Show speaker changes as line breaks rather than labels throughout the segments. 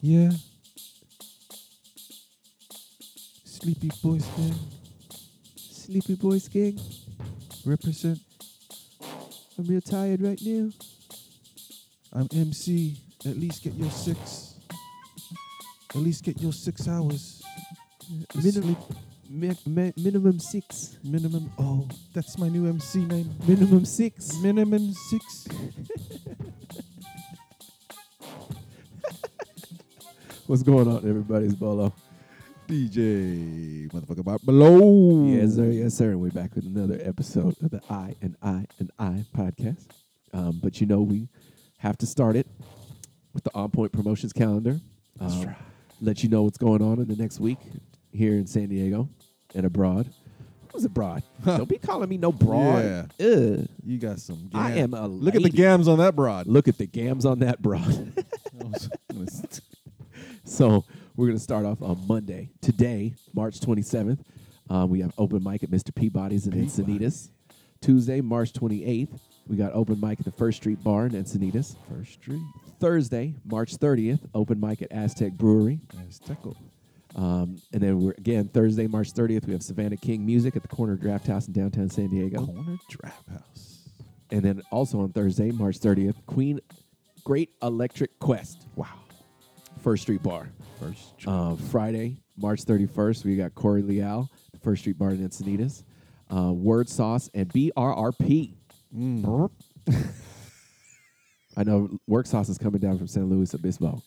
Yeah. Sleepy Boys Gang. Sleepy Boys Gang. Represent. I'm real tired right now. I'm MC. At least get your six. At least get your six hours.
Minimum, mi- mi- minimum six.
Minimum. Oh, that's my new MC name.
Minimum six.
Minimum six. What's going on, everybody? It's Bolo.
DJ motherfucker Bob below.
Yes, sir. Yes, sir. And we're back with another episode of the I and I and I podcast. Um, but you know, we have to start it with the On Point Promotions calendar. Um, Let you know what's going on in the next week here in San Diego and abroad. Who's abroad? Don't be calling me no broad. Ugh.
You got some.
I
gam-
am a
Look at the
lady.
gams on that broad.
Look at the gams on that broad. So we're going to start off on Monday. Today, March 27th, um, we have open mic at Mr. Peabody's in Encinitas. Tuesday, March 28th, we got open mic at the First Street Bar in Encinitas.
First Street.
Thursday, March 30th, open mic at Aztec Brewery.
That's Teco.
Um, and then we're again Thursday, March 30th, we have Savannah King Music at the Corner Draft House in downtown San Diego.
Corner Trap House.
And then also on Thursday, March 30th, Queen Great Electric Quest,
Wow.
First Street Bar.
First Street.
Uh, Friday, March 31st, we got Corey Leal, the First Street Bar in Encinitas, uh, Word Sauce, and BRRP.
Mm.
I know Work Sauce is coming down from San Luis Obispo.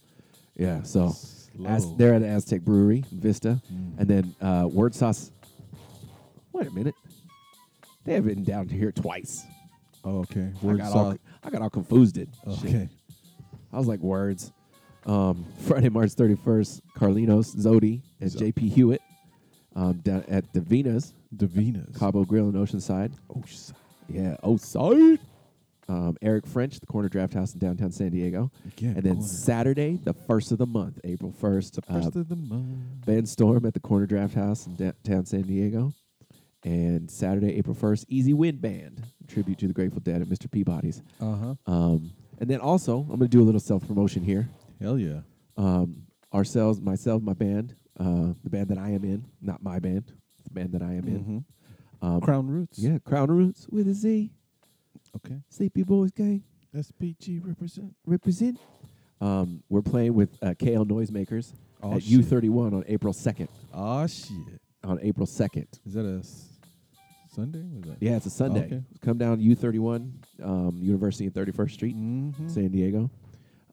Yeah, so Az-
Slow.
they're at Aztec Brewery, Vista,
Mm.
and then uh, Word Sauce. Wait a minute. They have been down here twice.
Oh, okay.
I,
Word
got all,
sauce.
I got all confused. Shit.
Okay.
I was like, words. Um, Friday, March 31st, Carlinos, Zodi, and
Zo-
JP Hewitt um, down at the Venus,
Davina's.
Cabo Grill in Oceanside.
Oh, shit.
Yeah, Oceanside. Um, Eric French, the Corner Draft House in downtown San Diego.
Again,
and then
corner.
Saturday, the first of the month, April 1st, uh,
First of the month.
Ben Storm at the Corner Draft House in downtown San Diego. And Saturday, April 1st, Easy Wind Band, a tribute to the Grateful Dead at Mr. Peabody's.
Uh huh.
Um, and then also, I'm going to do a little self promotion here
Hell yeah.
um, ourselves, myself, my band, uh, the band that I am in, not my band, the band that I am in.
Mhm.
Um,
Crown Roots.
Yeah, Crown Roots with a Z,
Okay.
Sleepy Boys Gang
SPG represent.
represent. Um, we're playing with uh, KL Noisemakers
Oh,
at
shit.
U31 on April 2nd.
Oh shit.
On April 2nd.
Is that a s- Sunday? Was that? Oh,
Yeah, it's a Sunday.
Okay.
Come down to U31, um, University and 31st Street.
Mm-hmm.
San Diego.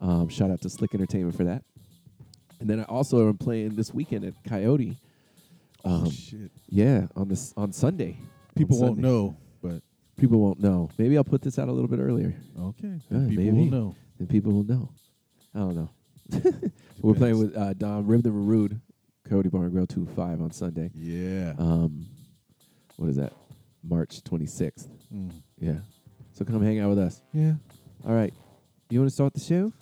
Um, shout out to Slick Entertainment for that. And then I also am playing this weekend at Coyote.
Oh
Um,
shit.
yeah, on this on Sunday. On
People won't
Sunday.
know, but
People won't know. Maybe I'll put this out a little bit earlier,
okay.
Yeah,
Then people
maybe.
will know.
then people will know. I don't know. We're playing with uh, Dom Rhythm and Rude, Cody Barn Grill Two Five on Sunday.
Yeah.
Um, what is that? March twenty sixth.
Mm.
Yeah. So come hang out with us.
Yeah.
All right. You want to start the show?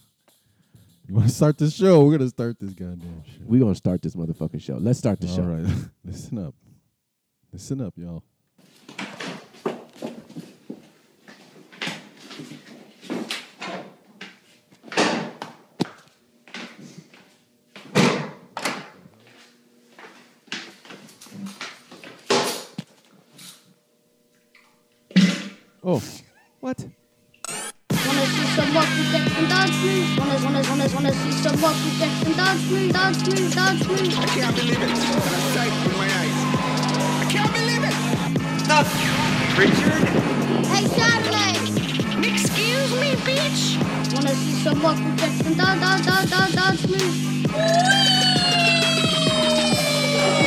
You want to start this show? We're gonna start this goddamn shit.
We gonna start this motherfucking show. Let's start the show.
All right. Listen up. Listen up, y'all.
Oh, what?
Wanna see some monkey dick and dance move? Wanna, wanna, wanna, wanna see some monkey dick and dance move? Dance move, dance move.
I can't believe it. That I sight with my eyes. I can't believe it. Not Richard.
Hey, Charlie!
Excuse me, bitch.
Wanna see some monkey dick and dance, dance, dance, dance, dance move?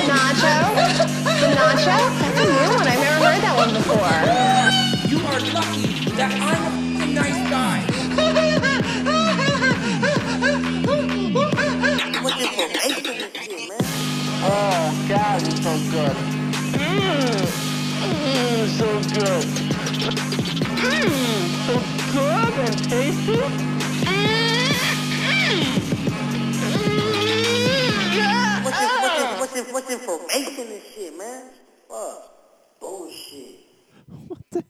Nacho? The nacho? That's a new one. I've never heard that one before.
You are lucky that I'm a nice guy.
Oh, God, it's so good. Mmm, mmm, so good. Mmm, so good and tasty. What's it, what's it, what's it, what's it for making this shit, man? Fuck, bullshit.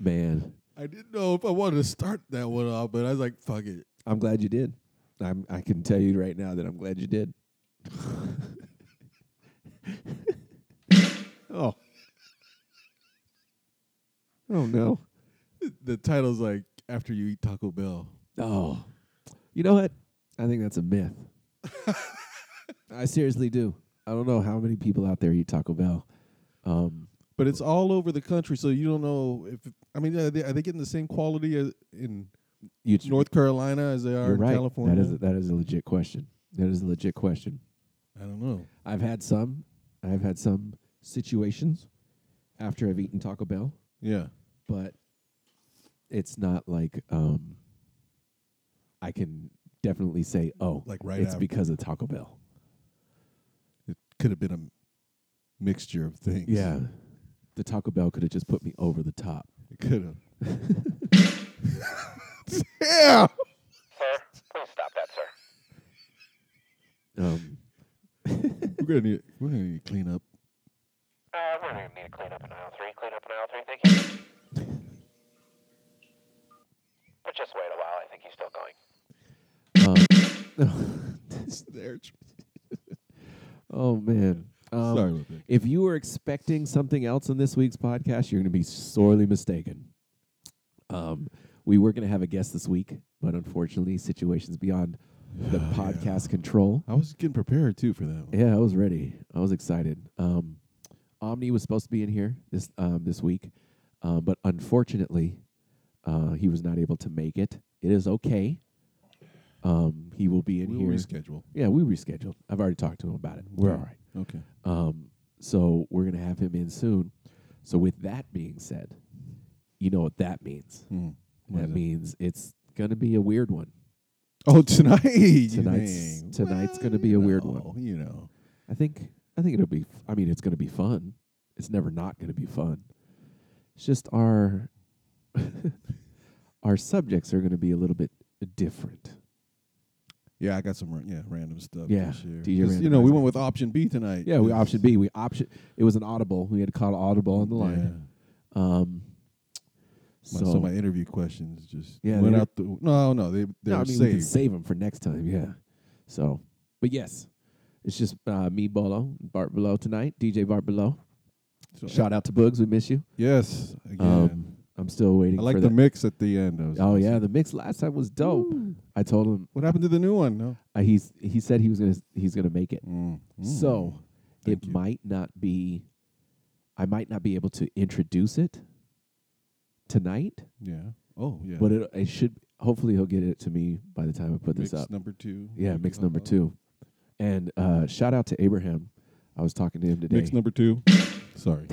Man,
I didn't know if I wanted to start that one off, but I was like, fuck it.
I'm glad you did. I'm, I can tell you right now that I'm glad you did.
Oh,
Oh no.
the title's like after you eat Taco Bell.
Oh, you know what? I think that's a myth. I seriously do. I don't know how many people out there eat Taco Bell. Um,
But it's all over the country, so you don't know if I mean are they, are they getting the same quality as in
you,
North Carolina as they
you're
are in
right.
California?
That is a, that is a legit question. That is a legit question.
I don't know.
I've had some. I've had some situations after I've eaten Taco Bell,
Yeah.
but it's not like um, I can definitely say, "Oh,
Like right
it's
after.
because of Taco Bell."
It could have been a mixture of things.
Yeah, the Taco Bell could have just put me over the top.
It could have. yeah.
Sir, please stop that, sir.
Um,
We're gonna need we're gonna need clean up.
Uh, we're going to need to clean up in aisle three. Clean up in aisle three, thank you. but just wait a while. I think he's still going.
Um,
There.
oh man. Um,
Sorry about that.
If you were expecting something else in this week's podcast, you're going to be sorely mistaken. Um, we were going to have a guest this week, but unfortunately, situations beyond the podcast control.
I was getting prepared too for that one.
Yeah, I was ready. I was excited. Um, Omni was supposed to be in here this um, this week, uh, but unfortunately, uh, he was not able to make it. It is okay. Um, he will be in
We'll
here.
reschedule.
Yeah, we rescheduled. I've already talked to him about it. We're all right.
Okay.
Um, so we're gonna have him in soon. So with that being said, you know what that means.
Mm. What
That
is it?
means it's gonna be a weird one.
Oh, tonight.
Tonight's-
Dang.
tonight's
Well,
gonna be
you
a weird
know,
one.
You know.
I think I think it'll be. f- I mean, it's gonna be fun. It's never not gonna be fun. It's just our our subjects are gonna be a little bit different.
Yeah, I got some ra- yeah random stuff.
Yeah,
this year.
do your
'Cause, you know we
randomizer.
went with option B tonight.
Yeah, we option B. We option. It was an audible. We had to call audible on the line. Um.
My,
so
so, my interview questions just
Yeah,
went
they-
out the no no they they're
no, I mean, we can
saved.
save them for next time. Yeah. So, but yes, it's just uh, me, Bolo, Bart Below tonight. DJ Bart Below.
So-
Shout out to Bugs. We miss you.
Yes, again.
Um, I'm still waiting.
I like
for
the
that.
mix at the end. I was
Oh
gonna
yeah,
say.
the mix last time was dope. I told him
What happened to the new one? No.
uh, he's he said he was gonna he's gonna make it.
Mm, mm.
So
Thank
it
you.
might not be. I might not be able to introduce it tonight,
yeah. Oh yeah.
but it it should. Hopefully, he'll get it to me by the time I put
mix
this up.
number two.
Yeah,
Maybe
mix
I'll-
number
I'll-
two. And uh, shout out to Abraham. I was talking to him today.
Mix number two. Sorry.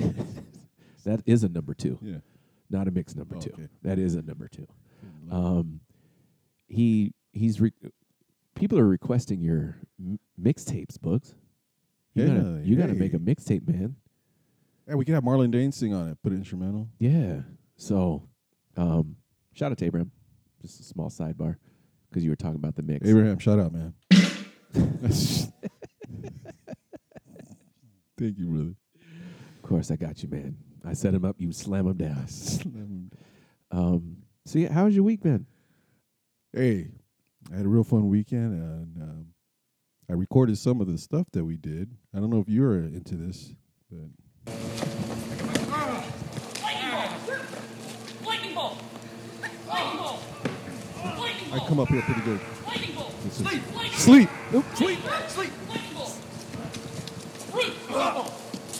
that is a number two,
Yeah.
not a mix number
Oh,
two.
okay.
That is a number two. Um, he he's re- people are requesting your m- mixtapes, books. You gotta
Yeah,
you gotta make a
hey.
mixtape, man.
Yeah, we could have Marlon Dane sing on it. Put an instrumental.
Yeah. So, um, shout out to Abraham. Just a small sidebar because you were talking about the mix.
Abraham, shout out, man. Thank you, brother.
Of course, I got you, man. I set him up. You slam him down. Um, so yeah, how was your week, man?
hey, I had a real fun weekend, and um, I recorded some of the stuff that we did. I don't know if you're into this, but
Lightning bolt! Lightning bolt! Lightning bolt! Lightning
I
bolt!
come up here pretty good.
Lightning bolt!
This is-
Lightning
Sleep.
bolt! Sleep! Sleep! Lightning bolt! Root!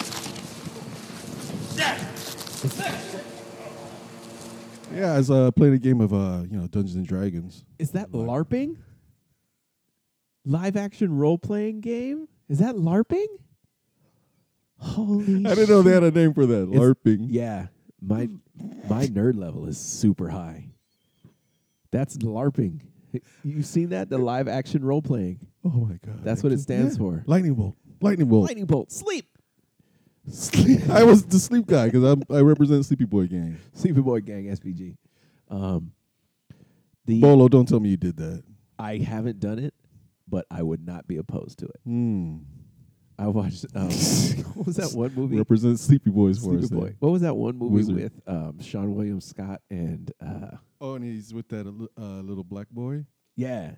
Yeah, I was uh, playing a game of uh, you know Dungeons and Dragons.
Is that LARPing? Live action role playing game? Is that LARPing? Holy
I didn't know they had a name for that.
It's-
LARPing.
Yeah. My my nerd level is super high. That's LARPing. You've seen that? The live action role playing.
Oh my god.
That's
I
what it
just-
stands
yeah.
for.
Lightning bolt. Lightning bolt.
Lightning bolt. Sleep.
Sleep. I was the sleep guy because I'm I represent Sleepy Boy Gang.
Sleepy Boy Gang SPG. Um the
Bolo, don't tell me you did that.
I haven't done it, but I would not be opposed to it.
Hmm.
I watched. Um, what was that one movie?
Represent Sleepy Boys for
Sleepy
us. then.
Boy. What was that one movie
Wizard.
with um, Sean William Scott and uh,
Oh, and he's with that uh, li- uh, little black boy.
yeah?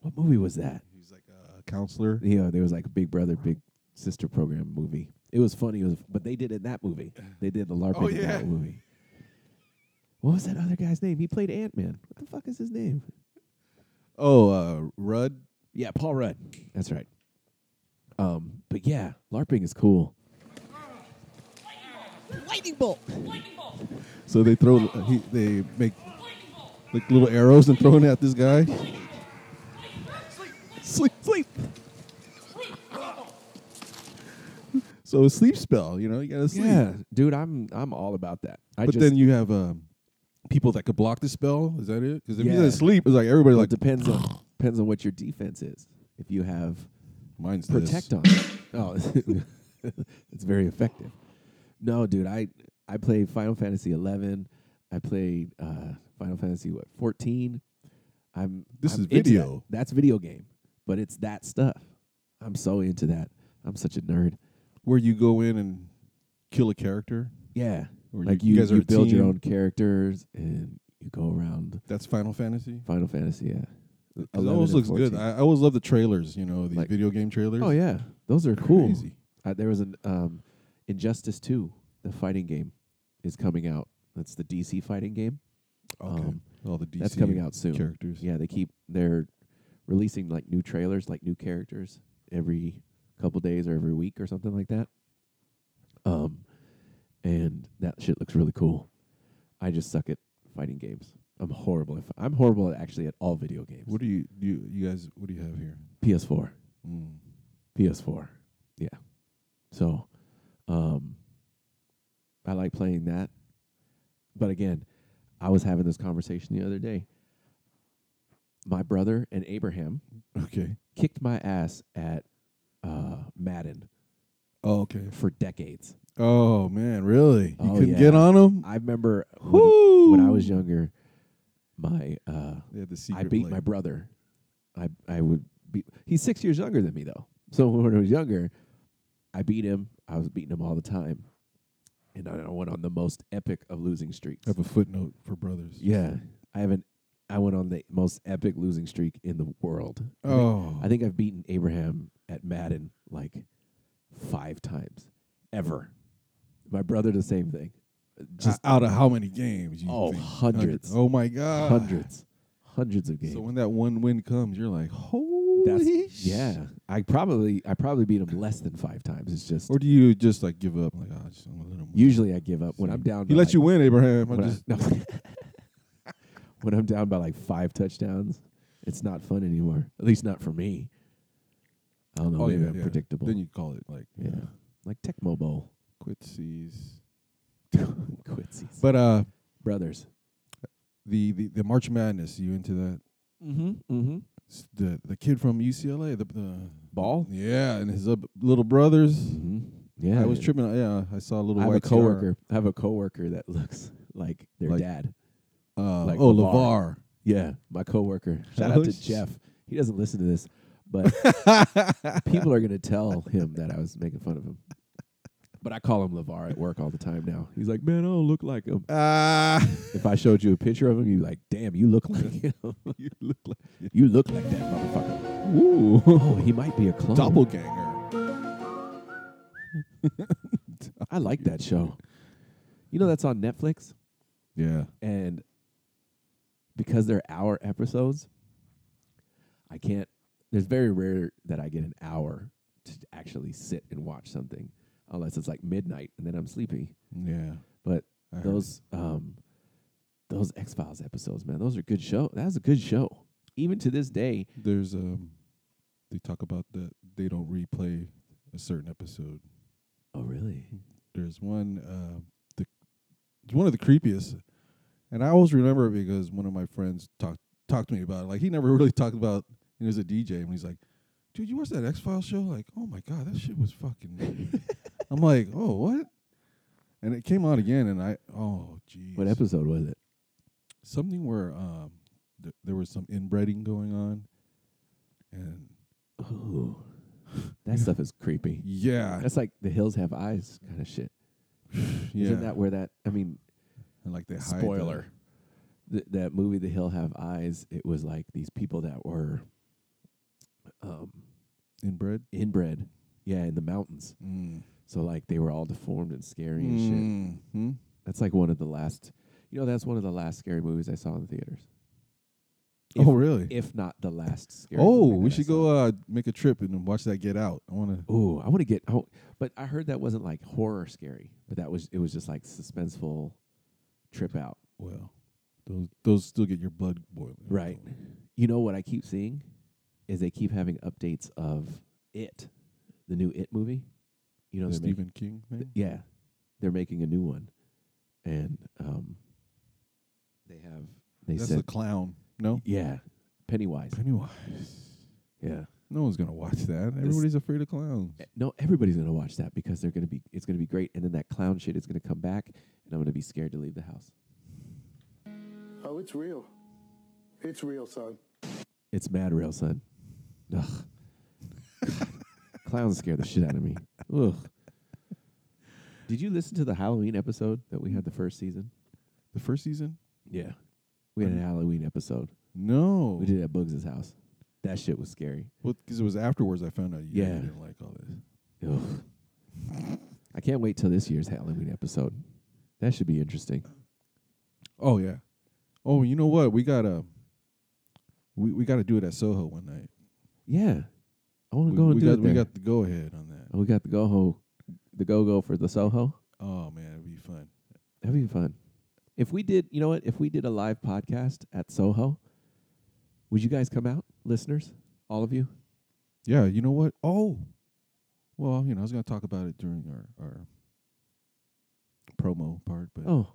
What movie was that?
He's like a counselor.
You know, there was like a Big Brother Big Sister program movie. It was funny. It was, but they did it in that movie. They did the LARPing
Oh,
in
yeah.
that movie. What was that other guy's name? He played Ant Man. What the fuck is his name?
Oh, uh, Rudd.
Yeah, Paul Rudd. That's right. Um, but yeah, LARPing is cool. Lightning bolt.
So they throw. uh, he, they make like little arrows and throwing at this guy.
Sleep, sleep.
So a sleep spell. You know, you gotta sleep.
Yeah, dude, I'm I'm all about that. I
but
just,
then you have um, people that could block the spell. Is that it? Because if he's
Yeah.
asleep, it's like everybody
well,
like
it depends on depends on what your defense is. If you have
mine's this.
protect on, oh, it's very effective. No, dude, I I played Final Fantasy 11. I played uh, Final Fantasy what 14. I'm
This
I'm
is
into that.
video.
That's video game, but it's that stuff. I'm so into that. I'm such a nerd.
Where you go in and kill a character.
Yeah,
Or
like
you- you
you,
guys are a
build your
team.
own characters and you go around
That's Final Fantasy.
Final Fantasy. Yeah,
'Cause
11
It always
and
looks
14.
good. I, I always love the trailers. You know, these
Like-
video game trailers.
Oh yeah, those are cool.
Crazy.
Uh, there was an um, Injustice Two, the fighting game, is coming out. That's the DC fighting game.
Okay.
Um,
All the DC
that's coming out soon.
Characters.
Yeah, they keep they're releasing like new trailers, like new characters every couple days or every week or something like that. Um, and that shit looks really cool. I just suck at fighting games. I'm horrible. At, fi- I'm horrible at actually at all video games.
What do you you you guys? What do you have here?
PS4.
Mm.
PS4. Yeah. So, um, I like playing that. But again, I was having this conversation the other day. My brother and Abraham
Okay.
kicked my ass at uh, Madden
Oh, okay.
for decades.
Oh man, really? You
Oh,
couldn't
yeah.
get on them.
I remember when, when I was younger, my uh,
They had the secret.
I beat
blade.
my brother. I I would be. He's six years younger than me though. So when I was younger, I beat him. I was beating him all the time, and I I went on the most epic of losing streaks.
I have a footnote for brothers.
Yeah, I haven't. I went on the most epic losing streak in the world. I think-
Oh.
I think I've beaten Abraham at Madden like five times ever. My brother, the same thing. Just
Just out of how many games? You
Oh,
think?
hundreds.
Oh my god.
hundreds, hundreds of games.
So when that one win comes, you're like, holy.
That's
sh-"
yeah. I probably I probably beat him less than five times. It's just
Or do you just like give up? Like, oh, just I'm gonna let him. Win.
usually I give up when I'm down.
He
by
let
like-
you win, Abraham. I
When, I,
just
no. When I'm down by like five touchdowns, it's not fun anymore. At least not for me. I don't know.
oh
maybe
yeah,
I'm
yeah.
predictable.
Then you call it like uh,
yeah, like Tecmo Bowl.
quitsies.
Quitsies.
But uh,
Brothers.
the, the the March Madness. You into that?
Mm-hmm. Mm-hmm.
S- The the kid from UCLA. The, the
Ball.
yeah, and his uh, little brothers.
hmm Yeah.
I was tripping. Yeah, I saw a little
I have a
white star.
coworker. I have a coworker that looks like their
Like-
dad.
Uh,
Like
oh,
LeVar.
Levar.
Yeah, my coworker. Shout out to
Ouch.
Jeff. He doesn't listen to this, but people are gonna tell him that I was making fun of him. But I call him Levar at work all the time now. He's like, "Man, I don't look like him."
Ah,
If I showed you a picture of him, you'd be like, "Damn, you look like him.
you look like
you look like that motherfucker."
ooh,
Oh, he might be a clone.
doppelganger.
I like that show. You know that's on Netflix,
Yeah,
and because they're hour episodes, I can't. There's very rare that I get an hour to actually sit and watch something, unless it's like midnight and then I'm sleepy.
yeah.
But
I heard.
those um those X Files episodes, man, those are good show. That was a good show. Even to this day,
There's um, they talk about that they don't replay a certain episode.
oh really?
There's one uh, the it's one of the creepiest, and I always remember it because one of my friends talked talked to me about it. Like he never really talked about. And there's a DJ, and he's like, "Dude, you watched that X Files show? Like, oh my god, that shit was fucking." I'm like, "Oh what?" And it came out again, and I, oh jeez,
What episode was it?
something where um th- there was some inbreeding going on, and
Ooh. That stuff is creepy.
Yeah.
That's like the hills have eyes kind of shit.
yeah.
Isn't that where that? I mean,
and like they hide the-
spoiler. Th- that movie, The Hill Have Eyes. It was like these people that were um,
inbred.
inbred, yeah, in the mountains.
Mm.
So like they were all deformed and scary and shit.
Hmm?
That's like one of the last. You know, that's one of the last scary movies I saw in theaters.
Oh, really?
If not the last scary.
Oh, we should go uh, make a trip and watch that Get Out. I want to.
Oh, I want to get. Oh, but I heard that wasn't like horror scary, but that was it was just like suspenseful trip out.
Well, those those still get your blood boiling.
Right. You know what I keep seeing is they keep having updates of it, the new it movie. You know,
The
they're
Stephen
making-
King thing.
th- yeah, they're making a new one, and um, they have they
That's
said
the clown. No.
yeah, Pennywise.
Pennywise.
Yeah,
No one's gonna watch that. Everybody's afraid of clowns.
E- no, everybody's gonna watch that because they're gonna be it's gonna be great, and then that clown shit is gonna come back, and I'm gonna be scared to leave the house.
Oh, it's real. It's real, son.
It's mad real, son. Ugh. Clowns scare the shit out of me. Ugh. Did you listen to the Halloween episode that we had the first season?
The first season.
Yeah. We had a Halloween episode.
No.
We did it at Bugs' house. That shit was scary.
Well, because it was afterwards I found out you
Yeah.
didn't like all this.
Ugh. I can't wait till this year's Halloween episode. That should be interesting.
Oh yeah. Oh, you know what? We gotta. We we gotta do it at Soho one night.
Yeah. I
We,
want to go and
we
do
got
it
we
there.
got the go ahead on that.
Oh, we got the go-ho, the go-go for the Soho.
Oh man, it'd be fun.
That'd be fun. If we did, you know what? If we did a live podcast at Soho, would you guys come out, listeners? All of you?
Yeah, you know what? Oh, well, you know, I was gonna talk about it during our our promo part, but
Oh,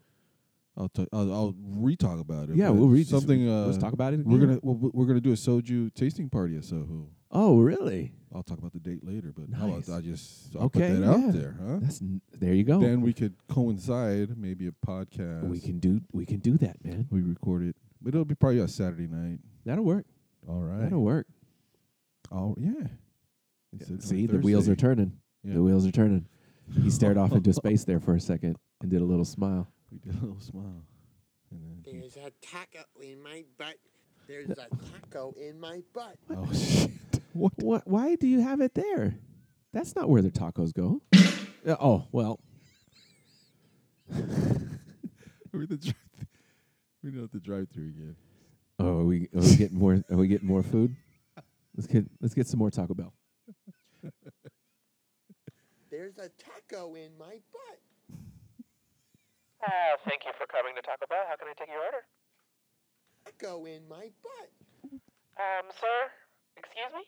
I'll t- I'll, I'll re-talk about it.
yeah,
but
we'll read this.
something. Uh,
Let's talk about it.
We're
again.
gonna well, we're gonna do a soju tasting party at Soho.
Oh, really?
I'll talk about the date later, but how
Nice.
about I just I'll
Okay,
put that
yeah.
out there, huh?
That's n- there. You go.
Then we could coincide maybe a podcast.
we can do. We can do that, man.
we record it, but it'll be probably a Saturday night.
That'll work.
All right.
That'll work.
Oh yeah. They said on
See, the wheels are
Thursday.
turning.
Yeah.
The wheels are turning. He stared off into space there for a second and did a little smile.
We did a little smile, and then
There's a taco in my butt. There's a taco in my butt.
oh shit.
What? Why do you have it there? That's not where the tacos go. Uh, oh well.
We're the drive. We know the drive-through again.
Oh, are we are we getting more? Are we getting more food? Let's get let's get some more Taco Bell.
There's a taco in my butt.
Ah, thank you for coming to Taco Bell. How can I take your order?
Taco in my butt.
Um, sir, excuse me?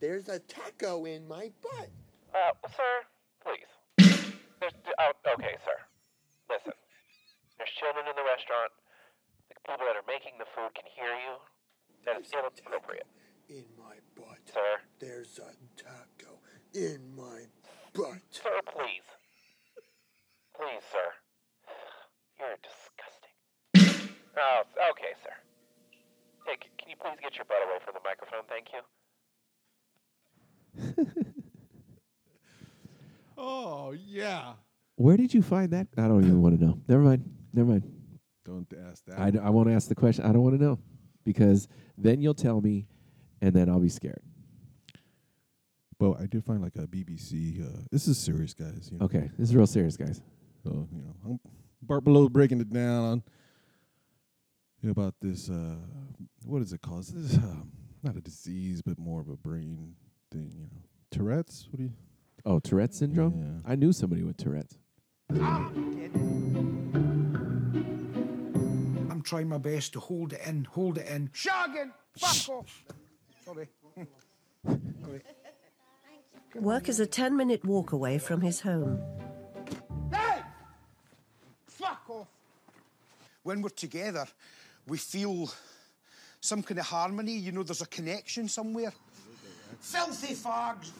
There's a taco in my butt.
Uh, sir, please. There's, oh, okay, sir. Listen, there's children in the restaurant. The people that are making the food can hear you. That is inappropriate,
In my butt.
sir.
There's a taco in my butt.
Sir, please. Please, sir. You're disgusting. Oh, okay, sir. Hey, c- can you please get your butt away from the microphone? Thank you.
Oh yeah.
Where did you find that? I don't even want to know. Never mind. Never mind.
Don't ask that.
I, d- I won't ask the question. I don't want to know because then you'll tell me, and then I'll be scared.
but I did find like a BBC. Uh, this is serious, guys. You know?
Okay, this is real serious, guys.
So you know, I'm Bart Below breaking it down on about this. Uh, what is it called? This is um, not a disease, but more of a brain thing. You know, Tourette's. What do you?
Oh, Tourette's syndrome.
Yeah.
I knew somebody with Tourette's.
Ah, I'm trying my best to hold it in, hold it in. Shagging! Fuck off! Sorry.
Work is a 10 minute walk away from his home.
Hey! Fuck off! When we're together, we feel some kind of harmony. You know, there's a connection somewhere. Filthy fogs!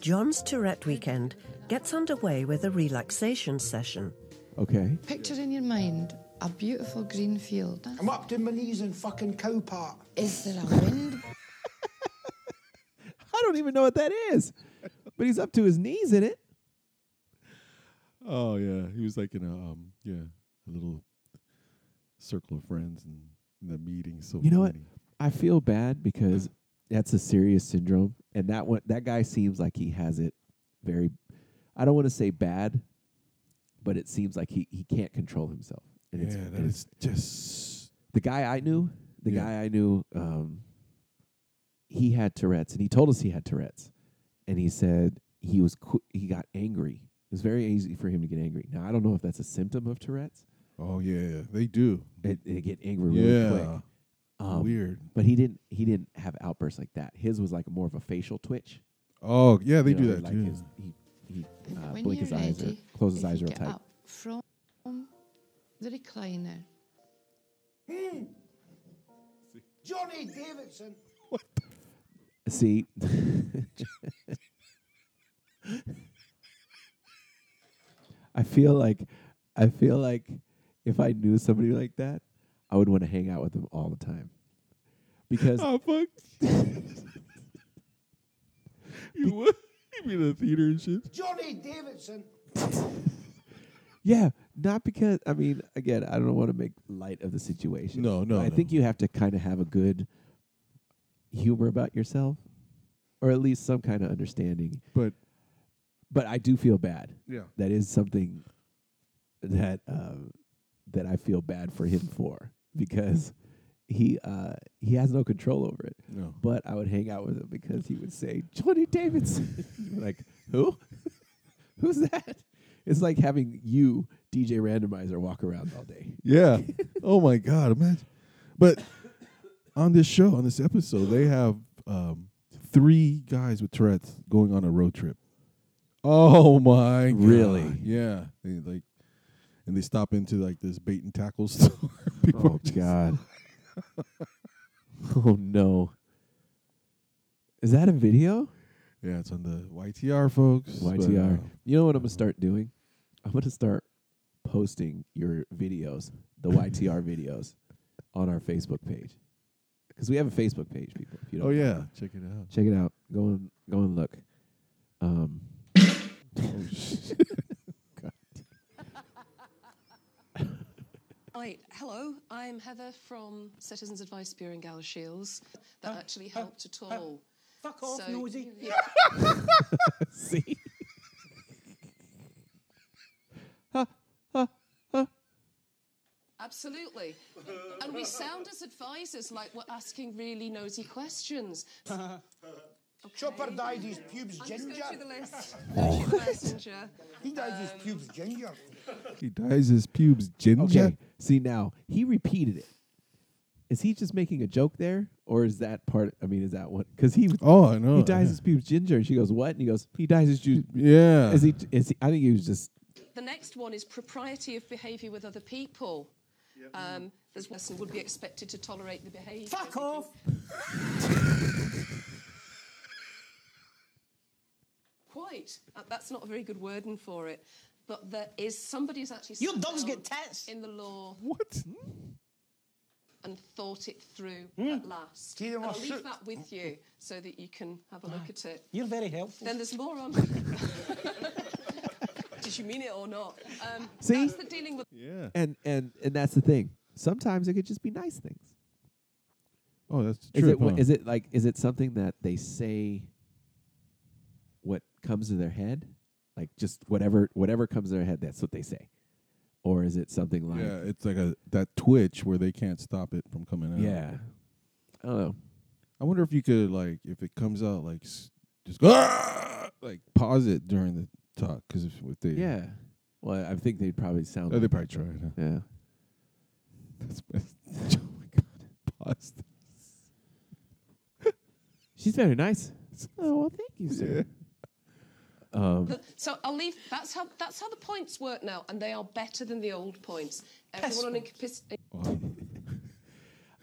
John's Tourette weekend gets underway with a relaxation session.
Okay.
Picture in your mind a beautiful green field.
I'm up to my knees in fucking cow part.
Is there a wind
don't even know what that is. But he's up to his knees in it.
Oh yeah, he was like in a um yeah a little circle of friends and the meeting. So
You know what? I feel bad because that's a serious syndrome, and that one that guy seems like he has it very. I don't want to say bad, but it seems like he he can't control himself. And it's,
Yeah, that
and
is just
the guy I knew. The
Yeah.
guy I knew, um, he had Tourette's, and he told us he had Tourette's, and he said he was qu- he got angry. It was very easy for him to get angry. Now I don't know if that's a symptom of Tourette's.
Oh yeah, they do.
It, they get angry really
Yeah.
quick. Um,
Weird.
but he didn't. He didn't have outbursts like that. His was like more of a facial twitch.
Oh yeah, they
You
do
know,
that
like
too.
his- he he uh,
When
blink
you're
his eyes or
ready,
close his
if
eyes
you
real
get
tight.
up from the recliner.
Johnny Davidson.
See, I feel like I feel like if I knew somebody like that, I would want to hang out with them all the time because
Oh fuck. you what? You mean the theater and shit?
Johnny Davidson.
Yeah, not because I mean, again, I don't want to make light of the situation.
No, no,
I
no.
think you have to kind of have a good humor about yourself, or at least some kind of understanding.
But
but I do feel bad.
Yeah.
that is something that um, that I feel bad for him for because he uh, he has no control over it.
No.
but I would hang out with him because he would say Johnny Davidson. You're like who? Who's that? It's like having you DJ Randomizer walk around all day.
Yeah. oh my God, imagine. But on this show, on this episode, they have um, three guys with Tourette's going on a road trip. Oh my! God.
Really?
Yeah. They like, and they stop into like this bait and tackle store. People are just-
God. oh no. Is that a video?
Yeah, it's on the YTR, folks. but,
YTR.
uh,
You know what I'm gonna start doing? I'm gonna start posting your videos, the YTR videos, on our Facebook page because we have a Facebook page, people. If you don't
oh
know.
yeah, check it out.
check it out. Go and go and look. Um,
Oh,
Hi, hello. I'm Heather from Citizens Advice Bureau in Galashiels. That actually helped at all.
Fuck off,
So-
nosy.
See.
Absolutely. And we sound as advisors like we're asking really nosy questions.
Chopper dyed his pubes
I'm just
ginger.
going through the list. There's
Oh.
your messenger.
He dyed his pubes ginger.
He dyes his pubes ginger.
okay. See now he repeated it. Is he just making a joke there, or is that part? I mean, is that one? Because he
Oh, I know.
he dyes
yeah.
his pubes ginger, and she goes, "What?" And he goes, "He dyes his pubes."
Yeah.
Is he? Is he? I think he was just
The next one is propriety of behaviour with other people. Um, this person would be expected to tolerate the behaviour.
Fuck off.
Quite. Uh, That's not a very good wording for it. But there is somebody who's actually
Your
sat
dogs
down
get tats.
in the law
What?
and thought it through
Hmm.
at last.
Gee, they
And
were
I'll leave
shook.
that with you so that you can have a look at it.
You're very helpful.
Then there's more on. Did you mean it or not? Um,
See?
That's the dealing with.
Yeah.
and and and that's the thing. Sometimes it could just be nice things.
Oh, that's
Is
true.
it what- is it like is it something that they say? What comes to their head, like just whatever whatever comes to their head, that's what they say, or is it something like
Yeah, it's like a that twitch where they can't stop it from coming out.
yeah. I don't know.
I wonder if you could like if it comes out like s- just go "Ah!" like pause it during the talk because if, if they
Yeah. Well, I think they'd probably sound.
oh, they
like
probably
that.
try it. Huh?
Yeah.
That's best. oh my god, pause. it.
She's very nice. Oh well, thank you, sir. Um,
The, so I'll leave. That's how that's how the points work now, and they are better than the old points. Everyone on incapis-
Wow.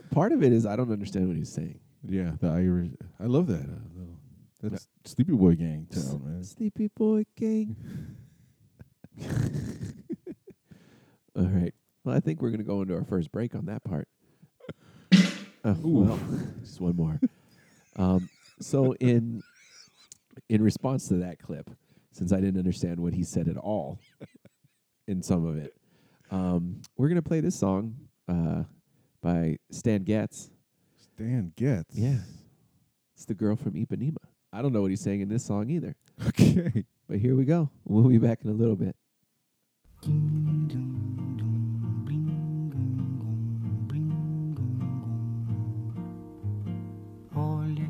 part of it is I don't understand what he's saying.
yeah, the Irish. I love that. Uh, little, that's Sleepy Boy Gang town, man.
Sleepy boy gang. All right. Well, I think we're going to go into our first break on that part. Oh, well, just one more. Um, so in in response to that clip, since I didn't understand what he said at all in some of it, um, we're gonna play this song uh, by Stan Getz.
Stan Getz.
Yeah, it's the girl from Ipanema. I don't know what he's saying in this song either. Okay, but here we go. We'll be back in a little bit.
Olha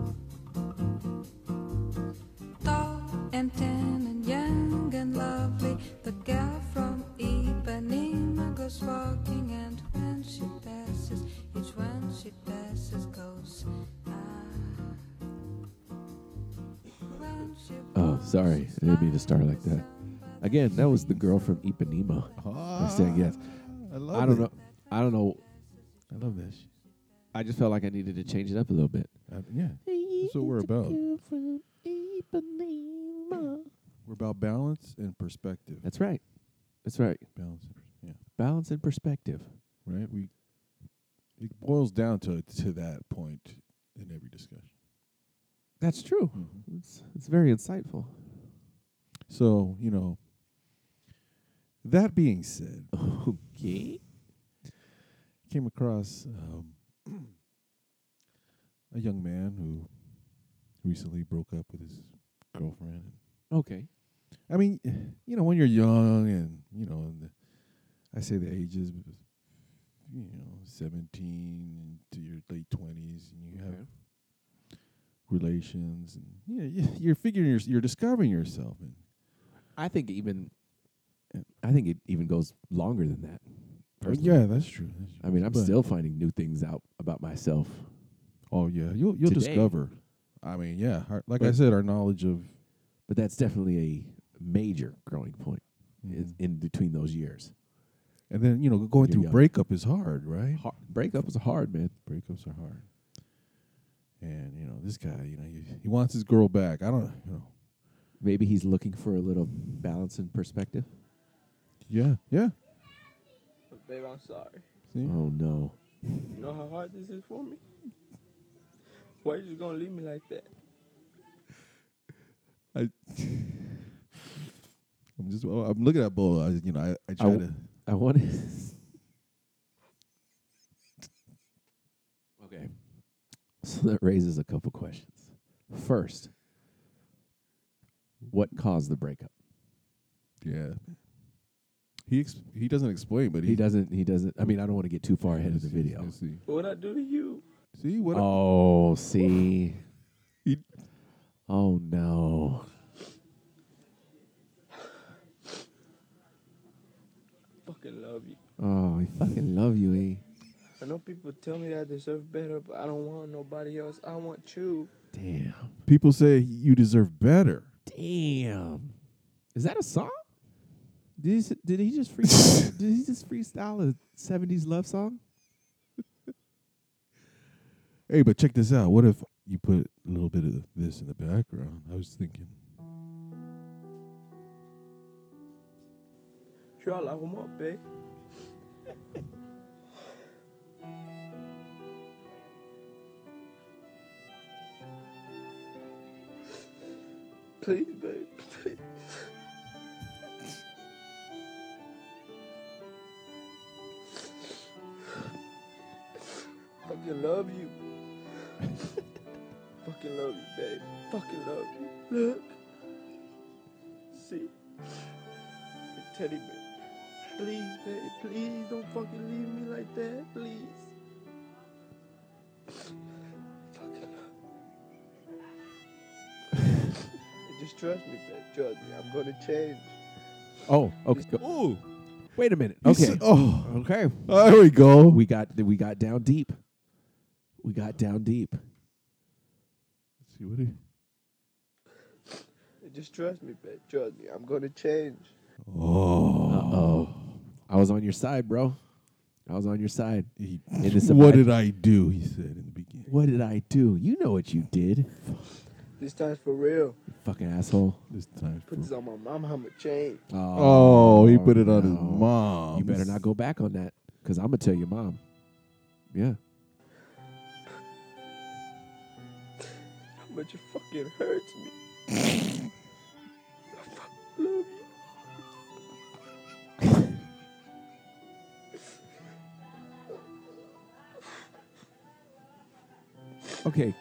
Tall and tan and young and lovely, the girl from Ipanema goes walking, and when she passes, each one she passes goes.
Oh, sorry. I didn't mean to start like that. Again, that was the girl from Ipanema. I said yes.
Ah, I love
don't
it.
know. I don't know.
I love this. Uh,
I just felt like I needed to change it up a little bit.
yeah, that's what we're about. We're about balance and perspective.
That's right. That's right.
Balance and pers- yeah.
Balance and perspective.
Right? We it boils down to to that point in every discussion. Mm-hmm.
That's true. It's it's very insightful.
So, you know, that being said,
okay.
Came across um, a young man who recently broke up with his girlfriend.
Okay.
I mean, you know, when you're young and, you know, and the, I say the ages, but it's, you know, 17 to your late 20s, and you have relations, and yeah, yeah, you're figuring, your, you're discovering yourself. And
I think even I think it even goes longer than that.
Well,
personally.
yeah, that's true, that's
I mean, I'm
But-
still finding new things out about myself.
Oh yeah, you'll you'll
Today.
discover. I mean, yeah, our, like I
But-
said, our knowledge of
But that's definitely a major growing point is in between those years.
Mm-hmm. and then you know going
You're
through
young.
breakup is hard, right?
Hard. Breakups are hard, man.
Breakups are hard. And you know this guy, you know he, he wants his girl back. I don't, you know,
Maybe he's looking for a little balance and perspective.
yeah, yeah.
Babe, I'm sorry.
Oh no.
You know how hard this is for me? Why you just gonna leave me like that?
I I'm just well, I'm looking at Bo. I, you know I I try
w-
to
I wanted. okay. So that raises a couple questions. First, what caused the breakup?
Yeah. He ex- he doesn't explain, but
he, doesn't. He doesn't. I mean, I don't want to get too far ahead of the video.
What I do to you?
See what?
Oh, see. oh no.
I fucking love you.
Oh, I fucking love you, eh?
I know people tell me that I deserve better, but I don't want nobody else. I want you.
Damn.
people say you deserve better.
Damn. Is that a song? Did he, s- did he just freestyle? did he just freestyle a '70s love song?
Hey, but check this out. What if you put a little bit of this in the background? I was thinking.
Sure, I love 'em up, babe. Please, babe. Please. fucking love you. fucking love you, babe. Fucking love you. Look. See. Teddy bear. Please, babe. Please don't fucking leave me like that. Please. Just trust me, babe. Trust me. I'm gonna change.
Oh, okay.
Ooh.
Wait a minute.
You
Okay.
said- oh.
okay.
There we go.
We got we got down deep. We got down deep.
see what he.
Just trust me, babe. Trust me. I'm gonna change.
Oh. oh. I was on your side, bro. I was on your side. In this
What
abide-
did I do? He said in the beginning.
What did I do? You know what you did.
This time's for real.
Fucking asshole.
This time.
Put this on my mom. I'ma change.
Oh, he put it on his mom.
You better not go back on that because I'm going to tell your mom. Yeah.
How much it fucking hurts me.
Okay.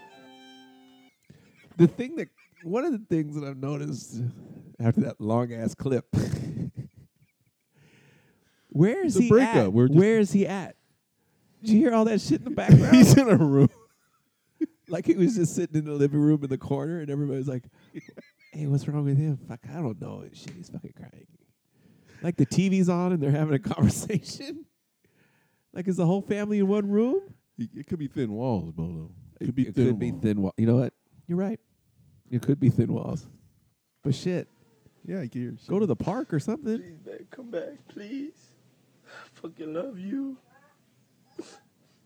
The thing that, one of the things that I've noticed after that long ass clip, where is
The
he
breakup,
at?
we're just-
where is he at? Did you hear all that shit in the background?
He's in a room.
like he was just sitting in the living room in the corner, and everybody's like, "Hey, what's wrong with him? Fuck, I don't know. And Shit, he's fucking crying. Like the TV's on, and they're having a conversation. Like is the whole family in one room?
It it could be thin walls, Bolo. It
It-
could be
it
thin
could be
walls.
thin wall. You know what? You're right. It could be thin walls. But shit,
Yeah, I can hear.
go to the park or something.
Please, babe. Come back, please. I fucking love you.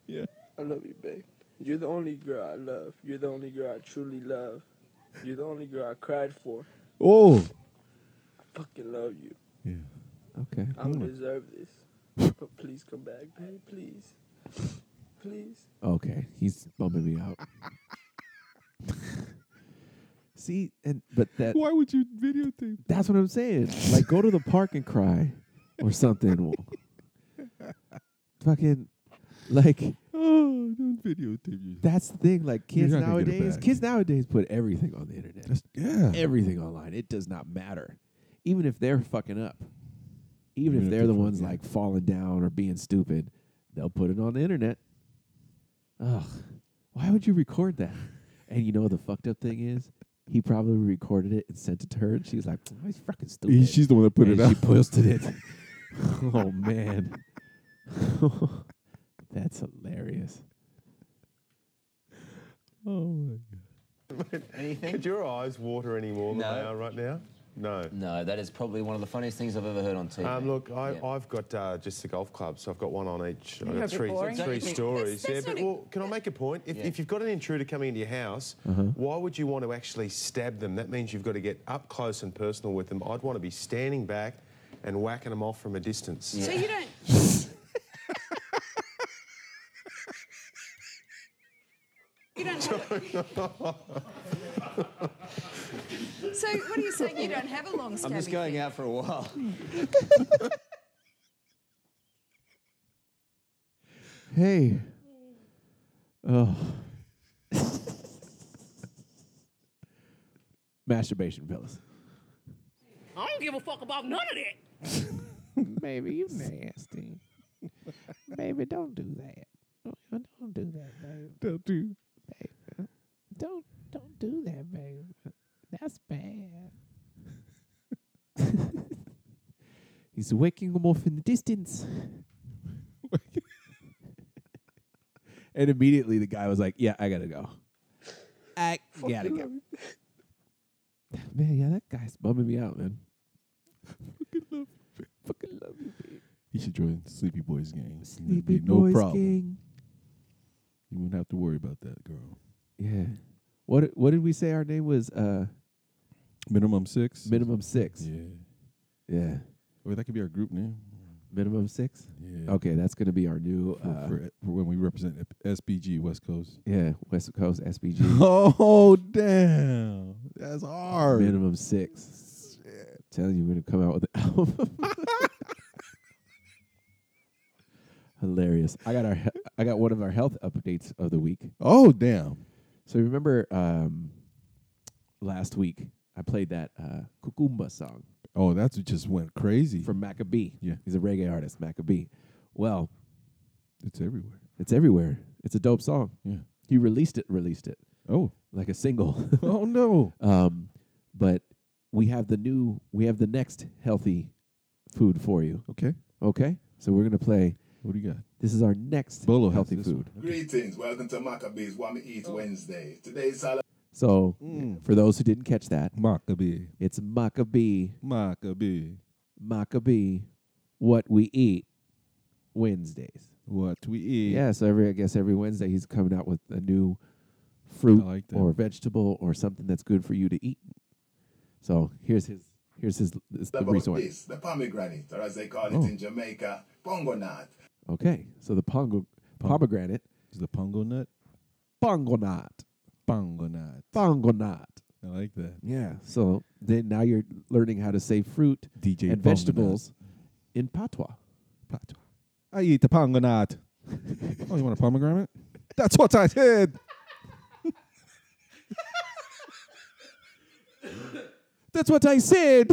Yeah.
I love you, babe. You're the only girl I love. You're the only girl I truly love. You're the only girl I cried for.
Oh.
I fucking love you.
Okay.
I don't deserve this. But please come back, babe. Please. Please.
Okay, he's bumming me out. See, and but that
Why would you videotape?
That's what I'm saying. Like, go to the park and cry or something. Fucking, like,
Oh, don't videotape you.
that's the thing. Like,
You're
kids
not gonna get it
nowadays,
back.
kids nowadays put everything on the internet.
yeah.
Everything online. It does not matter. Even if they're fucking up, even, if they're the ones like falling down or being stupid, they'll put it on the internet. Ugh. Why would you record that? And you know what the fucked up thing is? He probably recorded it and sent it to her, and she's like, oh, "He's fucking stupid."
He- she's the one that put it
And
out.
She posted it. oh man, that's hilarious.
Oh my
Anything? Could your eyes water any more
No.
than they are right now? No.
No, that is probably one of the funniest things I've ever heard on TV.
Um, look, I, I've got uh, just the golf club, so I've got one on each. I've
Yeah,
got
but
three,
boring, don't
three
you think?
stories.
That's- that's
yeah, but
not a-
well, can I make a point? If,
Yeah. Mm-hmm.
if you've got an intruder coming into your house,
Uh-huh.
why would you want to actually stab them? That means you've got to get up close and personal with them. I'd want to be standing back and whacking them off from a distance.
So you don't. you don't. So what are you saying? You don't have a long
I'm
stabby
just going out for a while.
Hey. Oh. Masturbation, fellas.
I don't give a fuck about none of that.
Baby, you nasty. Baby, don't do that. Don't, don't do that, baby.
Don't do.
Baby. Don't don't do that, baby. That's bad. He's waking him off in the distance. and immediately the guy was like, "Yeah, I gotta go." I gotta go. Man, yeah, that guy's bumming me out, man. Fucking love you, babe.
He should join Sleepy Boys gang. There'd
Sleepy
be no
Boys
problem.
Gang.
You wouldn't have to worry about that, girl.
Yeah. What what did we say our name was? Uh,
minimum six.
Minimum six.
Yeah.
Yeah.
Or that could be our group name.
Minimum six.
Yeah.
Okay, that's gonna be our new.
For,
Uh,
for, for when we represent SBG West Coast.
yeah, West Coast SBG.
Oh damn, that's hard.
Minimum six. Telling you, we're gonna come out with an album. Hilarious. I got our he- I got one of our health updates of the week.
Oh damn.
So remember um last week I played that uh Kukumba song.
Oh, that's just went crazy.
From Maccabee. Yeah. He's a reggae artist, Maccabee. Well,
it's everywhere.
It's everywhere. It's a dope song.
Yeah.
He released it, released it.
Oh.
Like a single.
Oh no.
um but we have the new we have the next healthy food for you.
Okay.
Okay? So we're going to play
What do you got?
This is our next
Bolo has
healthy
this
food.
Greetings, welcome to Maccabees Wami Eat Wednesday. Today's salad.
So,
Mm.
for those who didn't catch that,
Maccabee.
It's Maccabee.
Maccabee.
Maccabee. What we eat Wednesdays.
What we eat.
Yeah, so every I guess every Wednesday he's coming out with a new fruit or vegetable or something that's good for you to eat. So here's his here's his this, the
About
resource.
this, the pomegranate, or as they call
Oh.
it in Jamaica, pongo nut.
Okay, so the pongo, pomegranate
is the pongo nut.
Pongo nut.
Pongo nut.
Pongo nut.
I like that.
Yeah. So then now you're learning how to say fruit
DJ Pongo
and
nut.
vegetables in patois.
Patois. I eat the pongo nut. oh, you want a pomegranate? That's what I said. That's what I said.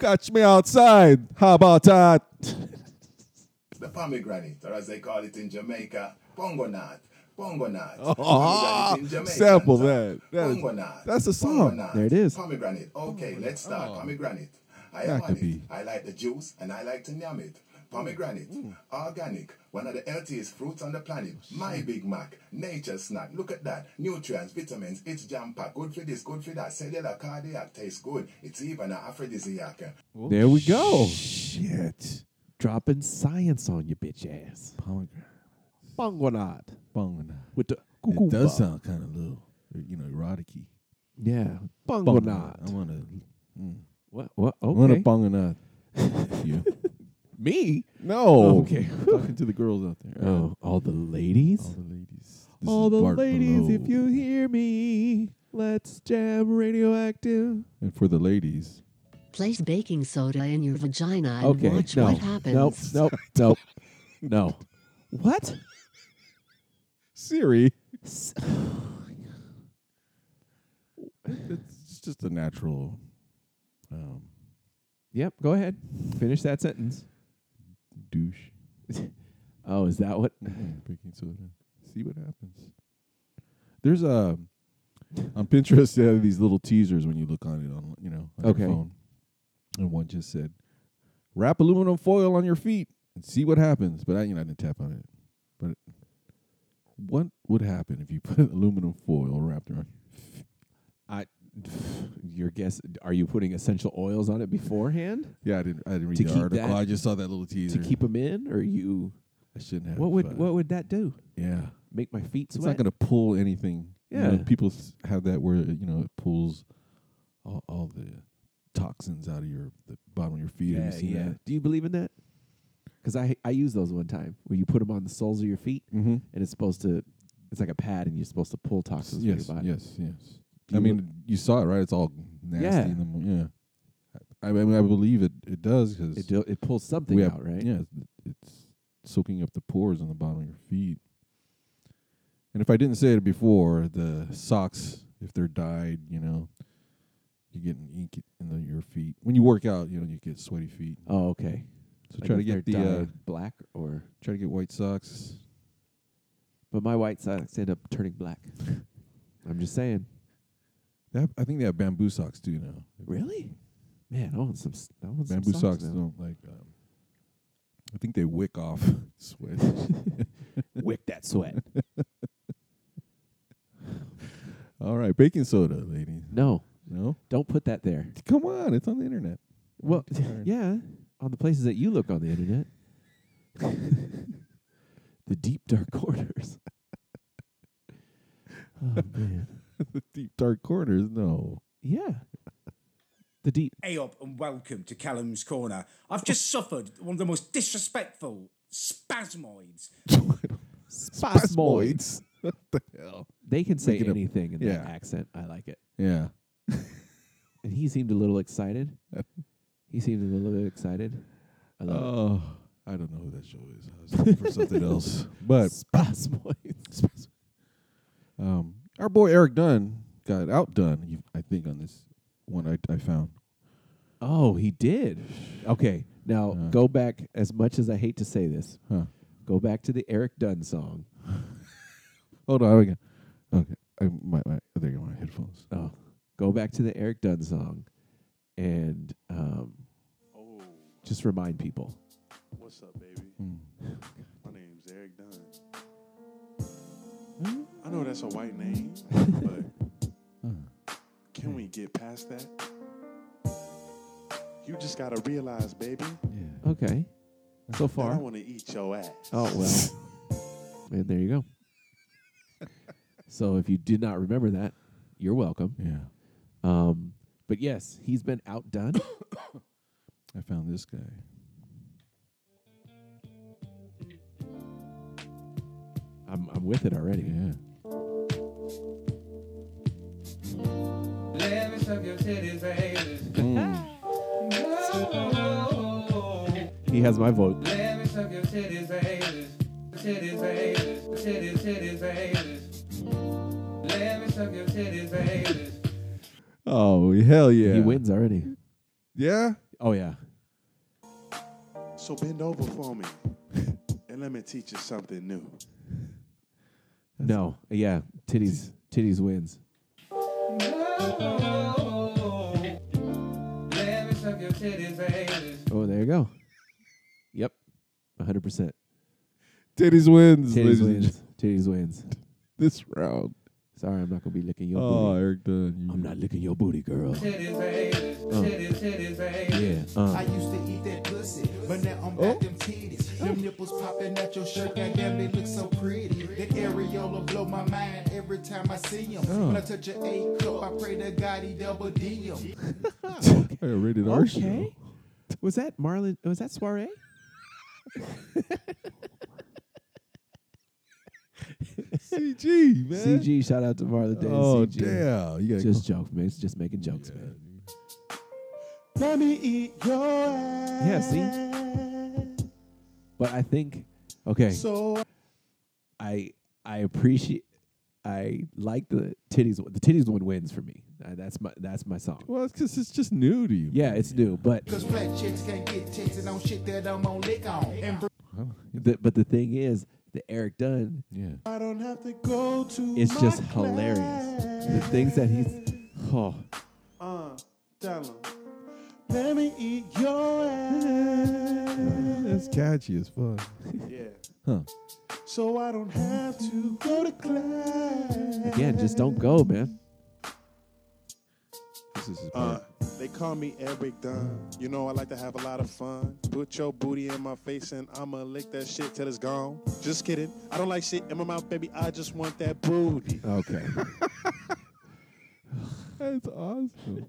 Catch me outside. How about that?
The pomegranate, or as they call it in Jamaica, pongo nut. Pongo nut.
Ah,
Pomegranate in Jamaica.
sample that. That is-
Pongo nut.
that's a
Pongo
song.
nut.
There it is. Oh.
Pomegranate. Okay, let's start. Pomegranate. I
That
am on
could be.
it. I like the juice and I like to yum it. Pomegranate, organic, one of the healthiest fruits on the planet.
Oh,
My Big Mac, nature snack. Look at that. Nutrients, vitamins, it's jam packed. Good for this, good for that. Cellular cardiac tastes good. It's even an aphrodisiac.
There we go.
Oh, Shit.
Dropping science on you, bitch ass.
Pomegranate.
Pongonat.
Pongonat.
With the
It
cucumba.
does sound kind of little, you know, erotic-y.
Yeah.
Pongo
Pongonat.
nut. I want to.
What? What?
I want a
Okay.
pongo nut. you.
Me?
No.
Okay.
Oh, Talking to the girls out there.
Oh, all the ladies?
All the ladies. This
All
is
the
Bart
ladies,
Below.
if you hear me, let's jam radioactive.
And for the ladies.
Place baking soda in your vagina and
Okay.
watch
no.
what happens.
Nope. Nope. Nope. no. What?
Siri. it's just a natural. Um,
Yep. Go ahead. Finish that sentence.
Douche.
oh, is that what?
baking soda. See what happens. There's a on Pinterest. They have these little teasers when you look on it on you know on
Okay.
your phone, and one just said, "Wrap aluminum foil on your feet and see what happens." But I you know I didn't tap on it. But what would happen if you put aluminum foil wrapped around?
I. Your guess? Are you putting essential oils on it beforehand
Yeah, I didn't. I didn't read
To
the
keep
article.
that-
Oh, I just saw that little teaser.
to keep them in, or you?
I shouldn't have.
What would
but
What would that do?
yeah.
Make my feet
It's
sweat?
not going to pull anything. You know,
Yeah.
people s- have that where you know it pulls all, all the toxins out of your the bottom of your feet.
Yeah,
have you seen
yeah.
that?
Do you believe in that? Because I I used those one time where you put them on the soles of your feet,
Mhm.
and it's supposed to. It's like a pad, and you're supposed to pull toxins
Yes,
from your body.
yes, yes.
Do
I
you
mean,
look-
you saw it, right? It's all nasty.
Yeah.
in the mo- yeah. I, I mean, I believe it. It does because
It do, it pulls something
we have,
out, right?
Yeah, it- it's soaking up the pores on the bottom of your feet. And if I didn't say it before, the socks, if they're dyed, you know, you get an ink in the, your feet. When you work out, you know, you get sweaty feet.
Oh, okay.
So
Like
try to
if
get the
they're
uh,
dyed black or.
try to get white socks.
But my white socks end up turning black. I'm just saying.
They have- I think they have bamboo socks too now.
Really? Man, I want some. s- I want
Bamboo
some
socks
socks now.
don't like. Um, I think they wick off sweat.
Wick that sweat.
All right, baking soda, ladies.
No,
No,
don't put that there.
come on, it's on the internet.
Well,
tired.
yeah, on the places that you look on the internet, the deep dark corners. oh man,
the deep dark corners. No,
yeah, the deep.
Hey up and welcome to Callum's Corner. I've just suffered one of the most disrespectful spasmoids.
Spasmoids.
what the hell?
They can say
Making up-
anything in
yeah.
that accent. I like it.
Yeah.
And he seemed a little excited. he seemed a little bit excited. I love it.
Oh, I don't know who that show is. I was looking for something else. But Spasmoids. Um, our boy Eric Dunn got outdone. you- I think on this one I, I found.
Oh, he did. Okay, now go back. As much as I hate to say this, go back to the Eric Dunn song.
Hold on again. Okay, I, my, my, there go my headphones.
Oh, go back to the Eric Dunn song, and um, just remind people.
What's up, baby? My name's Eric Dunn. I know that's a white name, but can we get past that? You just gotta realize, baby,
Okay, so
that I
far.
wanna eat your ass.
Oh well, and there you go. So if you did not remember that, you're welcome.
Yeah.
Um, but yes, he's been outdone.
I found this guy.
I'm I'm with it already.
Yeah.
Let me suck your titties, baby.
Mm.
Mm.
He has my vote.
Let me suck your titties, baby. Titties, baby. Titties, titties, baby. Let me suck your titties, baby.
Oh hell yeah!
He wins already.
Yeah.
Oh yeah.
So bend over for me and let me teach you something new.
no. Yeah. Titties. Titties wins.
Let me suck your titties, baby.
Oh, there you go. Yep. 100%.
Titties wins. ladies
Titties
and
wins. Titties wins.
This round.
Sorry, I'm not going to be licking your
Oh,
booty.
Eric Dunn.
I'm not licking your booty, girl.
Titties, baby.
Uh.
Titties, titties, baby.
Yeah. Uh.
I used to eat that pussy, but now I'm at them titties. Them nipples popping at your shirt, goddamn, they look so pretty. The areola blow my mind every time I see them.
Oh.
When I touch an A cup, I pray to God he double D 'em.
I rated our show.
Okay. Was that Marlon? Was that Soiree?
CG man.
CG, shout out to Marlon Day.
Oh,
CG.
damn. You gotta
just joke, man. It's just making jokes, man.
Let me eat your ass.
Yeah, see? But I think, okay.
So
I I appreciate I like the titties one. the titties one wins for me. Uh, that's my that's my song.
Well, it's because it's just new to you.
Yeah, it's new, but
Cause flat chicks can't get texted on shit that I'm on lick on. And br-
the, but the thing is, the Eric Dunn,
yeah,
I don't have to go to
it's
my
just hilarious. The things that he's oh
Uh, tell 'em, Let me eat your ass.
That's catchy as fuck.
Yeah.
Huh.
So I don't have to go to class.
again, just don't go, man.
This is his
Uh,
part.
they call me Eric Dunn. You know I like to have a lot of fun. Put your booty in my face and I'ma lick that shit till it's gone. Just kidding. I don't like shit in my mouth, baby. I just want that booty.
Okay.
That's awesome.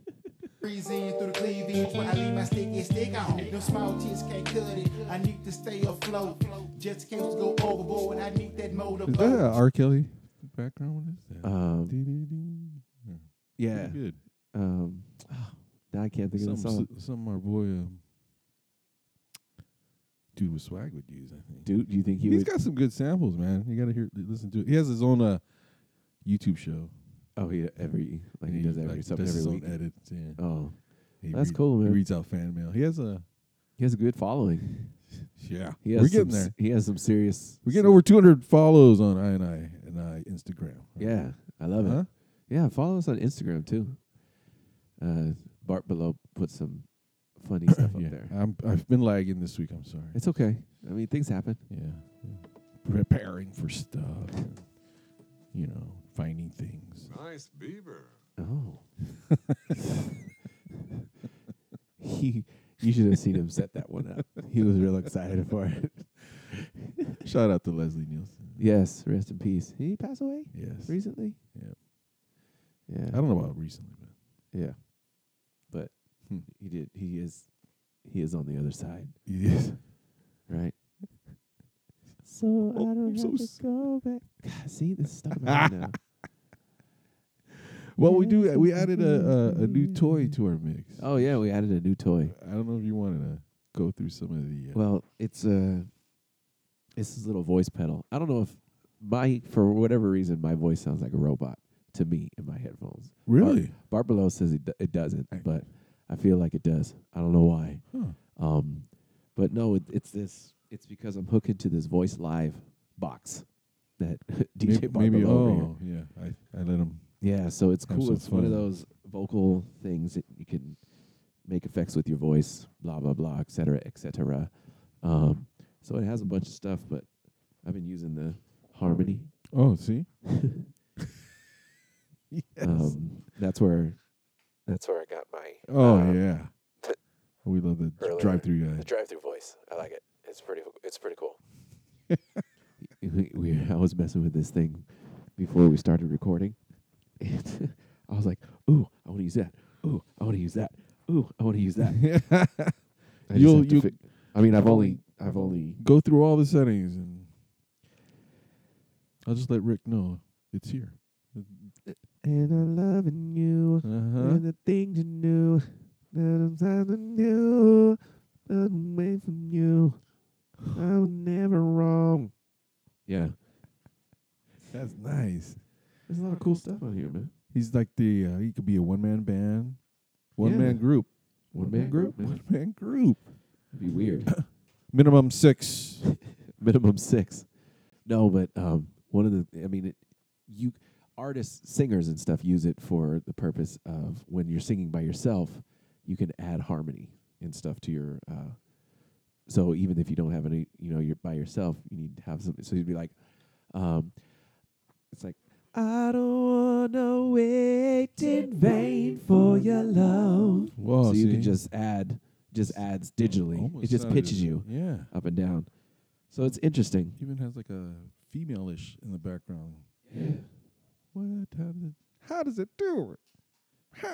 Breeze in through the cleavage where I leave my sticky stick on. Them small tits can't cut it. I need to stay afloat. Just in case we go overboard, I need that motor.
Is that a R. Kelly background? What is that?
Um,
Dee-dee-dee.
yeah.
Pretty good.
Um, now I can't think of the
Something
song.
s- something our boy um, dude with swag would use. I think.
Dude, do you think he
He has
would?
got some good samples, man. You gotta hear, listen to it. He has his own uh, YouTube show.
oh, he every like he
Yeah,
does every
like,
something
does
every
his
week.
Own edits, yeah.
Oh,
He
that's
read-
cool,
He
man.
reads out fan mail. He has a
He has a good following.
yeah.
He has
We're getting
some, s-
there.
He has some serious.
We're getting over 200 follows on I and I and I Instagram.
Yeah, I love
Huh?
it. Yeah, follow us on Instagram too. Uh, Bart below put some funny stuff up
yeah.
there.
I'm, I've been lagging this week. I'm sorry.
It's okay. I mean, things happen.
yeah. Preparing for stuff. and, you know, finding things.
Nice beaver.
Oh, he. You should have seen him set that one up. He was real excited for it.
Shout out to Leslie Nielsen.
Yes, rest in peace. He passed away
Yes.
recently.
Yeah.
Yeah,
I don't know about recently, but
Yeah, but
Hmm.
he did. He is. He is on the other side,
he is.
right? So Ah.
Oh,
I don't
I'm so
have
s-
to go back. God, see, this is stuck in my head now.
Well, we do. We added a, a a new toy to our mix.
Oh yeah, we added a new toy.
I don't know if you wanted to go through some of the. Uh,
Well, it's a it's this little voice pedal. I don't know if my for whatever reason my voice sounds like a robot to me in my headphones. Bar-
Really?
Barbalo says it, do- it doesn't, but I feel like it does. I don't know why.
Huh.
Um, but no, it, it's this. It's because I'm hooked into this voice live box that DJ
Mayb-
Barbalo.
maybe-
over here.
oh, yeah, I- I let 'em
Yeah, so it's
have
cool.
some
It's one of
fun.
those vocal things that you can make effects with your voice, blah blah blah, et cetera, et cetera. Um, so it has a bunch of stuff, but I've been using the harmony.
Oh, see.
yes. Um, that's where. That's where I got my. um,
Oh yeah. we love the drive-through guy.
drive-through voice. I like it. It's pretty. It's pretty cool. we, we, I was messing with this thing before we started recording. And I was like, "Ooh, I want to use that. Ooh, I want to use that. Ooh, I want to use that." I just
You'll-
have to
you-
fi- I mean, I've only, I've only.
Go through all the settings, and I'll just let Rick know it's here.
And I'm loving you.
Uh-huh.
And the things you knew that I'm telling you, but away from you, I was never wrong. Yeah,
That's nice.
there's a lot of cool stuff on here, man.
He's like the uh, he could be a one-man band, one-man
Yeah.
group,
One-man group, man.
one-man group.
It'd be weird.
Minimum six.
minimum six. No, but um, one of the I mean, it, you artists, singers, and stuff use it for the purpose of when you're singing by yourself, you can add harmony and stuff to your. Uh, so even if you don't have any, you know, you're by yourself, you need to have something. So you'd be like, um, it's like I don't wanna wait in vain for your love.
Whoa,
so you
see?
can just add, just adds digitally. it
almost
just
sounded-
pitches you,
yeah.
up and down. So it's interesting.
Even has like a female-ish in the background. What? How does it, how does it do it? How?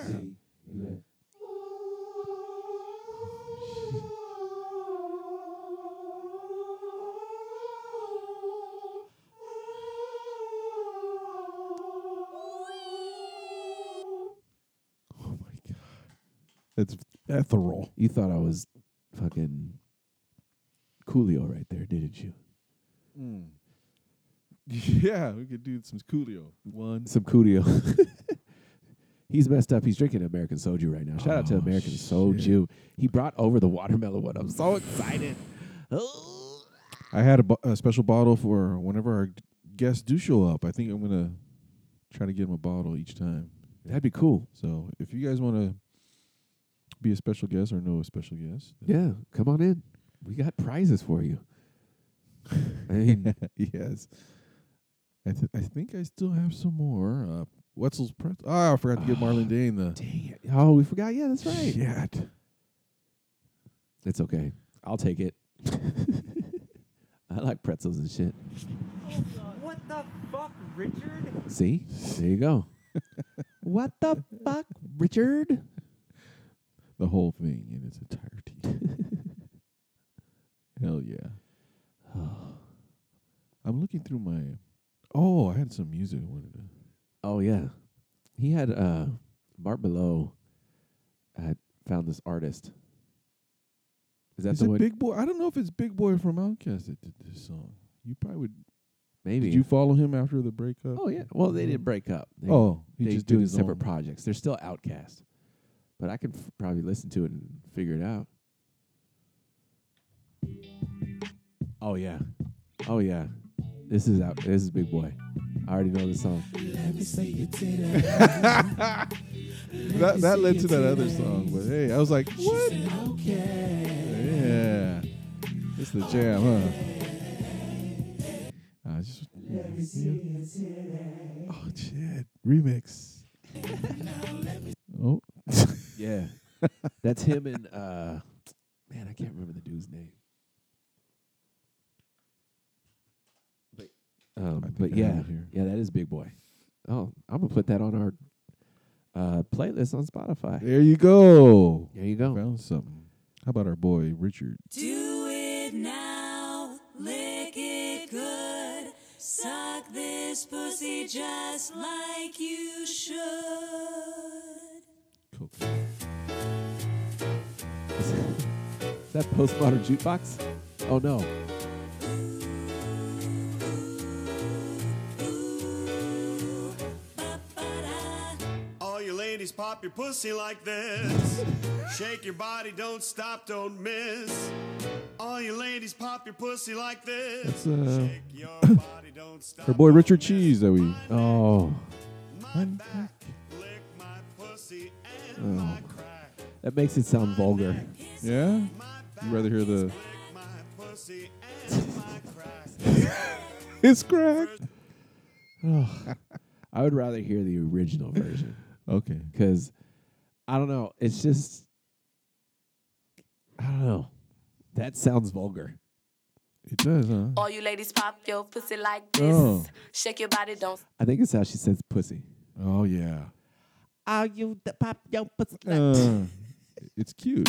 It's ethereal.
You thought I was fucking Coolio right there, didn't you?
Mm. Yeah, we could do some Coolio. One.
Some Coolio. He's messed up. He's drinking American soju right now. Shout out to
Oh,
American
shit.
soju. He brought over the watermelon one. I'm so excited.
I had a, bo- a special bottle for whenever our guests do show up. I think I'm gonna try to get them a bottle each time.
That'd be cool.
So if you guys want to be a special guest or know a special guest,
Yeah, come on in. We got prizes for you. I mean,
yes. I th- I think I still have some more. Uh, Wetzel's pretzel. Ah, I forgot to give Marlon Dane the.
Dang it. oh, we forgot. Yeah, that's right.
Shit.
It's okay. I'll take it. I like pretzels and shit.
What the fuck, Richard?
See? There you go. what the fuck, Richard?
The whole thing in its entirety. Hell yeah. I'm looking through my. Oh, I had some music I wanted to.
Oh yeah, he had uh, Bart Below. Had found this artist. Is that
Is
the
it
one?
Big Boy? I don't know if it's Big Boy from Outcast that did this song. You probably would.
Maybe.
Did you follow him after the breakup?
oh yeah. Well, they didn't break up. They,
Oh, he
they
just did
doing
his
separate
own.
projects. They're still outcast, but I could f- probably listen to it and figure it out. Oh yeah, oh yeah. This is out. This is Big Boy. I already know the song.
that that led to that other song, but hey, I was like, what? Yeah, it's the jam, huh? I just oh shit, remix. oh,
Yeah, that's him and uh, man, I can't remember the dude's name. Um,
think
but
I have
yeah,
it here.
yeah, that is Big Boy. Oh, I'm gonna put that on our uh, playlist on Spotify.
there you go.
There you go.
Found something. How about our boy Richard?
Do it now, lick it good, suck this pussy just like you should.
that postmodern jukebox? Oh no.
All you ladies pop your pussy like this. Shake your body, don't stop, don't miss. All you ladies pop your pussy like this.
That's uh, her boy Richard Cheese that we.
Oh.
Oh.
That makes it sound vulgar.
Yeah? You'd rather hear the. it's cracked.
Ugh. I would rather hear the original version.
Okay.
Because I don't know. It's just I don't know. That sounds vulgar.
It does, huh?
All you ladies pop your pussy like this.
Oh.
Shake your body, don't
I think it's how she says pussy.
Oh, yeah.
All you pop your pussy
Mm.
Uh, it's cute.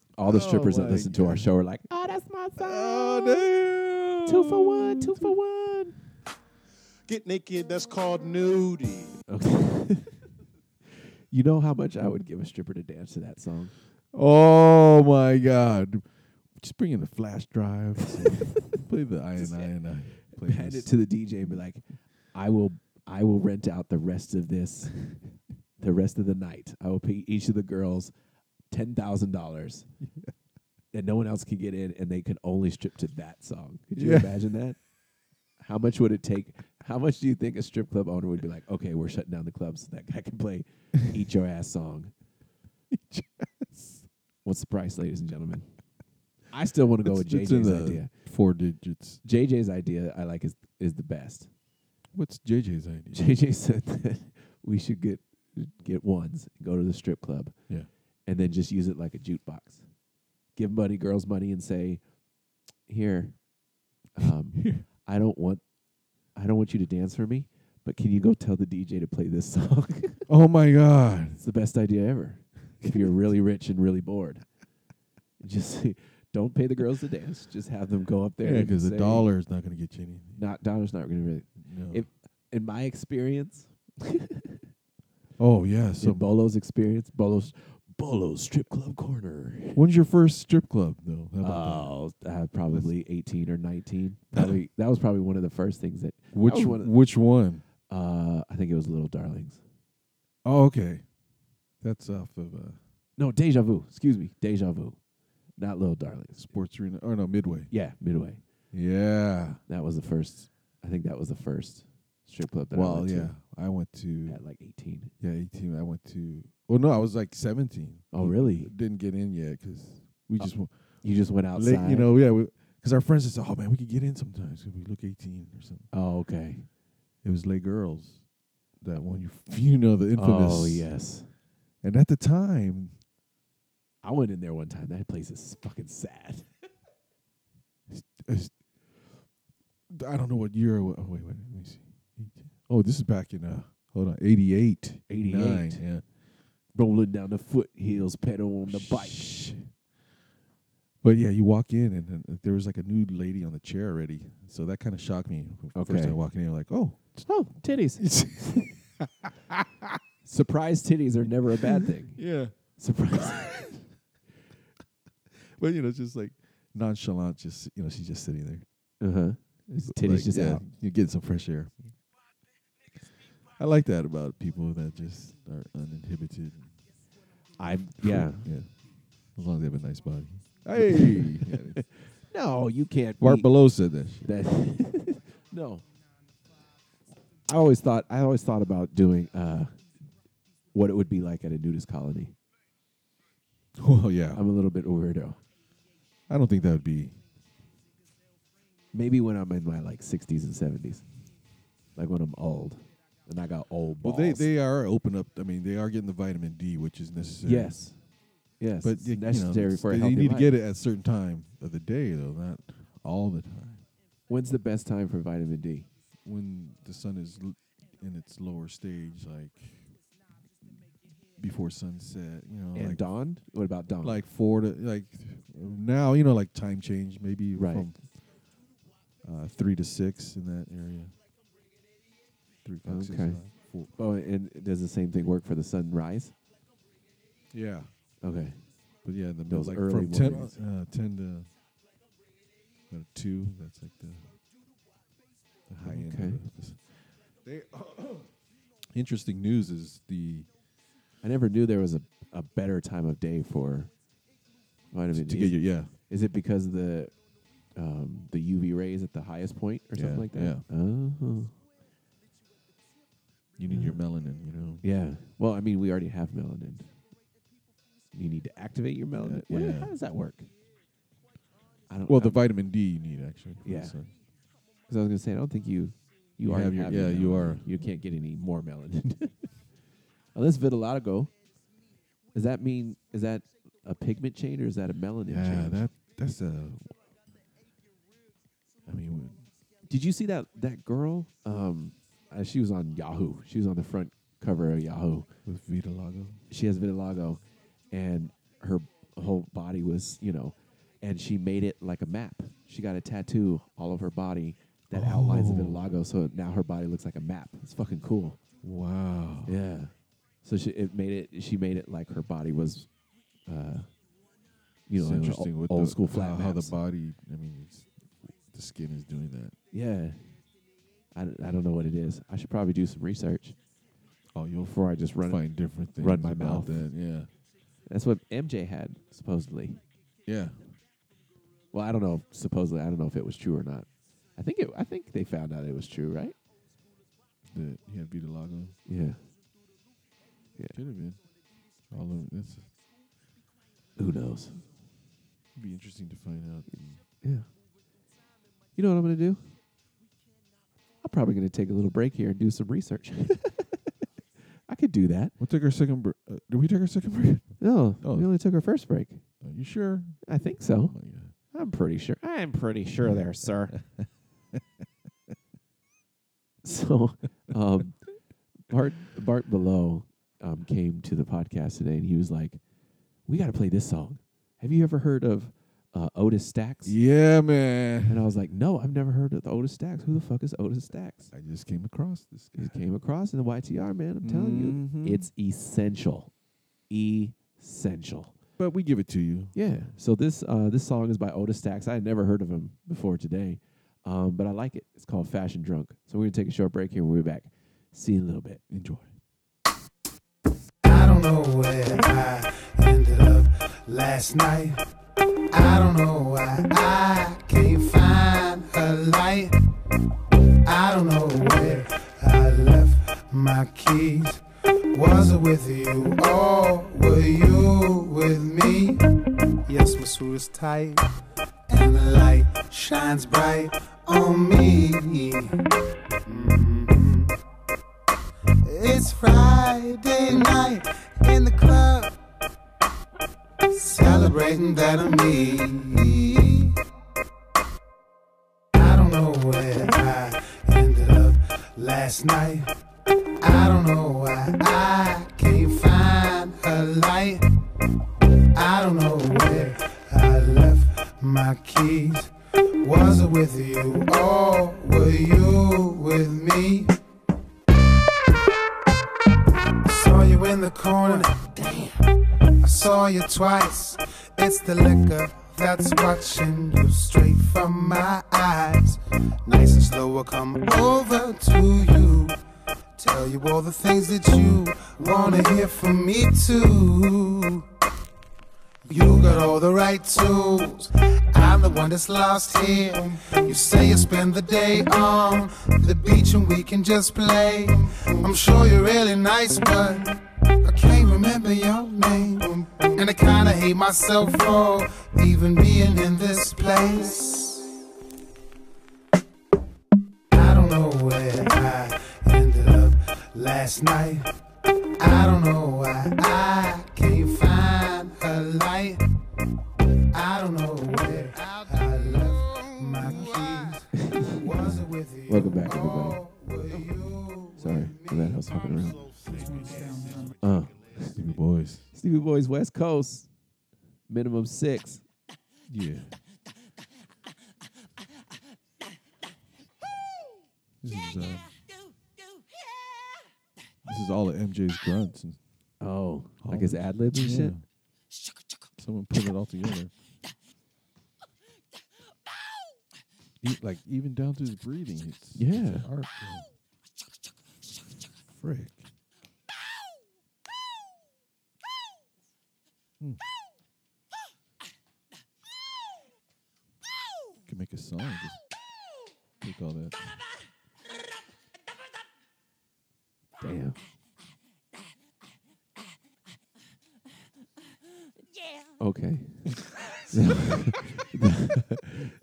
All the strippers that listen to our show are like,
Oh, that's my song.
Two for one, two for one. Get naked, that's called nudie.
okay. you know how much I would give a stripper to dance to that song?
Oh, my God. Just bring in the flash drive. play the I and I and I. Play
Hand it to the DJ and be like, I will I will rent out the rest of this the rest of the night. I will pay each of the girls ten thousand dollars. And no one else can get in and they can only strip to that song. Could you
Yeah.
imagine that? How much would it take? How much do you think a strip club owner would be like, okay, we're shutting down the club so that guy can play Eat Your Ass song? What's the price, ladies and gentlemen? I still want to go with
It's- it's in
JJ's
the
idea.
Four digits.
JJ's idea I like is is the best.
What's JJ's idea?
JJ said that we should get get ones, go to the strip club,
Yeah.
and then just use it like a jukebox. Give money, girls money, and say, "Here, um, I don't want, I don't want you to dance for me, but can you go tell the DJ to play this song?"
Oh, my God.
it's the best idea ever. If you're really rich and really bored, just don't pay the girls to dance. Just have them go up there.
Yeah,
and
because a
say-
dollar is not going to get you anything.
not dollar's not going to really.
No.
If in my experience,
Oh, yeah.
so
So,
Bolo's experience, Bolo's Bolo's strip club corner.
when's your first strip club, though? How about that?
Oh, uh, probably eighteen or nineteen. Probably that was probably one of the first things that that
Which
was one of the-
which one?
uh, I think it was Little Darlings.
Oh, okay. That's off of uh,
No, Deja Vu. Excuse me, Deja Vu, not Little Darlings.
Sports Arena. Or no, Midway.
Yeah, Midway.
Yeah.
That was the first. I think that was the first strip club that I
Well,
went
yeah.
to
I went to.
at like eighteen.
Yeah, 18. I went to. Oh, no, I was like 17.
Oh, really? Oh,
Didn't get in yet because we just. wa-
You just went
late,
outside.
you know, yeah. Because our friends just said, oh, man, we could get in sometimes if we look 18 or something.
Oh, okay.
It was Lay Girls. That one. You, you know, the infamous.
Oh yes.
And at the time,
I went in there one time. That place is fucking sad.
it's- I don't know what year. it wa- Oh, wait, wait, let me see. 18. Oh, this is back in uh, hold on, 88, 89,
88.
yeah.
Rolling down the foothills, pedal on the bike.
But yeah, you walk in and, then there was like a nude lady on the chair already, so that kind of shocked me. First
Okay.
time walking in, I'm like, oh,
Oh, titties. Surprise titties are never a bad thing.
yeah.
Surprise.
But you know, it's just like nonchalant, just you know, she's just sitting there.
Uh huh. Titties just out.
You're getting some fresh air. I like that about people that just are uninhibited.
I yeah.
yeah. As long as they have a nice body.
Hey. No, you can't.
Bart
be-
Below said that. Shit.
that no. I always thought I always thought about doing uh, what it would be like at a nudist colony.
Well, yeah.
I'm a little bit weirdo.
I don't think that would be.
Maybe when I'm in my like 60s and 70s, like when I'm old and I got old
Well,
balls.
they they are open up. I mean, they are getting the vitamin D, which is necessary.
yes, Yes,
but
it's
you know,
necessary
it's-
for a
you
healthy
need
life.
to get it at a certain time of the day, though, not all the time.
When's the best time for vitamin D?
When the sun is l- in its lower stage, like before sunset, you know,
And
like
dawn. What about dawn?
like four to like now, you know, like time change, maybe from uh, three to six in that area. Three o'clock, six
okay.
o'clock, four.
Oh, and does the same thing work for the sunrise?
Yeah,
Okay.
but yeah, in the middle,
Those
like
early
from ten,
mornings.
uh, ten to uh, two. That's like the, the high end. of
Okay.
the- this- They Interesting news is the.
I never knew there was a, a better time of day for vitamin
To
D.
get your- yeah.
Is it because of the um, the UV rays at the highest point or something
Yeah,
like that? Oh.
You need your melanin, you know.
Yeah. Well, I mean, we already have melanin. You need to activate your melanin. What-
yeah.
How does that work? I don't.
Well, the
I'm-
vitamin D you need actually. for the
Yeah.
sun.
Because I was gonna say, I don't think you you,
You
already
have your-
have
yeah, you
melanin.
are.
You can't get any more melanin. Unless vitiligo. Does that mean is that a pigment change or is that a melanin
Yeah,
change?
that that's a. I mean, when-
Did you see that that girl? Um, uh, she was on Yahoo. She was on the front cover of Yahoo
with vitiligo.
She has vitiligo, and her whole body was, you know, and she made it like a map. She got a tattoo all of her body that outlines the
Oh.
vitiligo, so now her body looks like a map. It's fucking cool.
Wow.
Yeah. So she it made it. She made it like her body was, uh, you know,
it's
like the
interesting
o-
with
old
the, uh,
school flat
how, how the
maps.
body. I mean, it's, the skin is doing that.
Yeah. I, d- I don't know what it is. I should probably do some research.
Oh, you'll
before I just run
find different things
Run my
about
mouth.
that, yeah.
That's what MJ had supposedly.
Yeah.
Well, I don't know. if- Supposedly, I don't know if it was true or not. I think it. I think they found out it was true, right?
That he had vitiligo.
Yeah. Yeah.
Could have been. All over. That's
Who knows?
it'd be interesting to find out.
Yeah. You know what I'm gonna do? I'm probably gonna take a little break here and do some research. I could do that.
We'll take our second. Br- uh, did we take our second break?
No,
Oh.
we only took our first break.
Are you sure?
I think
Oh
so.
my God.
I'm pretty sure. I'm pretty sure there, sir. so, um, Bart Bart Below um, came to the podcast today, and he was like, "We got to play this song. Have you ever heard of uh, Otis Stacks?"
Yeah, man.
And I was like, "No, I've never heard of the Otis Stacks. Who the fuck is Otis Stacks?"
I just came across this guy.
It came across in the YTR, man. I'm telling
Mhm.
you, it's essential, essential.
But we give it to you.
Yeah. So this uh, this song is by Otis Stacks. I had never heard of him before today, um, but I like it. It's called Fashion Drunk. So we're gonna take a short break here. and We'll be back. See you in a little bit.
Enjoy.
I don't know where I ended up last night. I don't know why I can't find a light. I don't know where I left my keys. Was it with you or were you with me? Yes, my suit is tight and the light shines bright on me. Mhm. It's Friday night in the club, celebrating that I'm me. I don't know where I ended up last night. I don't know why I can't find a light. I don't know where I left my keys. Was it with you or were you with me? Saw you in the corner. Damn. I saw you twice. It's the liquor that's watching you straight from my eyes. Nice and slow, I come over to you. Tell you all the things that you wanna hear from me too. You got all the right tools. I'm the one that's lost here. You say you spend the day on the beach and we can just play. I'm sure you're really nice, but I can't remember your name. And I kinda hate myself for even being in this place. I don't know where I ended up last night. I don't know why I can't find a
everybody. Sorry, the madhouse hopping around. Uh,
Stevie Boys.
Stevie Boys West Coast, minimum six.
Yeah. This is, uh, this is all of MJ's grunts. And
oh, like his ad libs and shit?
Someone put it all together. E- like even down to his breathing. It's,
Yeah.
It's an art. form. Frick. Hmm. Could make a song. Just take all that.
Damn. Okay. So,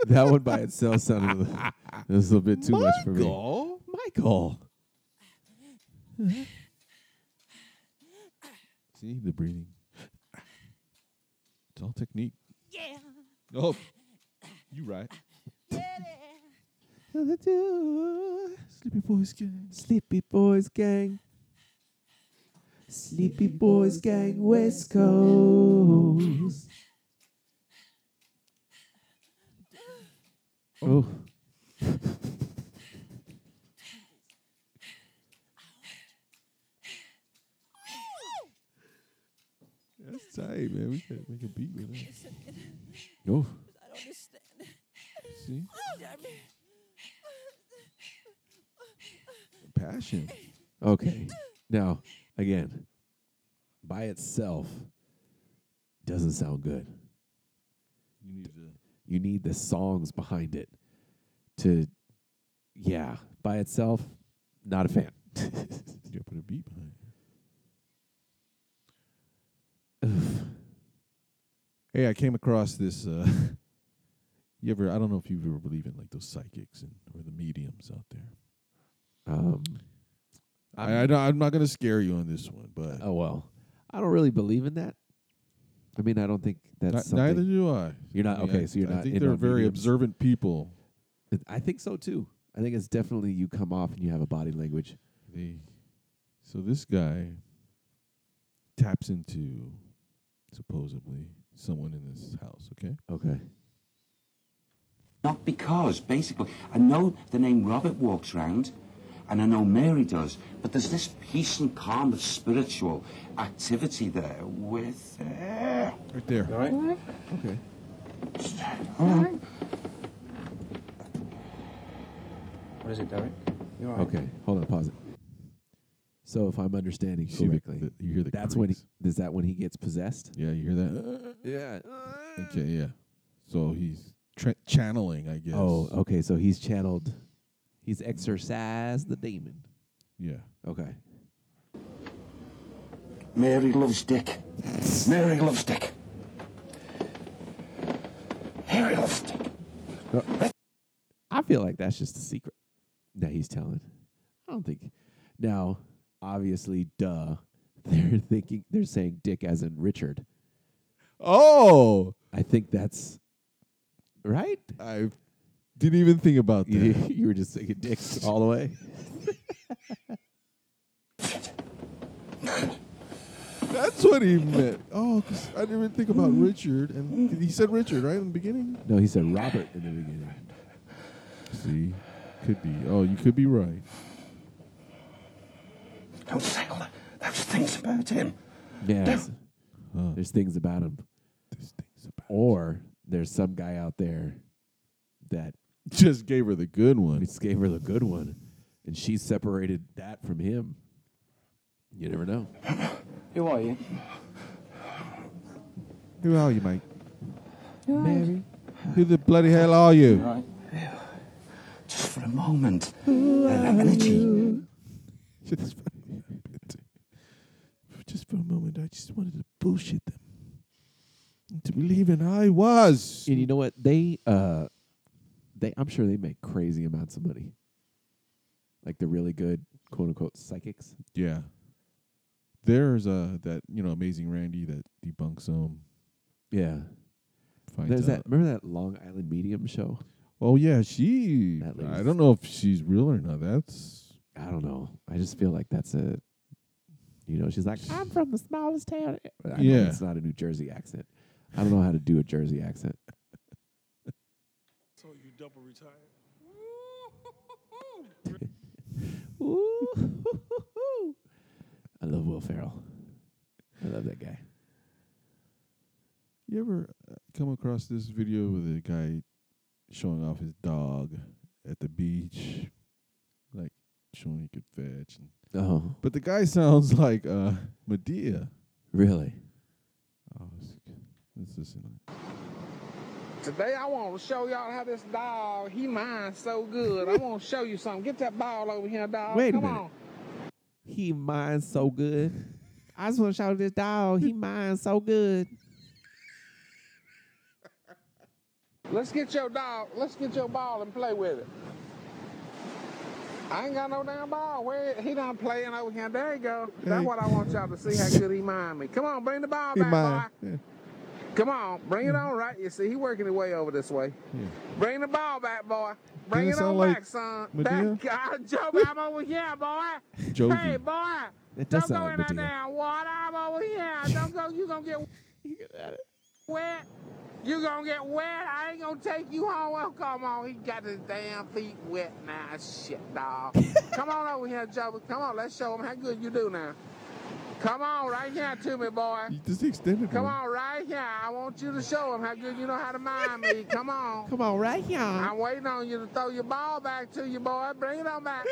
that one by itself sounded a little, it was a little bit too much for me.
Michael?
Michael.
See the breathing. It's all technique. Yeah. Oh, you right.
Sleepy Boys Gang. Sleepy Boys Gang. Sleepy Boys Gang West Coast. Oh.
That's tight, man. We could make a beat with that.
Oh.
I don't understand.
See?
Damn it.
Passion.
Okay. Now, again, by itself doesn't sound good.
You need to.
You need the songs behind it to, yeah, by itself, not a fan.
You gotta put a beat behind it. Hey, I came across this. Uh, you ever? I don't know if you ever believe in like those psychics and or the mediums out there.
Um,
I, I don't- I'm not gonna scare you on this one, but
oh well, I don't really believe in that. I mean, I don't think that's
Ni-
something.
neither do I.
You're not
I mean,
okay.
I-
so you're
I
not.
think
in
they're
on
very
mediums.
observant people.
I think so too. I think it's definitely you come off and you have a body language.
They, so this guy taps into supposedly someone in this house. Okay.
Okay.
Not because, basically. I know the name Robert walks round, and I know Mary does, but there's this peace and calm of spiritual activity there with. Uh,
Right there.
All right.
Okay.
What is it, Derek? You're
Okay. Hold on. Pause it. So if I'm understanding
see the-
correctly,
the- you hear the
that's when he is that when he gets possessed.
Yeah, you hear that?
Yeah.
Okay. Yeah. So he's tra- channeling, I guess.
Oh, okay. So he's channeled. He's exorcised the demon.
Yeah.
Okay.
Mary loves Dick. Mary loves Dick. Mary loves Dick.
I feel like that's just a secret that he's telling. I don't think. Now, obviously, duh. They're thinking they're saying Dick as in Richard.
Oh.
I think that's right.
I didn't even think about that.
You, you were just thinking Dick all the way.
That's what he meant. Oh, 'cause I didn't even think about Richard, and 'cause he said Richard right in the beginning.
No, he said Robert in the beginning.
See, could be. Oh, you could be right.
Don't say all that- those things about him.
Yeah. it's- There's things about him. or there's some guy out there that
Just gave her the good one.
just gave her the good one, and she separated that from him. You never know.
Who are you?
Who are you, mate?
Mary.
Who the bloody hell are you?
Right. Just for a moment. Their energy.
Just for, a moment. just for a moment, I just wanted to bullshit them. To believe in I was.
And you know what? They uh they I'm sure they make crazy amounts of money. Like the really good quote unquote psychics.
Yeah. There's uh that you know amazing Randy that debunks um
Yeah.
finds
There's
out.
that remember that Long Island Medium show?
Oh yeah, she. I don't know if she's real or not. That's.
I don't know. I just feel like that's a. You know, she's like, I'm from the smallest town. I know
Yeah.
it's not a New Jersey accent. I don't know how to do a Jersey accent.
So you double retired.
I love Will Ferrell. I love that guy.
You ever uh, come across this video with a guy showing off his dog at the beach, like showing he could fetch? And
Oh.
But the guy sounds like uh, Medea.
Really?
Oh, it's, it's
Today I want to show y'all how this dog, he mines so good. I want to show you something. Get that ball over here, dog.
Wait a
Oh, Come
minute.
on.
He minds so good. I just want to show this dog. He minds so good.
Let's get your dog. Let's get your ball and play with it. I ain't got no damn ball. Where he done playing over here? There you go. That's what I want y'all to see how good he mind me. Come on, bring the ball
He
back,
mine.
boy. Come on, bring it on right. You see, he working his way over this way. Bring the ball back, boy. Bring
Doesn't
it on
sound like
back, son.
Medea?
That guy, Joey, I'm over here, boy.
Jovi.
Hey, boy.
That
don't
does
go
sound
in
like
that
Medea.
damn water. I'm over here. Don't go. You gonna get wet. You gonna get wet. I ain't gonna take you home. Oh, come on. He got his damn feet wet now. Shit, dog. come on over here, Joey. Come on. Let's show him how good you do now. Come on, right here to me, boy.
Just extend it.
Come
man.
on, right here. I want you to show him how good you know how to mind me. Come on.
Come on, right here.
I'm waiting on you to throw your ball back to you, boy. Bring it on back.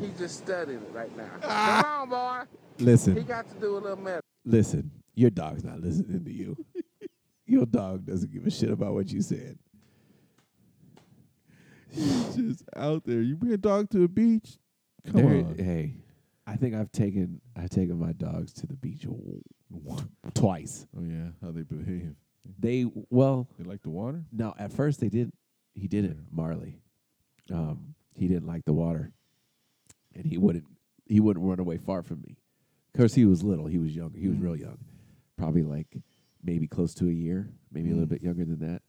he just studying it right now. Come on, boy.
Listen.
He got to do a little mess.
Listen, your dog's not listening to you. your dog doesn't give a shit about what you said.
It's just out there. You bring a dog to a beach. Come
There-
on.
Hey, I think I've taken I've taken my dogs to the beach w- w- twice.
Oh yeah, how they behave.
They well.
They like the water.
No, at first they didn't. He didn't, Marley. Um, he didn't like the water, and he wouldn't. He wouldn't run away far from me. Of course, he was little. He was young. He
Mm.
was real young, probably like maybe close to a year, maybe a
Mm.
little bit younger than that.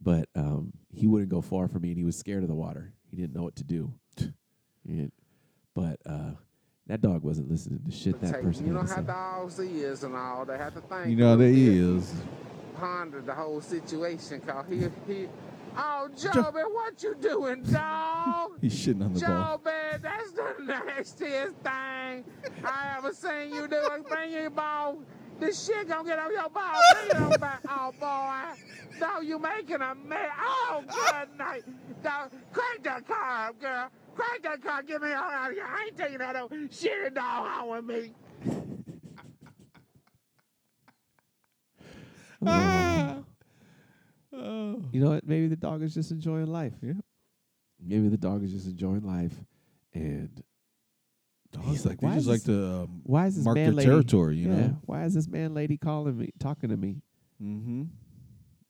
But um, he wouldn't go far from me, and he was scared of the water. He didn't know what to do. And- but uh, that dog wasn't listening to shit that
Take-
person
you
had
know
to
how
say.
dogs is and all. They have to think.
You know how
a little
they
bit.
is.
ponder the whole situation cause he he Oh Joby, what you doing, dog?
He's shitting on the ball.
Joby, that's the nastiest thing I ever seen you do. Bring your ball. This shit gonna get on your ball. Bring it on back. Oh boy. No, you making a mess. Oh good night. Dog, crank that car up, girl. Crank that car. Get me all out of here. I ain't taking that old shitty dog home with me.
You know what? Maybe the dog is just enjoying life. Yeah. Maybe the dog is just enjoying life, and he's
like, they just
is
like
this-
to, um,
why is this
mark
man
their
lady-
territory, you
yeah,
know?
Why is this man lady calling me, talking to me?
Mm-hmm.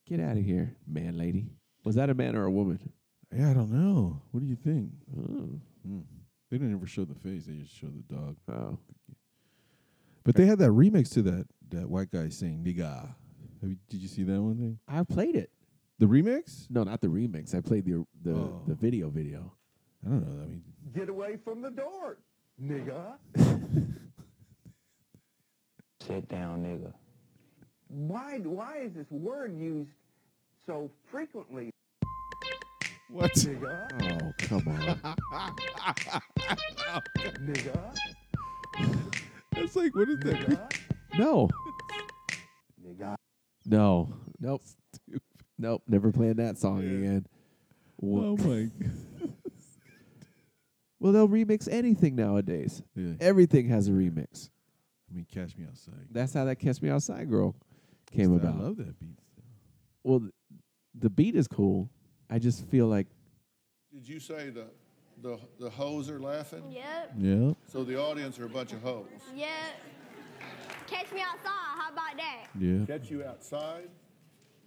Get out of here, man lady. Was that a man or a woman?
Yeah, I don't know. What do you think?
Oh.
Mm. They didn't ever show the face. They just showed the dog.
Oh.
But they had that remix to that that white guy saying "nigga." Have you, did you see that one thing?
I played it.
The remix?
No, not the remix. I played the the
Oh.
the video video.
I don't know. I mean,
Get away from the door, nigga.
Sit down, nigga.
Why, why is this word used so frequently?
What?
Nigga.
Oh, come on.
nigga.
It's like, what is that?
No.
Nigga.
No. Nope. Nope. Never playing that song again.
Oh my
Well, they'll remix anything nowadays.
Yeah.
Everything has a remix.
I mean, catch me outside.
That's how that "Catch Me Outside" girl came
I
about.
love that beat.
Well, th- the beat is cool. I just feel like
Did you say the, the, the hoes are laughing?
Yep.
Yeah.
So the audience are a bunch of hoes.
Yep. Catch me outside. How about that?
Yeah.
Get you outside?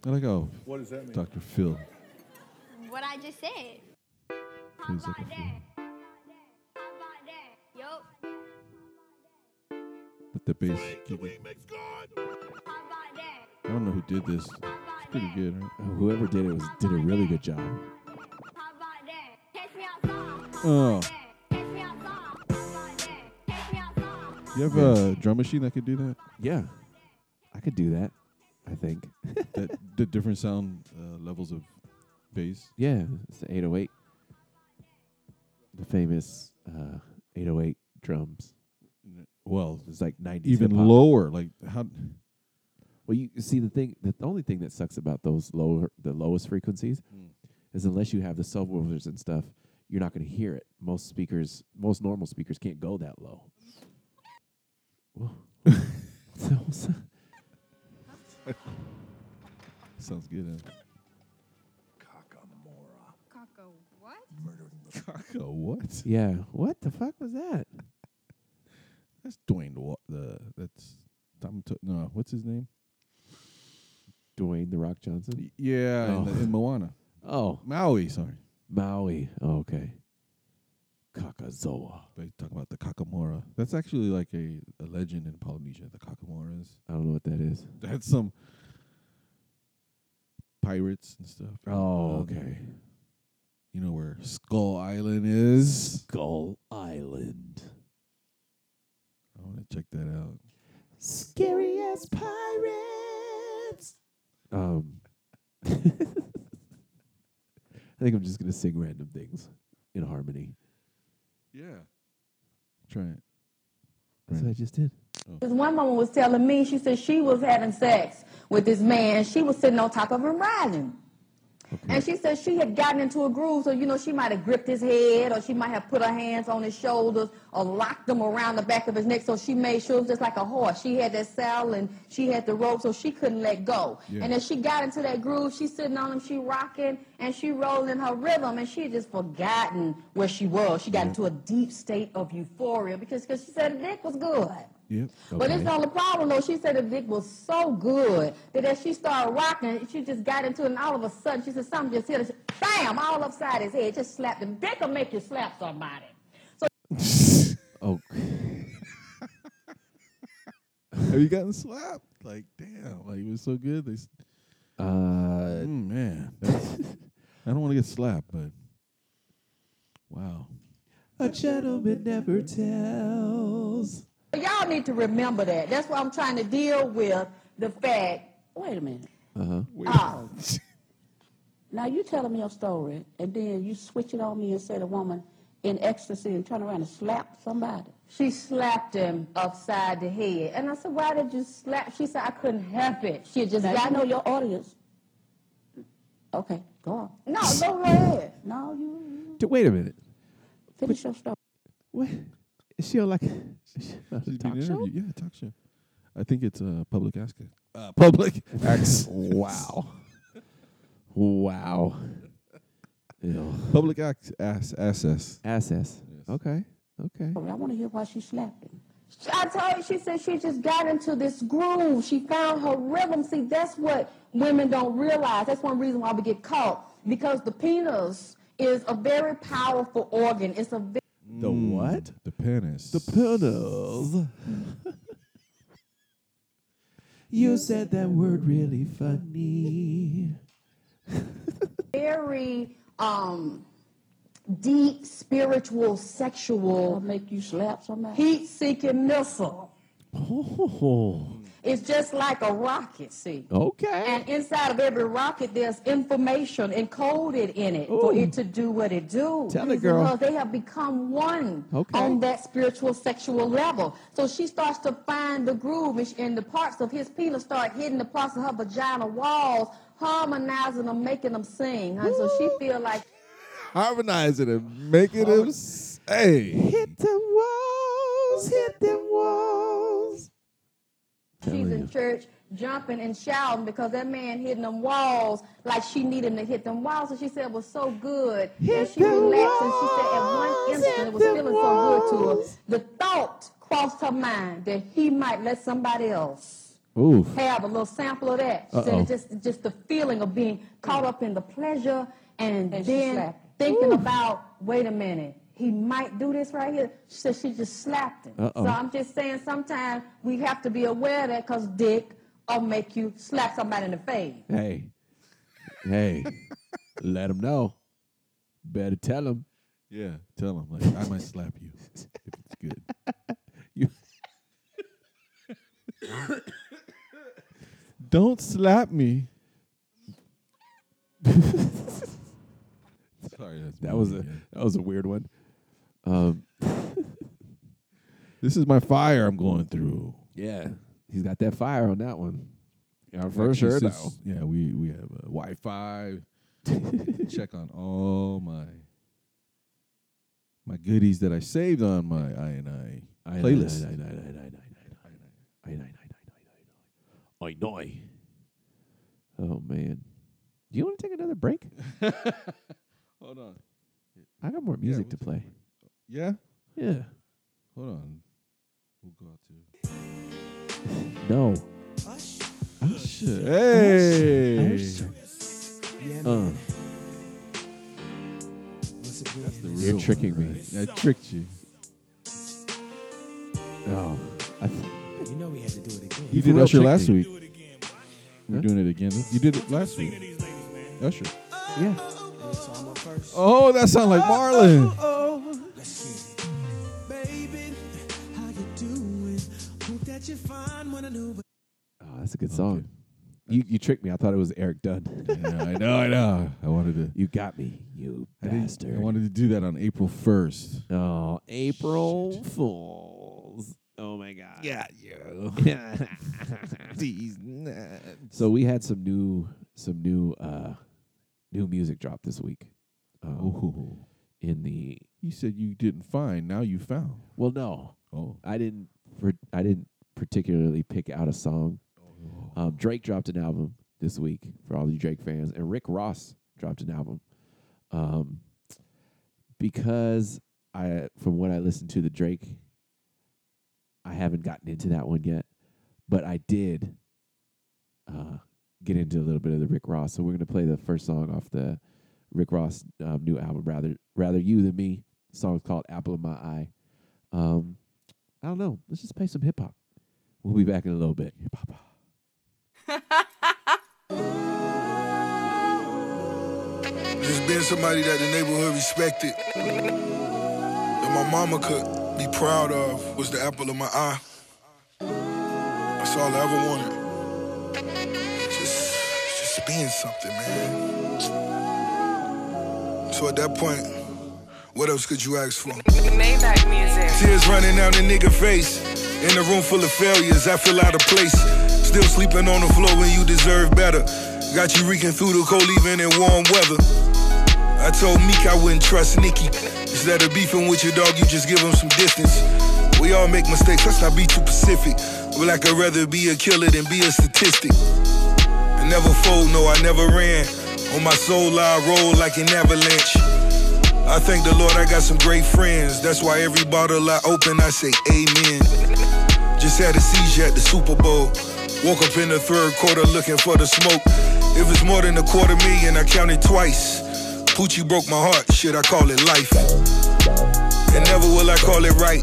I like how
What does that mean?
Dr. Phil
What I just said.
plays like a Phil.
Yup.
With the bass. kick it. I don't know who did this. It's pretty good, right?
Uh, whoever did it was did a really good job.
Oh. You uh, have a drum machine that could do that?
Yeah, I could do that. I think.
that the different sound uh, levels of bass.
Yeah, it's the 808. The famous uh, 808 drums.
Well,
it's like 90s
even
hip-hop.
lower. Like how?
Well, you you see the thing. The only thing that sucks about those lower, the lowest frequencies,
Hmm.
is unless you have the subwoofers and stuff, you're not going to hear it. Most speakers, most normal speakers, can't go that low. Whoa. So- so-
Sounds good. Huh? Cock a what?
yeah. What the fuck was that?
That's Dwayne. Wa- the that's Tom. T- no, what's his name?
Dwayne the Rock Johnson.
Yeah,
Oh.
in, the- in Moana.
Oh.
Maui. Sorry.
Maui. Oh, okay. Kakazoa.
They talk about the Kakamora. That's actually like a, a legend in Polynesia. The Kakamoras.
I don't know what that is.
That's some pirates and stuff. Um,
Oh, okay.
You know where Skull Island is?
Skull Island.
I want to check that out.
Scary as pirates. Um, I think I'm just gonna sing random things in harmony.
Yeah. Try it.
That's what I just did.
This one woman was telling me, she said she was having sex with this man. She was sitting on top of him riding. And she said she had gotten into a groove, so you know she might have gripped his head, or she might have put her hands on his shoulders, or locked them around the back of his neck. So she made sure it was just like a horse. She had that saddle and she had the rope, so she couldn't let go.
Yeah.
And as she got into that groove, she's sitting on him, she rocking, and she rolling her rhythm, and she had just forgotten where she was. She got into a deep state of euphoria because cause she said the dick was good.
Yep.
But it's not a problem though. She said the dick was so good that as she started rocking, she just got into it, and all of a sudden she said something just hit her, bam, all upside his head, just slapped him. Dick will make you slap somebody.
Oh,
Have you gotten slapped? Like, damn, like it was so good. They, s-
uh,
Mm, man, that's- I don't want to get slapped, but wow,
a gentleman never tells.
So y'all need to remember that. That's what I'm trying to deal with the fact. Wait a minute.
Uh
Uh-huh.
huh.
Ah.
Oh. now you telling me your story, and then you switch it on me and say the woman in ecstasy and turn around and slap somebody. She slapped him upside the head, and I said, "Why did you slap?" She said, "I couldn't help it. She had just
Now, you
got
know
your audience."
Okay, go on.
No, go right ahead.
No, you
D- Wait a minute.
finish your story.
What? Is she on like
She's
a
being
talk show?
interviewed. Yeah, talk show. I think it's uh, public asking. Uh, public access.
Wow. Wow. Ew.
Public ac- ass access.
Access. Okay. Okay.
I want to hear why she slapped him.
I told her, she said she just got into this groove. She found her rhythm. See, that's what women don't realize. That's one reason why we get caught because the penis is a very powerful organ. It's a very
The what?
Hmm. The penis.
The penis. you said that word really funny.
very um, deep spiritual sexual make you slap somebody heat seeking missile
Oh.
it's just like a rocket see
Okay.
and inside of every rocket there's information encoded in it for
Ooh.
it to do what it do
Tell it, girl.
because they have become one
Okay.
on that spiritual sexual level so she starts to find the groove and, she- and the parts of his penis start hitting the parts of her vagina walls harmonizing them making them sing huh? so she feel like
Harmonizing and making him say.
Hit them walls, hit them walls.
She's in church jumping and shouting because that man hitting them walls like she need him to hit them walls. And she said it was so good. and she relaxed and she said at one instant it was feeling so good to her. The thought crossed her mind that he might let somebody else
Oof.
have a little sample of that. She said
Uh-oh.
it just just the feeling of being caught up in the pleasure and,
And she
then
slapped him.
thinking about, wait a minute, he might do this right here. She said she just slapped him.
Uh-oh.
So I'm just saying sometimes we have to be aware of that because dick will make you slap somebody in the face.
Hey, hey, let them know. Better tell them.
Yeah, tell him like I might slap you if it's good. you don't slap me. Sorry, that's
that was a that was a weird one. Um,
this is my fire I'm going through.
yeah, he's got that fire on that one. Yeah, for
Actually,
sure.
since-
Though.
Yeah, we we have uh, Wi-Fi. check on all my my goodies that I saved on my I and I playlist.
I- I- I know. Oh man, do you want to take another break?
Hold on.
I got more music to play.
Yeah.
Yeah.
Hold on. We'll go out to.
No. Oh,
Usher. Hey.
Usher.
Yeah,
Uh,
That's the
You're
real
tricking
one,
me.
right? I tricked you.
oh, I th-
You know we had to do it again.
You
for
did
real
Usher
tricked
last
me.
week. We're doing it again. You did it last week. Usher.
Yeah.
Oh, that sounds like Marlon.
Baby, how you doing? Hope that you find one new.
oh, that's a good song. You you tricked me. I thought it was Eric Dunn.
yeah, I know, I know. I wanted to.
You got me, you
I, didn't-
bastard.
I wanted to do that on April 1st.
Oh, April Fools. Oh my god.
Yeah, you. These
So we had some new some new uh new music drop this week. Um, in the
You said you didn't find. Now you found.
well no.
Oh.
I didn't per- I didn't particularly pick out a song. Um, Drake dropped an album this week for all you Drake fans, and Rick Ross dropped an album. Um, because I, from what I listened to the Drake, I haven't gotten into that one yet, but I did uh, get into a little bit of the Rick Ross. So we're gonna play the first song off the Rick Ross um, new album, rather rather you than me. The song's called "Apple of My Eye." Um, I don't know. Let's just play some hip hop. We'll be back in a little bit. Hip hop.
Just being somebody that the neighborhood respected, that my mama could be proud of, was the apple of my eye. That's all I ever wanted. Just, just being something, man. So at that point, what else could you ask for?
Maybach music.
Tears running down the nigga face. In a room full of failures, I feel out of place. Still sleeping on the floor when you deserve better. Got you reeking through the cold even in warm weather. I told Meek I wouldn't trust Nikki. Instead of beefing with your dog, you just give him some distance. We all make mistakes, let's not be too pacific. Well, I could rather be a killer than be a statistic. I never fold, no, I never ran. On my soul, I roll like an avalanche. I thank the Lord I got some great friends. That's why every bottle I open, I say amen. Just had a seizure at the Super Bowl. Woke up in the third quarter looking for the smoke. If it's more than a quarter million, I counted twice. Poochie broke my heart, shit, I call it life. And never will I call it right.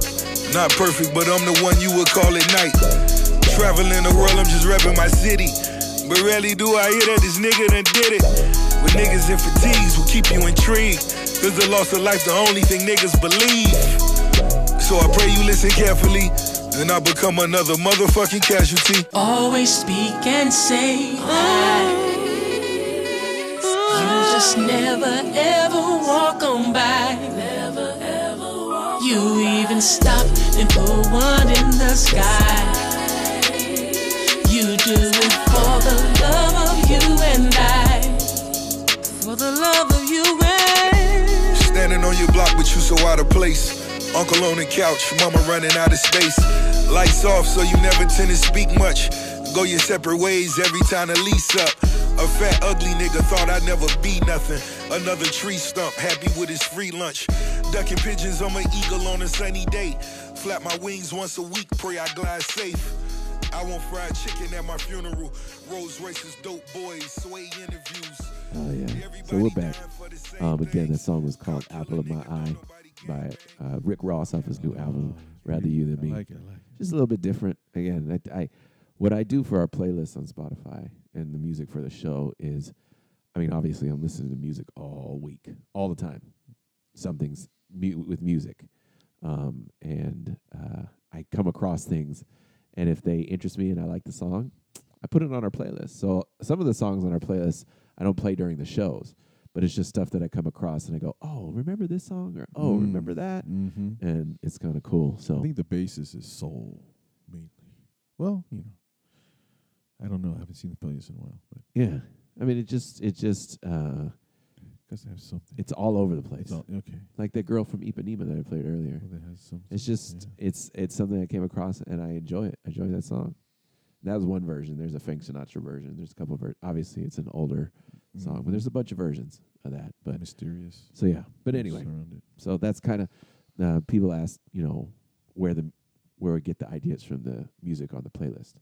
Not perfect, but I'm the one you would call it night. Traveling the world, I'm just repping my city. But rarely do I hear that this nigga done did it. With niggas in fatigues will keep you intrigued. Cause the loss of life the only thing niggas believe. So I pray you listen carefully. And I become another motherfucking casualty.
Always speak and say I. You just never ever walk on by. Never ever walk You even stop and put one in the sky. You do it for the love of you and I. For the love of you and
Standing on your block, but you so out of place. Uncle on the couch, mama running out of space. Lights off, so you never tend to speak much. Go your separate ways every time the lease up. A fat, ugly nigga thought I'd never be nothing. Another tree stump, happy with his free lunch. Ducking pigeons, I'm an eagle on a sunny day. Flap my wings once a week, pray I glide safe. I want fried chicken at my funeral. Rolls Royces, dope boys, sway interviews.
Oh yeah. So we're back. Um, again, that song was called "Apple of My Eye" by uh, Rick Ross off his new album "Rather You Than Me."
like it, I like
Just a little bit different. Again, I, I what I do for our playlist on Spotify and the music for the show is, I mean, obviously I'm listening to music all week, all the time. Something's mu- with music, um, and uh, I come across things, and if they interest me and I like the song, I put it on our playlist. So some of the songs on our playlist I don't play during the shows, but it's just stuff that I come across and I go, oh, remember this song or oh,
Mm.
remember that,
Mhm.
and it's kind of cool. So
I think the basis is soul mainly. Well, you know, I don't know. I haven't seen the playlist in a while, but
yeah, I mean, it just it just uh,
because I have something.
it's all over the place.
all- okay.
like that girl from Ipanema that I played earlier.
Well, that has something.
It's just it's it's something I came across and I enjoy it. I enjoy that song. That was one version. There's a Frank Sinatra version. There's a couple of ver- obviously it's an older song, but there's a bunch of versions of that. But
Mm-hmm. mysterious.
So yeah. But anyway,
Surround it.
so that's kind of uh, people ask you know where the where we get the ideas from the music on the playlist,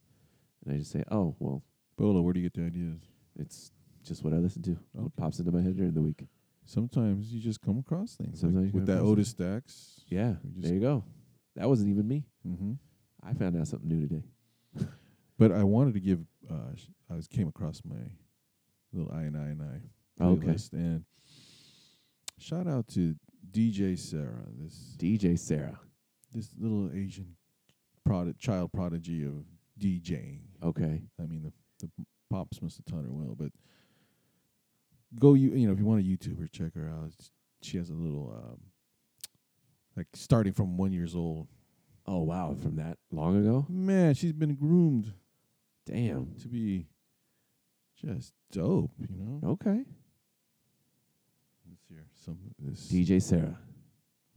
and I just say oh well,
Bolo, where do you get the ideas?
It's just what I listen to. What pops into my head during the week.
Sometimes you just come across things. like
Sometimes you
with
come
that
across
Otis Stacks.
Yeah, there you go. That wasn't even me.
Mm-hmm.
I found out something new today.
But I wanted to give. Uh, sh- I was came across my little I and I and I
Oh, Okay.
playlist, and shout out to DJ Sarah. This
DJ Sarah,
this little Asian prod- child prodigy of DJing.
Okay,
I mean the the pops must have taught her well, but go you you know if you want to YouTube her, check her out. She has a little um, like starting from one years old.
Oh wow, from that long ago?
Man, she's been groomed.
Damn.
To be just dope, you know.
Okay.
Let's hear some of this.
DJ Sarah.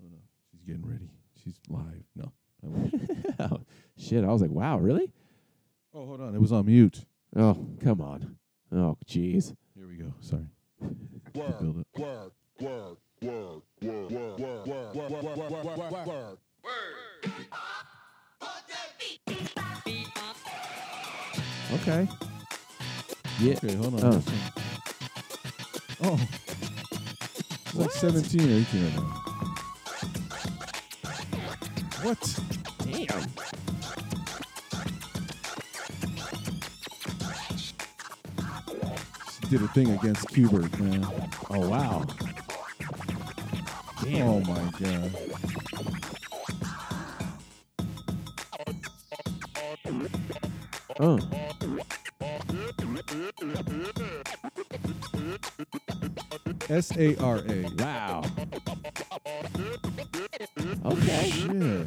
Hold on. She's getting ready. She's live. No. I won't.
Oh, Shit, I was like, wow, really?
oh, hold on. It was on mute.
Oh, come on. Oh, jeez.
Here we go. Sorry.
Work,
Build up.
work, work, work, work, work, work, work, work, work, work, work, work.
Okay. Yeah.
Okay, hold on.
Oh.
Oh. It's like 17 or 18 right now. What?
Damn.
She did a thing against Kubert, man.
Oh, wow. Damn.
Oh, my God.
Oh.
S A R A.
Wow. Okay.
Yeah.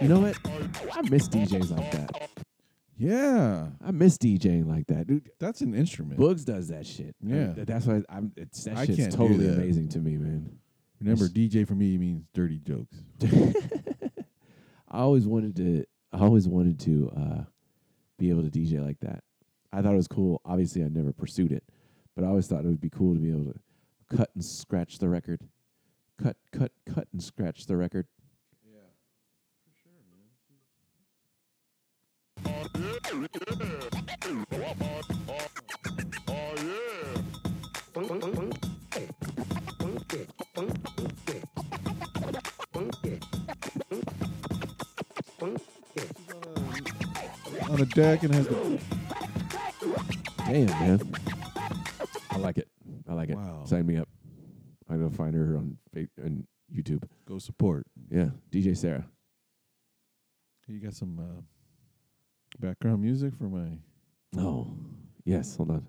You know what? I miss DJs like that.
Yeah.
I miss DJing like that, dude.
That's an instrument.
Boogs does that shit. I-
Yeah.
th- that's why I'm. It's, that
I
shit's
can't do
totally
that.
amazing to me, man.
Remember, DJ for me means dirty jokes.
I always wanted to. I always wanted to uh, be able to DJ like that. I thought it was cool. Obviously, I never pursued it, but I always thought it would be cool to be able to cut and scratch the record, cut, cut, cut and scratch the record.
On a deck and has the.
Damn, man. I like it. I like it. Sign me up. I'm gonna find her on Fa- on YouTube.
Go support.
Yeah, DJ Sarah.
You got some uh, background music for my.
Oh, yes. Hold on.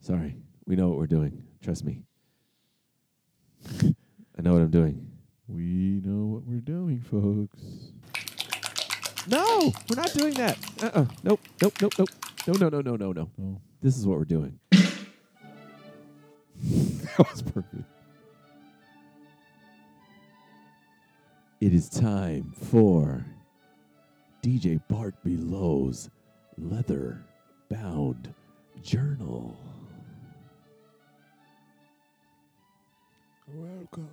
Sorry, we know what we're doing. Trust me. I know what I'm doing.
We know what we're doing, folks.
No, we're not doing that. Uh uh Nope. Nope. Nope. Nope. No. No. No. No. No. No.
No.
This is what we're doing.
that was perfect.
It is time for DJ Bart Below's leather bound journal.
Welcome.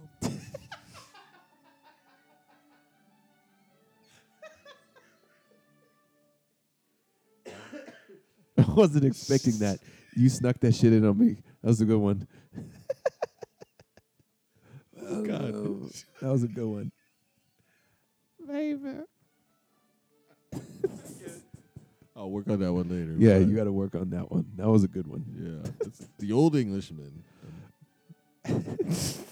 I wasn't expecting that. You snuck that shit in on me. That was a good one.
Oh,
God. Oh, That was a good one.
Baby.
I'll work on that one later.
Yeah,
but
you got to work on that one. That was a good one.
Yeah, it's the old Englishman. the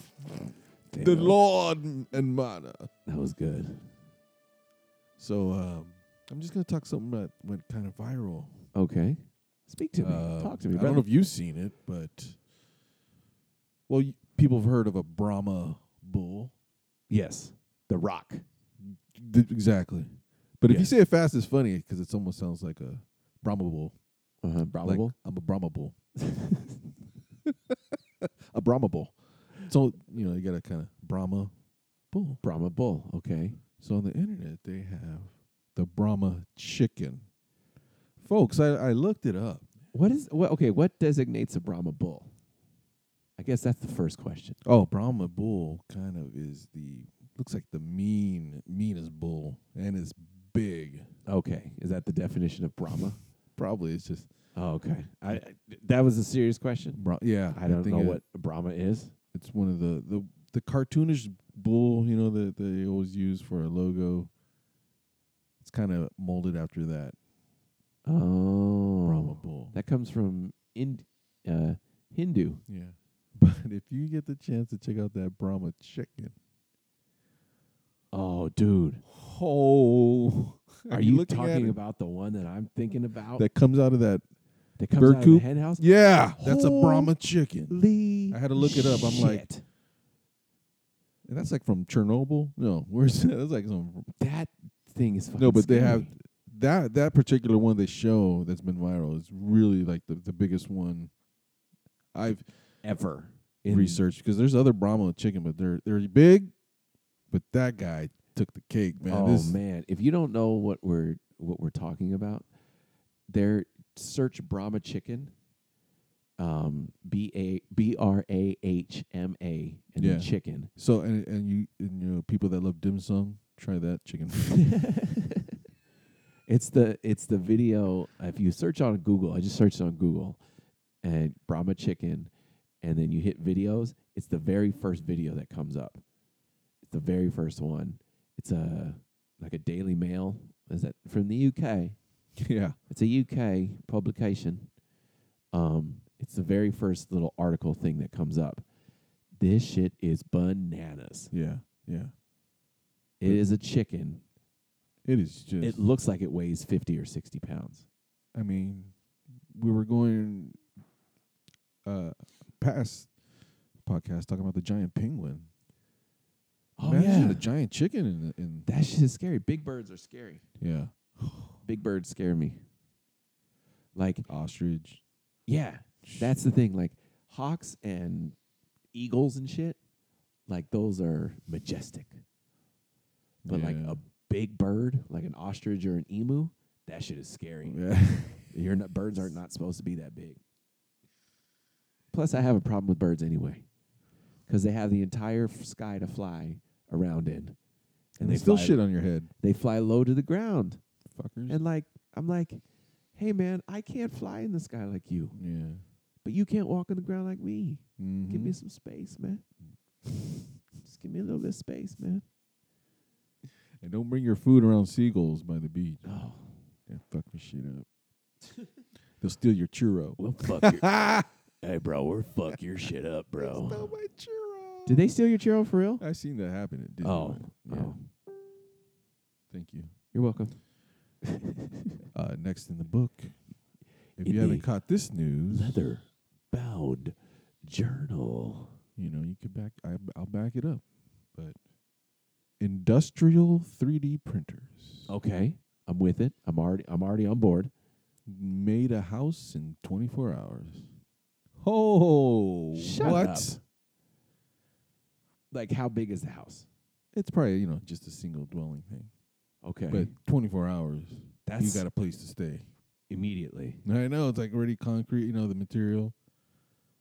Damn.
Lord and Mana.
That was good.
So um, I'm just gonna talk something that went kind of viral.
Okay. Speak to me.
Uh,
Talk to
I don't
me,
know
brother.
if you've seen it, but well, y- people have heard of a Brahma bull.
Yes, The Rock.
Th- exactly. But if you say it fast, it's funny because it almost sounds like a Brahma bull.
Uh-huh,
Like,
Brahmable.
I'm a Brahma bull. a Brahma bull. So you know you got to kind of Brahma bull.
Brahma bull. Okay.
So on the internet they have the Brahma chicken. Folks, I, I looked it up.
What is what? Okay, what designates a Brahma bull? I guess that's the first question.
Oh, Brahma bull kind of is the looks like the mean meanest bull and it's big.
Okay, is that the definition of Brahma?
Probably it's just
oh, okay. I, I- that was a serious question.
Bra- yeah.
I don't
think
know
it-
what a Brahma is.
it's one of the the the cartoonish bull, you know, that they always use for a logo. It's kind of molded after that
Oh,
Brahma bull.
That comes from Ind, uh, Hindu.
Yeah. But if you get the chance to check out that Brahma chicken,
Oh, dude,
oh,
are you talking about the one that I'm thinking about?
that comes out of that
that comes
bird
out
coop?
of the hen house?
Yeah, that's a Brahma
Holy
chicken. I had to look it up. I'm like,
shit.
and that's like from Chernobyl. No, where's that? That's like some.
that thing is fucking
No, but they have
scary.
that that particular one they show that's been viral is really like the the biggest one I've
ever in-
researched because there's other Brahma chicken, but they're they're big, but that guy took the cake, man.
oh
This-
man, if you don't know what we're what we're talking about, there search Brahma chicken, um, B A B R A H M A and
Yeah.
then chicken.
So and and you and you know people that love dim sum try that chicken.
It's the it's the video. If you search on Google, I just searched on Google, and Brahma chicken, and then you hit videos. It's the very first video that comes up. It's the very first one. It's a like a Daily Mail. Is that from the UK?
yeah,
It's a UK publication. Um, it's the very first little article thing that comes up. This shit is bananas.
yeah, yeah.
It is a chicken.
It is just.
It looks like it weighs fifty or sixty pounds.
I mean, we were going uh past podcast talking about the giant penguin.
Oh
Imagine
yeah,
a giant chicken in the, in
that shit is scary. Big birds are scary.
yeah
Big birds scare me. Like
ostrich.
yeah, that's the thing. Like hawks and eagles and shit. Like those are majestic. But like
Yeah.
a big bird, like an ostrich or an emu, that shit is scary.
Yeah.
You're not, birds aren't not supposed to be that big. Plus, I have a problem with birds anyway, because they have the entire f- sky to fly around in, and,
and they still
fly,
shit on your head,
They fly low to the ground,
fuckers.
and like I'm like, hey man, I can't fly in the sky like you,
yeah.
but you can't walk on the ground like me. Give
Mhm.
me some space, man. Just give me a little bit of space, man.
And don't bring your food around seagulls by the beach.
Oh,
Yeah, fuck me shit up. They'll steal your churro.
well, fuck your, hey bro, we're fuck your shit up, bro.
my churro.
Did they steal your churro for real?
I seen that happen at Disney.
Oh,
yeah.
oh,
Thank you.
you're welcome.
Uh, next in the book, if you haven't
Indeed.
caught this news,
leather bound journal.
you know you could back. I, I'll back it up. But industrial 3D printers
Okay, I'm with it. I'm already I'm already on board.
made a house in 24 hours. Oh,
Shut
what?
up. Like how big is the house?
It's probably you know just a single dwelling thing,
Okay.
but 24 hours. you
That's-
got a place to stay.
immediately.
I know it's like already concrete. You know the material.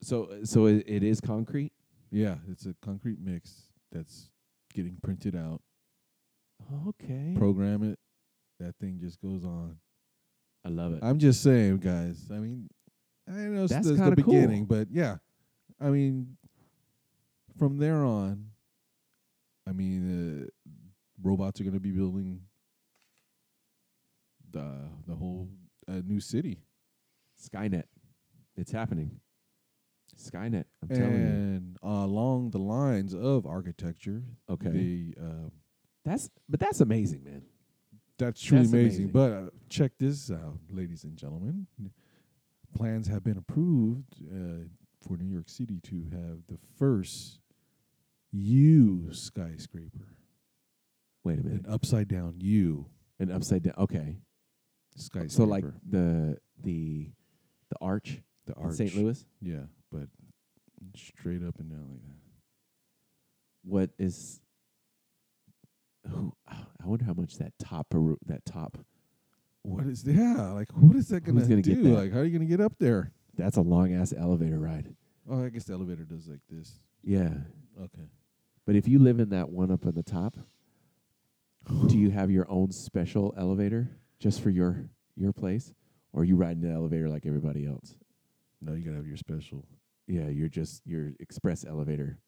So so it, it is concrete?
Yeah, it's a concrete mix that's getting printed out.
Okay.
Program it. That thing just goes on.
I love it.
I'm just saying, guys. I mean, I know it's
That's
the, the
kinda cool.
beginning, but yeah, I mean, from there on, I mean, uh, robots are going to be building the the whole a new city.
Skynet. It's happening. Skynet. I'm telling you.
and along the lines of architecture,
Okay.
the um,
That's but that's amazing, man.
That's truly
That's
amazing.
amazing.
But uh, check this out, ladies and gentlemen. Plans have been approved uh, for New York City to have the first U skyscraper.
Wait a minute.
An upside down U
An upside down. Okay.
skyscraper.
So like the the the arch.
the
in
arch.
St. Louis.
Yeah, but straight up and down like that.
What is? Who? I wonder how much that top Peru, that top.
What is yeah? Like what is that
Who's
gonna,
gonna
do?
get that?
Like how are you gonna get up there?
That's a long ass elevator ride.
Oh, I guess the elevator does like this.
Yeah.
Okay.
But if you live in that one up on the top, do you have your own special elevator just for your your place, or you ride in the elevator like everybody else?
No, you gotta have your special.
Yeah, you're just your express elevator.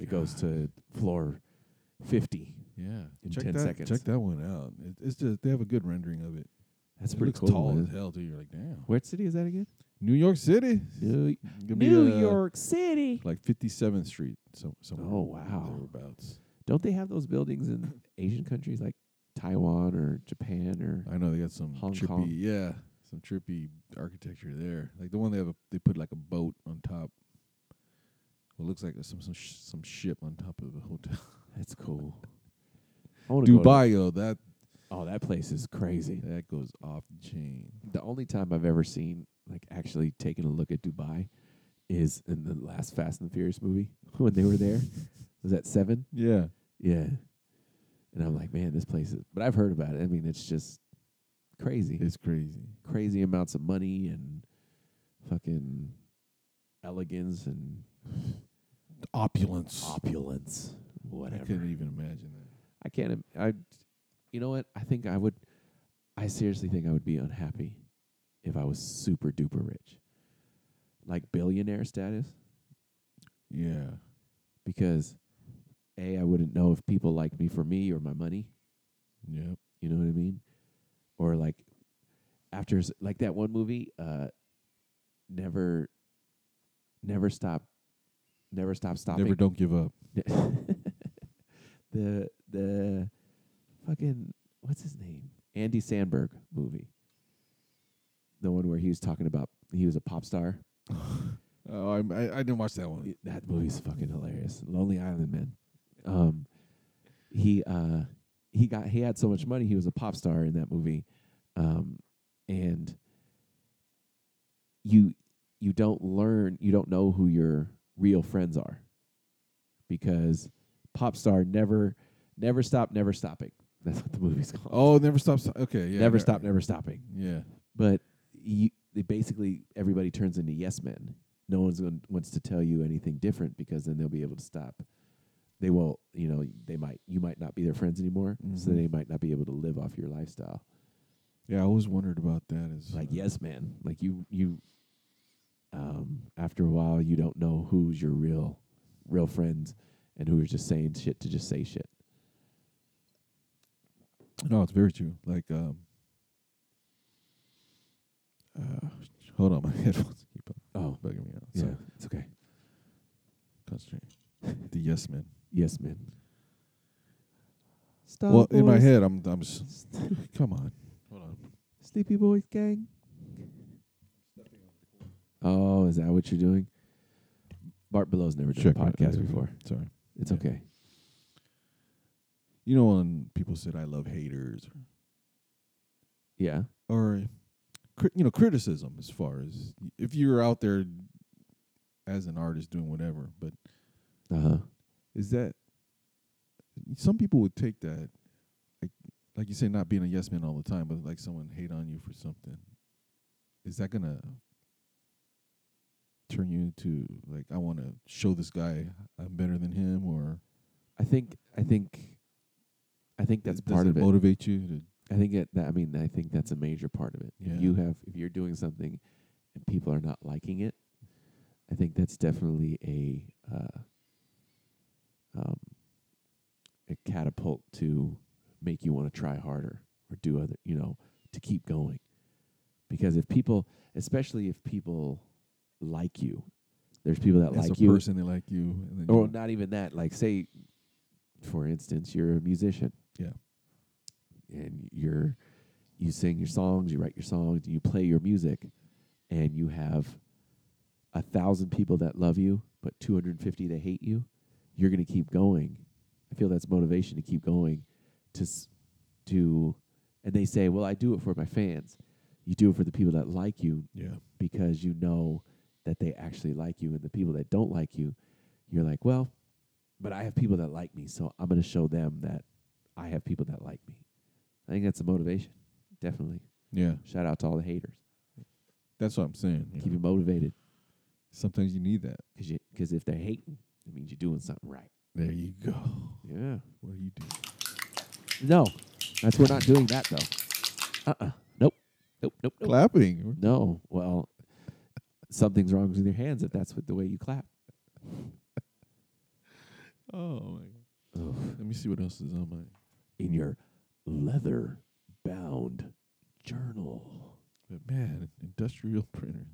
It goes to floor fifty.
Yeah,
in
check
10
that,
seconds.
Check that one out. It, it's just they have a good rendering of it.
That's
It
pretty
looks
cool,
Tall
man.
as hell too. You're like, damn.
What city is that again?
New York City.
New,
Gonna be, uh,
City.
Like 57th Street. So somewhere.
Oh wow!
Thereabouts.
Don't they have those buildings in Asian countries like Taiwan or Japan or
I know they got some
Hong
trippy.
Kong.
Yeah, some trippy architecture there. Like the one they have, a, they put like a boat on top. Well, it looks like some some sh- some ship on top of a hotel.
That's cool. I wanna go to-
Dubai, yo, that
Oh, that place is crazy.
that goes off the chain.
The only time I've ever seen, like, actually taking a look at Dubai is in the last Fast and the Furious movie when they were there. Was that seven?
Yeah,
Yeah. And I'm like, man, this place is. But I've heard about it. I mean, it's just crazy.
it's crazy.
crazy amounts of money and fucking elegance and
Opulence.
opulence,
I
whatever.
couldn't even imagine that.
I can't. im- I, you know what? I think I would. I seriously think I would be unhappy if I was super duper rich, like billionaire status,
Yeah.
because a I wouldn't know if people like me for me or my money.
Yep.
You know what I mean? Or like after s- like that one movie, uh, never, never stop, never stop stopping.
Never don't give up.
the the fucking what's his name? Andy Sandberg movie. The one where he was talking about he was a pop star.
Oh, I'm- I, I didn't watch that one.
Y- That movie's fucking hilarious. Lonely Island, man. Um, he uh, he got he had so much money. He was a pop star in that movie, um, and you you don't learn you don't know who your real friends are because pop star never never stop never stopping. That's what the movie's called.
Oh, never stops. Okay, yeah.
never
ne-
stop never stopping.
Yeah,
But you, they basically everybody turns into yes men. No one's going wants to tell you anything different because then they'll be able to stop. They won't, you know, they might you might not be their friends anymore, so
Mhm.
they might not be able to live off your lifestyle.
yeah. I always wondered about that. Is
Like
uh,
yes man, like you you um after a while you don't know who's your real real friends and who are just saying shit to just say shit.
No, it's very true. Like, um, uh, hold on, my headphones keep on
Oh,
bugging me out.
yeah.
Sorry,
It's okay.
concentrate. the yes man.
Yes man. Stop
Well, in my head, I'm I'm just come on. Hold on.
Sleepy Boys gang. Oh, is that what you're doing? Bart Below's never done
Check
a
my-
podcast before.
Sorry.
It's
Yeah.
okay.
You know when people said I love haters
Yeah.
or cri- you know criticism as far as if you're out there as an artist doing whatever, but
Uh huh.
is that some people would take that like like you say not being a yes man all the time but like someone hate on you for something is that gonna turn you into like i want to show this guy i'm better than him or
I think I think I think that's
does
part
it
of it.
motivate you to
I think it, that I mean I think that's a major part of it.
Yeah.
If you have if you're doing something and people are not liking it, I think that's definitely a uh, um, a catapult to make you want to try harder or do other you know to keep going because if people, especially if people like you, there's people that
As
like
a
you, Oh,
person, they like you, and then
or
you-
not even that. Like, say, for instance, you're a musician,
Yeah.
and you're you sing your songs, you write your songs, you play your music, and you have a thousand people that love you, but 250 that hate you. You're gonna keep going. I feel that's motivation to keep going. To s- to, and they say, well, I do it for my fans. You do it for the people that like you,
Yeah.
because you know that they actually like you, and the people that don't like you, you're like, well, but I have people that like me, so I'm going to show them that I have people that like me. I think that's a motivation, definitely.
Yeah.
Shout out to all the haters.
That's what I'm saying.
Keep you motivated.
Sometimes you need that.
Because if they're hating, it means you're doing something right.
There you go.
Yeah.
What do you do?
No, that's we're not doing that though. Uh uh Nope. Nope. Nope. nope.
Clapping.
No. Well, something's wrong with your hands if that's what the way you clap.
Oh my god. Let me see what else is on my
in your leather bound journal.
But man, industrial printer.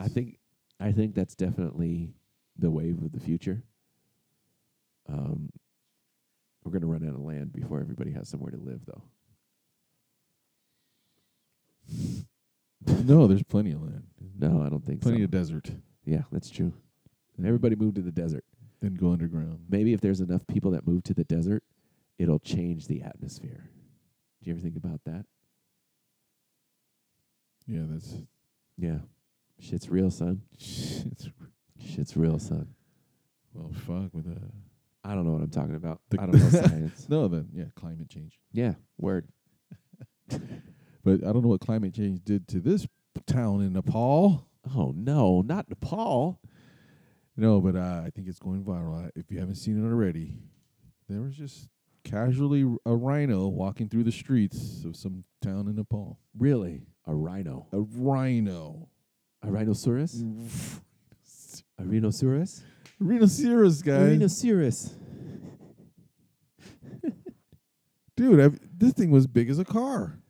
I think I think that's definitely the wave of the future. Um, we're gonna run out of land before everybody has somewhere to live, though.
no, there's plenty of land.
No, I don't think so.
Plenty of desert.
Yeah, that's true. And everybody moved to the desert.
Then go underground.
Maybe if there's enough people that move to the desert, it'll change the atmosphere. Do you ever think about that?
Yeah, that's
Yeah, shit's real, son.
shit's
Shit's real, son.
well fuck with uh
I don't know what I'm talking about. I don't know science.
no then yeah, climate change.
Yeah, word.
But I don't know what climate change did to this town in Nepal.
Oh no, not Nepal.
No, but uh, I think it's going viral. I- If you haven't seen it already, there was just casually r- a rhino walking through the streets of some town in Nepal.
Really? A rhino?
A rhino.
A rhinoceros? A rhinoceros?
Rhinoceros,
A
guys.
rhinoceros.
Dude, I've, this thing was big as a car.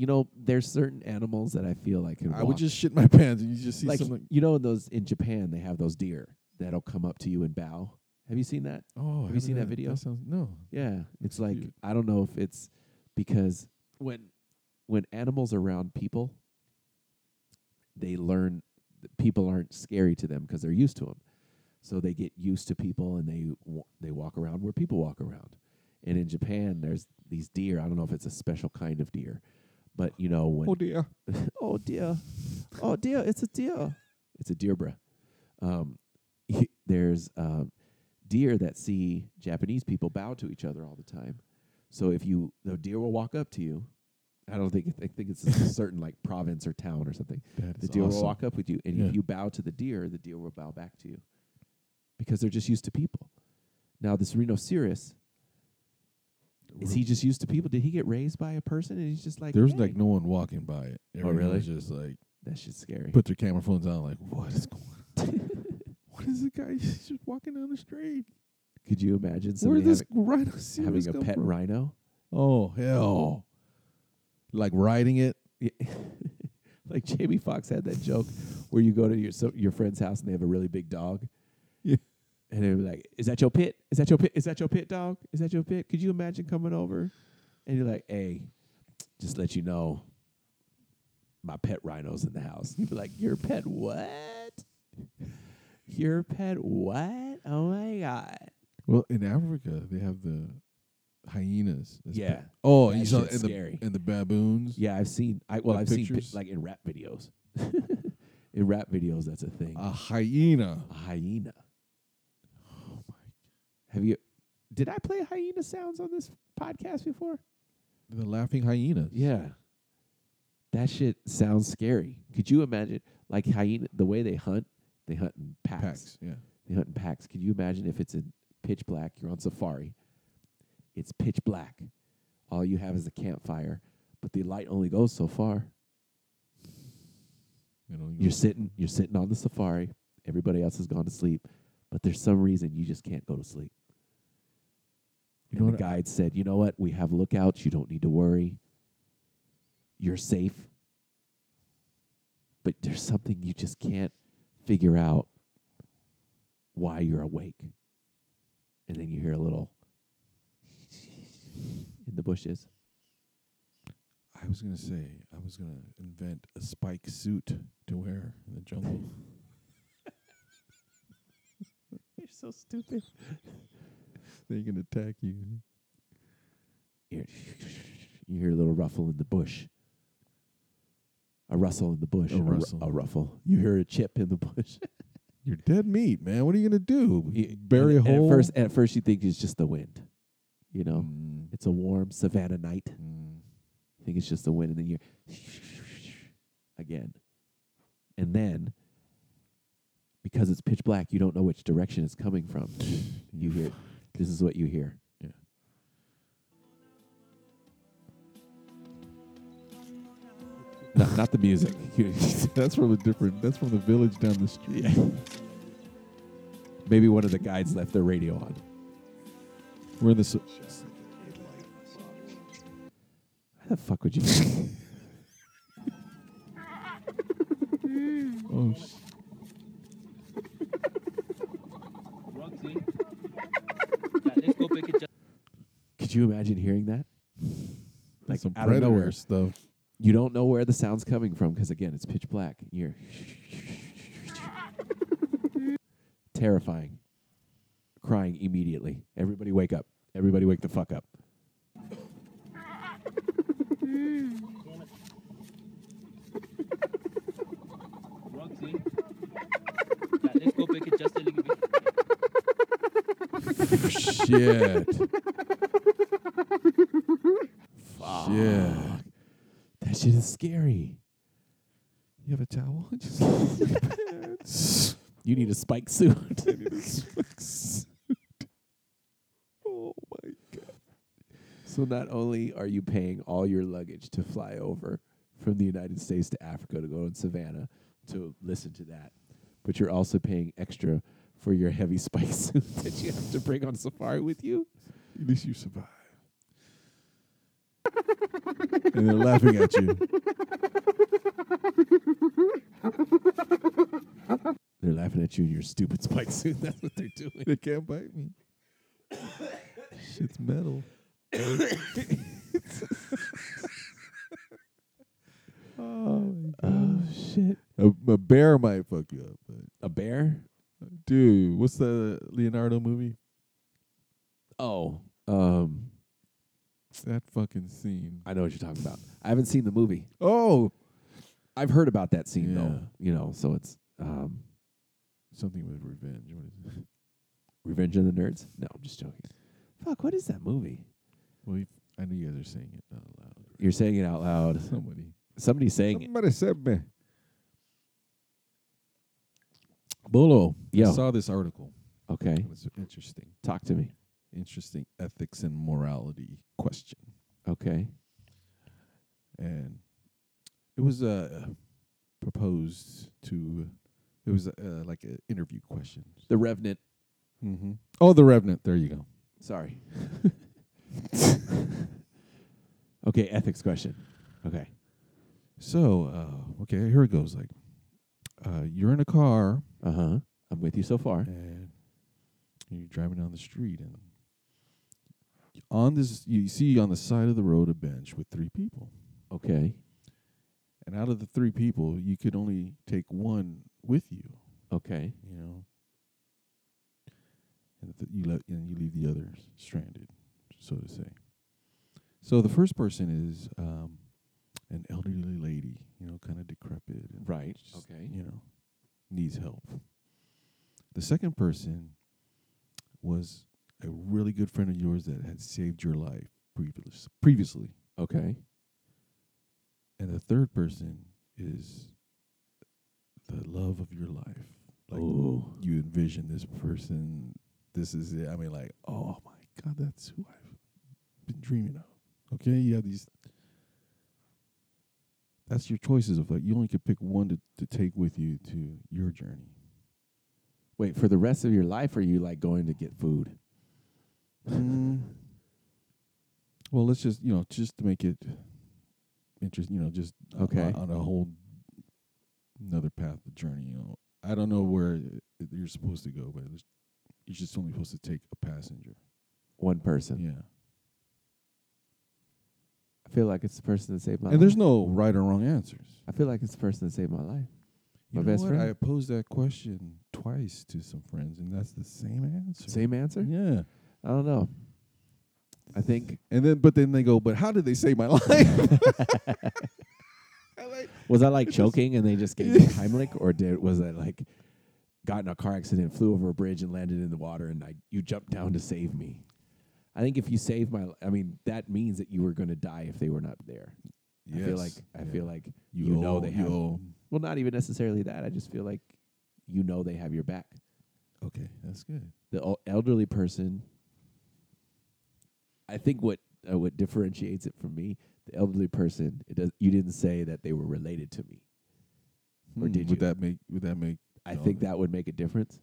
You know, there's certain animals that I feel like can
I would
walk.
just shit my pants and you just see
like
something.
you know in those in Japan they have those deer that'll come up to you and bow. Have you seen that?
Oh, I
have you
haven't
seen that
had-
video?
sounds, no.
Yeah, it's
Oh, That's
like
cute.
I don't know if it's because when when animals are around people, they learn that people aren't scary to them because they're used to them. So they get used to people and they wa- they walk around where people walk around. And in Japan, there's these deer. I don't know if it's a special kind of deer, but you know when
Oh dear.
oh dear, oh dear, it's a deer. It's a deer, bruh. Um, he- there's um, deer that see Japanese people bow to each other all the time. So if you, the deer will walk up to you. I don't think I think it's a certain like province or town or something.
That
the
is
deer will
awesome.
walk up with you, and
Yeah.
if you bow to the deer, the deer will bow back to you because they're just used to people. Now this rhinoceros. Is he just used to people? Did he get raised by a person? And he's just like
There was
"Hey." Oh,
like no one walking by it. Everyone
really?
was just like
That shit's scary.
put their camera phones on, like what is going? what is the guy He's just walking down the street?
Could you imagine
Where
somebody
did this
having,
rhinoceros
having a
come
pet
from?
rhino?
Oh hell! Like riding it.
Like Jamie Foxx had that joke where you go to your so, your friend's house and they have a really big dog.
Yeah.
And they're like, "Is that your pit? Is that your pit? Is that your pit dog? Is that your pit? Could you imagine coming over?" And you're like, "Hey, just let you know, my pet rhino's in the house." You'd be like, "Your pet what? Your pet what? Oh my god!"
Well, in Africa they have the hyenas. as
Yeah.
pet- Oh,
That
you saw
shit's
and the
scary.
and the baboons.
Yeah, I've seen. I well,
The
I've seen
pictures?
pi- like in rap videos. in rap videos, that's a thing.
A hyena.
A hyena. Oh my! Have you? Did I play hyena sounds on this podcast before?
The laughing hyenas.
Yeah. That shit sounds scary. Could you imagine, like hyena, the way they hunt? They hunt in packs.
Packs. Yeah.
They hunt in packs. Could you imagine if it's in pitch black? You're on safari. It's pitch black. All you have is a campfire, but the light only goes so far.
You know.
You're sitting, you're sitting on the safari. Everybody else has gone to sleep, but there's some reason you just can't go to sleep.
You
and
know
the
what I-
guide said, "You know what? We have lookouts. You don't need to worry. You're safe. but there's something you just can't figure out why you're awake. And then you hear a little in the bushes.
I was gonna say I was gonna invent a spike suit to wear in the jungle.
You're so stupid.
they can attack you.
You you hear a little ruffle in the bush. A rustle in the bush.
A
and ru-
rustle.
a ruffle. You hear a chip in the bush.
You're dead meat, man. What are you gonna do? Bury
And-
a
and
hole.
At first, at first you think it's just the wind. You know,
Mm.
it's a warm savannah night. You think it's just the wind, and then you again, and then because it's pitch black, you don't know which direction it's coming from. you hear this is what you hear.
Yeah.
Not, not the music. You-
that's from a different. That's from the village down the street.
Maybe one of the guides left their radio on.
We're in the. su-
How the fuck would you?
oh sh-
Could you imagine hearing that? Like
some
out of nowhere
predator stuff.
You don't know where the sound's coming from because again, it's pitch black. You're terrifying, crying immediately. Everybody wake up! Everybody wake the fuck up!
Shit. Shit.
That shit is scary.
You have a towel?
You need a spike suit.
oh my god.
so not only are you paying all your luggage to fly over from the United States to Africa to go in Savannah to listen to that, but you're also paying extra for your heavy spike suit that you have to bring on safari with you.
At least you survive. and they're laughing at you.
They're laughing at you in your stupid spike suit. That's what they're doing.
They can't bite me. Shit's metal. oh my
Oh
god.
shit!
A, a bear might fuck you up, but
A bear?
dude, what's the Leonardo movie?
Oh, um,
That fucking scene.
I know what you're talking about. I haven't seen the movie.
Oh,
I've heard about that scene though.
Yeah.
You know, so it's um,
something with revenge. What is it?
Revenge of the Nerds. No, I'm just joking. Fuck! What is that movie?
Well, you- I know you guys are saying it out loud. right?
You're saying it out loud.
Somebody,
Somebody's saying it.
somebody said me. Bolo,
Yo.
I saw this article.
Okay,
It was interesting.
talk to me.
Interesting ethics and morality question,
Okay.
and it was uh, proposed to. It was uh, like an interview question.
The Revenant.
Mm-hmm. Oh, the Revenant. There you go.
Sorry. okay, ethics question. Okay.
So, uh, okay, here it goes. Like, uh, you're in a car.
Uh huh. I'm with you so far.
and you're driving down the street and on this you see on the side of the road a bench with three people
Okay.
and out of the three people you could only take one with you
Okay.
you know and th- you let and you leave the others stranded so to say so the first person is um an elderly lady you know kind of decrepit and
Right.
just,
Okay.
You know, needs help. The second person was a really good friend of yours that had saved your life previous, previously.
Okay.
And the third person is the love of your life. Like
Ooh.
you envision this person, this is it. I mean, like, oh my God, that's who I've been dreaming of. Okay, you have these. That's your choices of like you only could pick one to, to take with you to your journey.
Wait, for the rest of your life, are you like going to get food?
Mm. Well, let's just you know just to make it interesting, you know, just on-
Okay.
on, a whole another path, a journey. You know, I don't know where it- it- you're supposed to go, but it's- you're just only supposed to take a passenger.
One person.
Yeah.
I feel like it's the person that saved my life.
And there's no right or wrong answers.
I feel like it's the person that saved my life.
You
my
know
best
what? I
friend.
posed that question twice to some friends, and that's the same answer.
Same answer?
Yeah.
I don't know. I think.
And then, but then they go, but how did they save my life?
Was I like choking and they just gave me Heimlich, or did was I like got in a car accident, flew over a bridge and landed in the water, and I you jumped down to save me? I think if you save my, I mean that means that you were going to die if they were not there. I feel
Yes.
like I
Yeah.
feel like
You
you, know
owe-
they
you
have.
owe.
Well, not even necessarily that. I just feel like you know they have your back.
okay, that's good.
The el- elderly person. I think what uh, what differentiates it from me, the elderly person, it does. You didn't say that they were related to me. Or
Hmm,
did
would
you?
that make? Would that make?
I
no,
think that would make a difference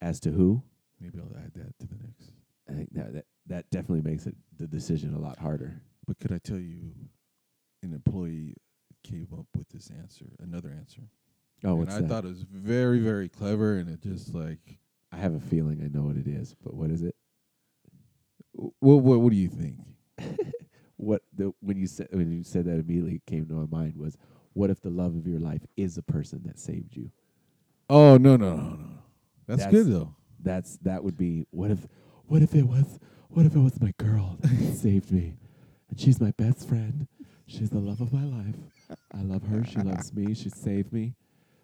as to who.
Maybe I'll add that to the next.
I think that that, that definitely makes it the decision a lot harder.
But could I tell you, an employee came up with this answer, another answer.
Oh,
and
what's
I
that?
thought it was very, very clever, and it just like,
I have a feeling I know what it is, but what is it?
what, what, what do you think?
What the when you said when you said that immediately came to my mind was, what if the love of your life is the person that saved you?
Oh no, no, no, no. That's, good though.
That's that would be what if what if it was what if it was my girl that saved me, and she's my best friend, she's the love of my life. I love her, she loves me, she saved me.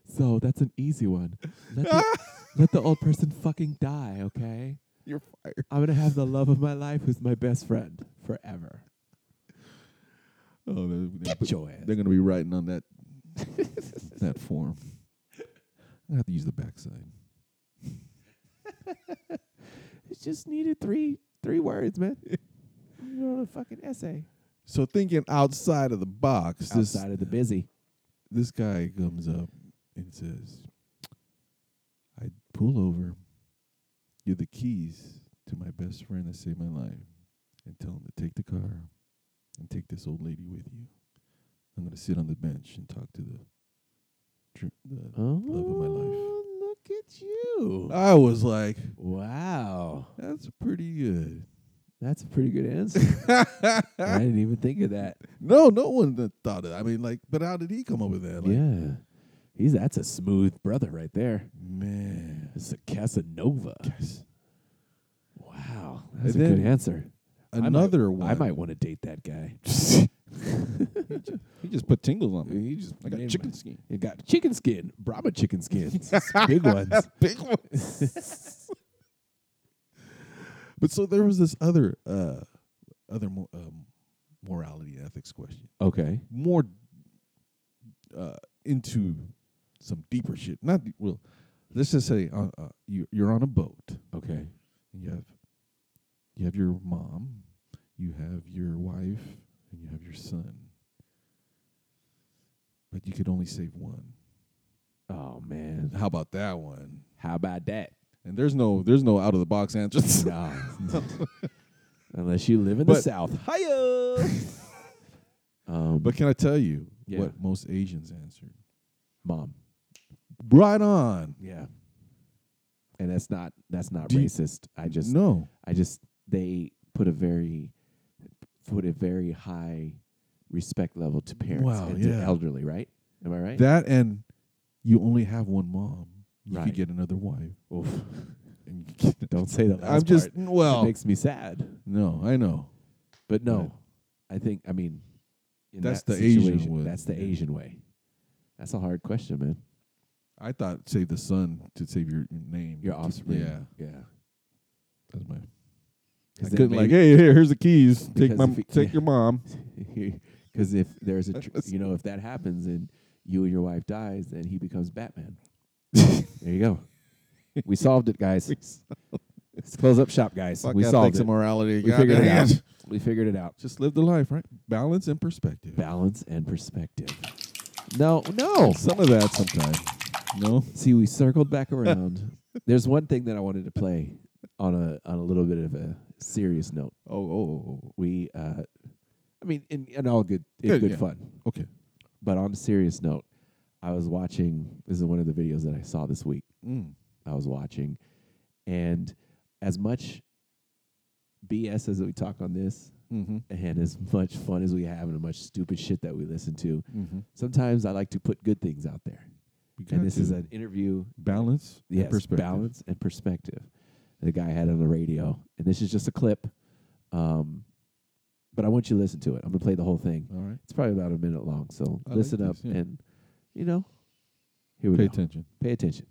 So that's an easy one. Let the, let the old person fucking die, okay?
You're fired.
I'm gonna have the love of my life who's my best friend forever.
Oh, they're, they're,
Get your ass.
they're gonna be writing on that that form. I have to use the backside.
It just needed three three words, man. you wrote a fucking essay.
So thinking outside of the box, this-
Outside of the busy.
this guy comes up and says, I pull over, give the keys to my best friend that saved my life, and tell him to take the car and take this old lady with you. I'm going to sit on the bench and talk to the, tr- the love of my life.
Oh, Look at you.
I was like,
Wow.
that's pretty good.
That's a pretty good answer. I didn't even think of that.
No, no one th- thought of it. I mean, like, but how did he come up with that? Like,
yeah. He's that's a smooth brother right there.
man.
It's a Casanova.
Yes.
Wow. That's
And
a good
then
answer.
Another
I might,
one.
I might want to date that guy.
He just put tingles on me. He just, I
Name
got
it.
chicken skin.
It got chicken skin, Brahma chicken skins. big ones.
big ones. but so there was this other uh other mo- um, morality and ethics question,
Okay.
more uh into some deeper shit. Not deep, well, let's just say uh, uh, you you're on a boat.
Okay.
And you have you have your mom, you have your wife, and you have your son. But you could only save one.
Oh man.
How about that one?
How about that?
And there's no there's no out of the box answers.
Nah. Unless you live in the
But-
South. Hiya. um,
But can I tell you
Yeah.
what most Asians answered?
mom.
Right on.
Yeah. And that's not that's not
Do you-
racist. I just
no.
I just they put a very put a very high respect level to parents
Wow,
and
yeah.
to elderly, right? Am I right?
That and you only have one mom. You
Right.
could get another wife.
Oof.
And you could-
Don't say that. Last
I'm just
part.
well.
it makes me sad.
no, I know.
But no, I think I mean in
That's
that
the Asian
situation,
way,
That's the
yeah.
Asian way. That's a hard question, man.
I thought save the son to save your name.
Your offspring.
Yeah,
yeah.
that's my.
'Cause
I
then
couldn't like,
maybe-
hey, here, here's the keys. Take
Because
my,
if you-
take your mom.
Because if there's a, tr- you know, if that happens and you and your wife dies, then he becomes Batman. there you go. We solved it, guys. Let's close up shop, guys.
Fuck
we solved
ethics
it.
and morality.
We figured it
goddamn.
out. We figured it out.
Just live the life, right? Balance and perspective.
Balance and perspective. No, no.
Some of that sometimes. No.
See, we circled back around. there's one thing that I wanted to play on a on a little bit of a serious note.
Oh, oh, oh,
We, uh, I mean, in, in all good, in
Good,
good
yeah.
fun.
oh. Okay.
But on a serious note, I was watching. This is one of the videos that I saw this week.
Mm.
I was watching, and as much BS as we talk on this,
Mhm.
and as much fun as we have, and as much stupid shit that we listen to,
Mhm.
sometimes I like to put good things out there.
got
And this is
to.
an interview
Balance and
yes,
perspective.
balance and perspective. that The guy had on the radio, and this is just a clip. Um, but I want you to listen to it. I'm gonna play the whole thing.
All right.
It's probably about a minute long, so
I like
listen up
these, yeah.
and you know, here we
Pay
go.
attention.
Pay attention.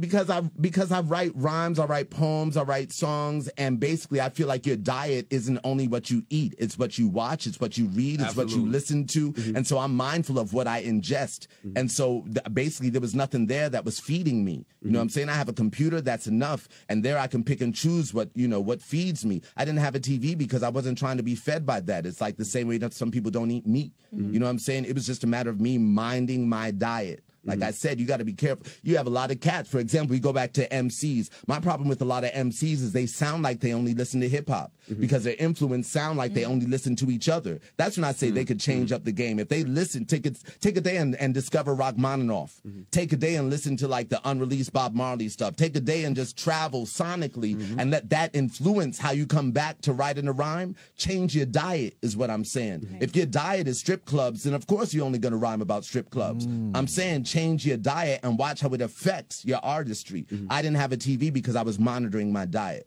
because I because I write rhymes, I write poems, I write songs, and basically I feel like your diet isn't only what you eat, it's what you watch, it's what you read, it's what you
Absolutely.
listen to, and so I'm mindful of what I ingest, and so th- basically there was nothing there that was feeding me. You know what I'm saying? I have a computer, that's enough, and there I can pick and choose what you know what feeds me. I didn't have a TV because I wasn't trying to be fed by that. It's like the same way that some people don't eat meat. You know what I'm saying? It was just a matter of me minding my diet. Like I said, you got to be careful. You have a lot of cats. For example, we go back to MCs. My problem with a lot of MCs is they sound like they only listen to hip hop because their influence sound like they only listen to each other. That's when I say they could change up the game. If they listen, take it, take a day and, and discover Rachmaninoff. Take a day and listen to like the unreleased Bob Marley stuff. Take a day and just travel sonically and let that influence how you come back to writing a rhyme. Change your diet is what I'm saying. If your diet is strip clubs, then of course you're only going to rhyme about strip clubs. I'm saying change your diet and watch how it affects your artistry. I didn't have a TV because I was monitoring my diet.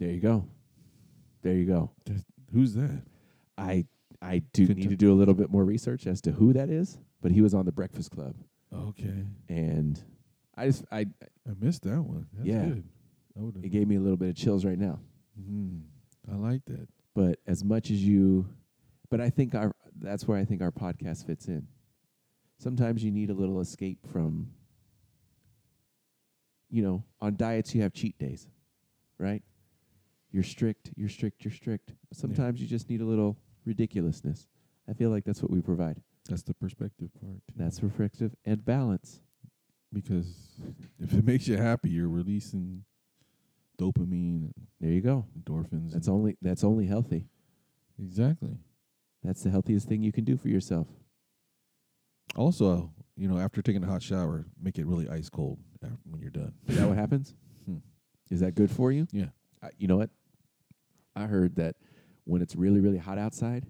There you go. There you go.
Who's that?
I I do need to do a little bit more research as to who that is, but he was on the Breakfast Club,
Okay.
and I just I
I missed that one. That's
yeah,
good. I would've-
it gave me a little bit of chills right now.
Mm, I like that.
But as much as you, but I think our that's where I think our podcast fits in. Sometimes you need a little escape from. You know, on diets you have cheat days, right? You're strict. You're strict. You're strict. But sometimes you just need a little ridiculousness. I feel like that's what we provide.
That's the perspective part.
That's reflective and balance.
Because if it makes you happy, you're releasing dopamine. And
there you go.
Endorphins.
That's only that's only healthy.
Exactly.
That's the healthiest thing you can do for yourself.
Also, you know, after taking a hot shower, make it really ice cold af- when you're done.
Is that what happens?
Hmm.
Is that good for you?
Yeah.
I, you know what? I heard that when it's really really hot outside,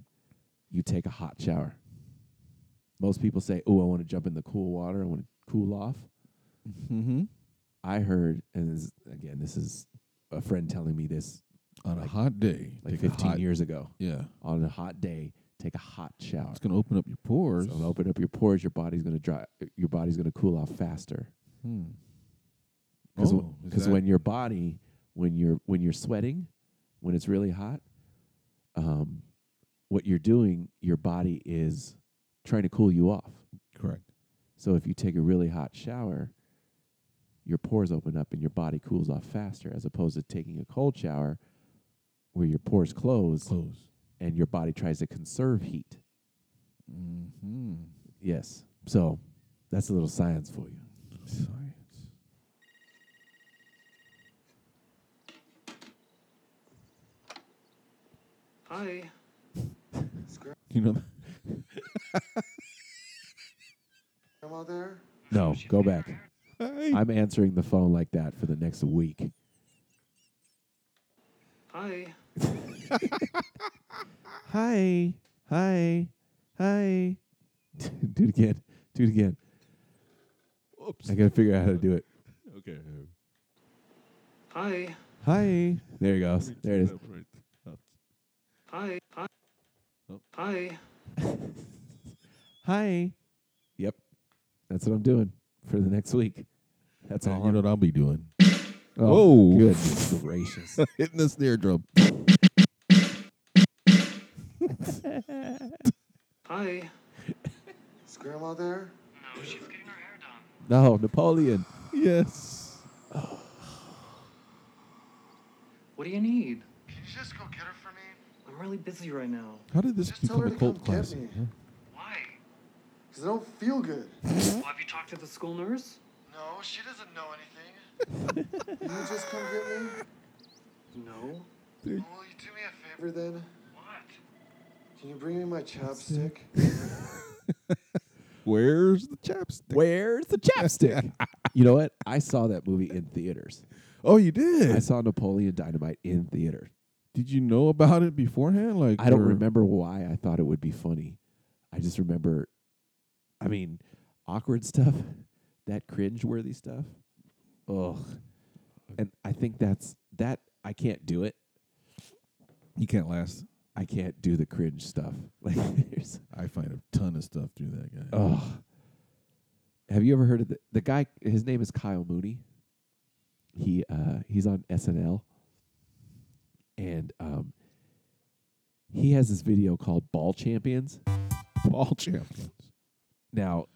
you take a hot shower. Most people say, "Oh, I want to jump in the cool water. I want to cool off."
Mm-hmm.
I heard, and this, again, this is a friend telling me this
On a hot day,
like
take a
15
hot-
years ago.
Yeah.
on a hot day, take a hot shower.
It's gonna open up your pores.
It's gonna open up your pores. Your body's gonna dry. Your body's gonna cool off faster.
Hmm.
Because
Oh, is that-
when your body, when you're when you're sweating, when it's really hot, um, what you're doing, your body is trying to cool you off.
Correct.
So if you take a really hot shower, your pores open up and your body cools off faster, as opposed to taking a cold shower, where your pores close,
close,
and your body tries to conserve heat.
Mm-hmm.
Yes. So that's a little science for you.
Hi.
You know.
Grandma there?
No, go back.
Hey.
I'm answering the phone like that for the next week.
Hi.
Hi. Hi. Hi. do it again. Do it again.
Oops.
I got to figure out how to do it.
Okay.
Hi.
Hi. There it goes. There it
Oh,
is.
Hi. Hi.
Oh.
Hi.
Hi. Yep. That's what I'm doing for the next week. That's all.
You know what I'll be doing?
Oh,
Whoa.
goodness gracious.
Hitting the snare drum.
Hi. Is Grandma there?
No, Napoleon. Oh.
Yes.
What do you need? Can you just go get her for me? I'm really busy right now.
How did this
Just tell
become
her
a
to
cult
come get
classic?
me.
huh?
Because I don't feel good. well, have you talked to the school nurse?
No, she doesn't know anything.
Can you just come get me? No.
Will you do me a
Ever then? What? Can you bring me my chapstick?
Where's the chapstick?
Where's the chapstick? you know what? I saw that movie in theaters.
Oh, you did?
I saw Napoleon Dynamite in theater.
Did you know about it beforehand? Like
I don't
or-
remember why I thought it would be funny. I just remember, I mean, awkward stuff, that cringe-worthy stuff. Ugh. And I think that's that. I can't do it.
You can't last.
I can't do the cringe stuff. Like, there's,
I find a ton of stuff through that guy.
oh. Have you ever heard of the the guy? His name is Kyle Mooney. He uh he's on SNL, and um he has this video called Ball Champions.
Ball champions.
Now,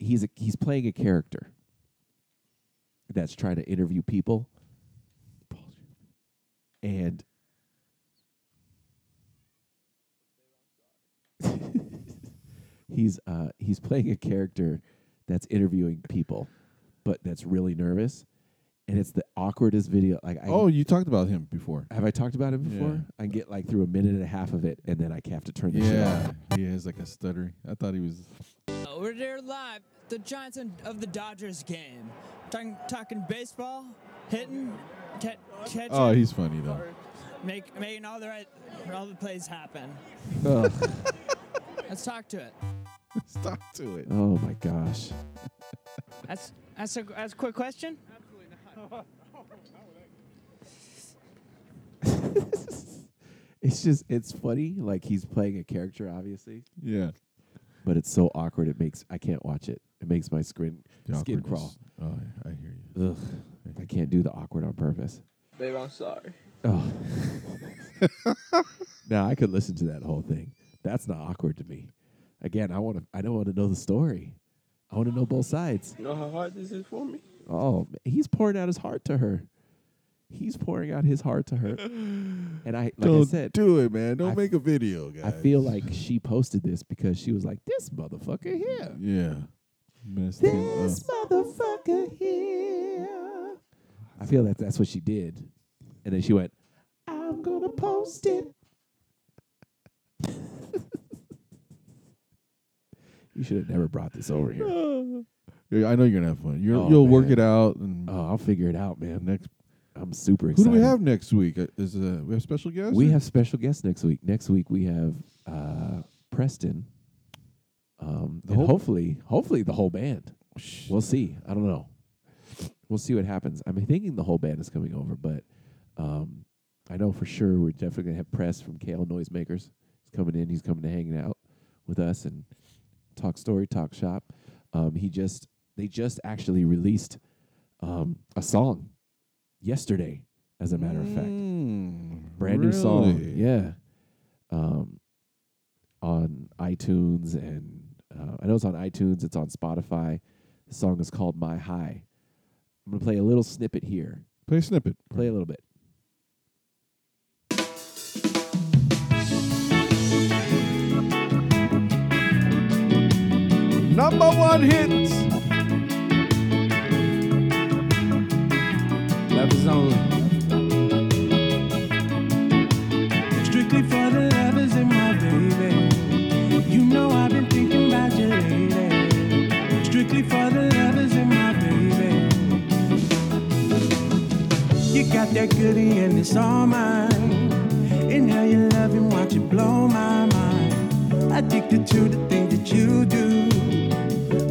he's a, he's playing a character that's trying to interview people, and he's uh, he's playing a character that's interviewing people, but that's really nervous, and it's the awkwardest video. Like, I,
oh, you talked about him before.
have I talked about it before?
Yeah.
I get like through a minute and a half of it, and then I have to turn the shit off.
Yeah, he has like a stuttering. I thought he was.
Uh, We're here live, at the Giants and of the Dodgers game. Talking, talking baseball, hitting, ca- catching.
Oh, he's funny though.
Make, making all the right, all the plays happen.
Ugh.
Let's talk to it.
Stop to it.
oh my gosh.
That's that's a that's a quick question.
It's just it's funny. Like he's playing a character, obviously,
Yeah.
but it's so awkward. It makes I can't watch it. It makes my skin
The
skin
awkwardness.
crawl.
Oh, yeah, I hear you.
Ugh, I can't do the awkward on purpose.
Babe, I'm sorry.
Oh, now I could listen to that whole thing. That's not awkward to me. Again, I want to. I don't want to know the story. I want to know both sides.
You know how hard this is for me?
Oh, ma- he's pouring out his heart to her. He's pouring out his heart to her. And I, like I
Don't
said,
do it, man. Don't
I-
make a video, guys.
I feel like she posted this because she was like, "This motherfucker here."
Yeah. Messed him up.
motherfucker here. I feel that that's what she did. And then she went, I'm gonna post it. you should have never brought this over here.
Uh, yeah, I know you're gonna have fun. You're,
Oh,
you'll work
man.
it out. And
Oh, I'll figure it out, man.
next,
I'm super
who
excited.
do we have next week? Uh, Is uh, we have special guest?
We have special guests next week. Next week we have uh, Preston. Um, and
whole-
hopefully, hopefully the whole band. We'll see. I don't know. We'll see what happens. I'm thinking the whole band is coming over, but um, I know for sure we're definitely gonna have Press from KL Noisemakers. He's coming in. He's coming to hanging out with us and talk story, talk shop. Um, he just they just actually released um, a song yesterday, as a matter of fact
Mm,
brand new song.
really?
Yeah. Um, on iTunes and uh, I know it's on iTunes. It's on Spotify. The song is called My High. I'm gonna play a little snippet here.
Play a snippet.
Play a little bit.
Number one hits.
Love is only. Strictly for the lovers in my baby. You know I've been thinking about you lately. Strictly for the lovers in my baby. You got that goodie and it's all mine. And how you love and watch it blow my mind. Addicted to the things that you do.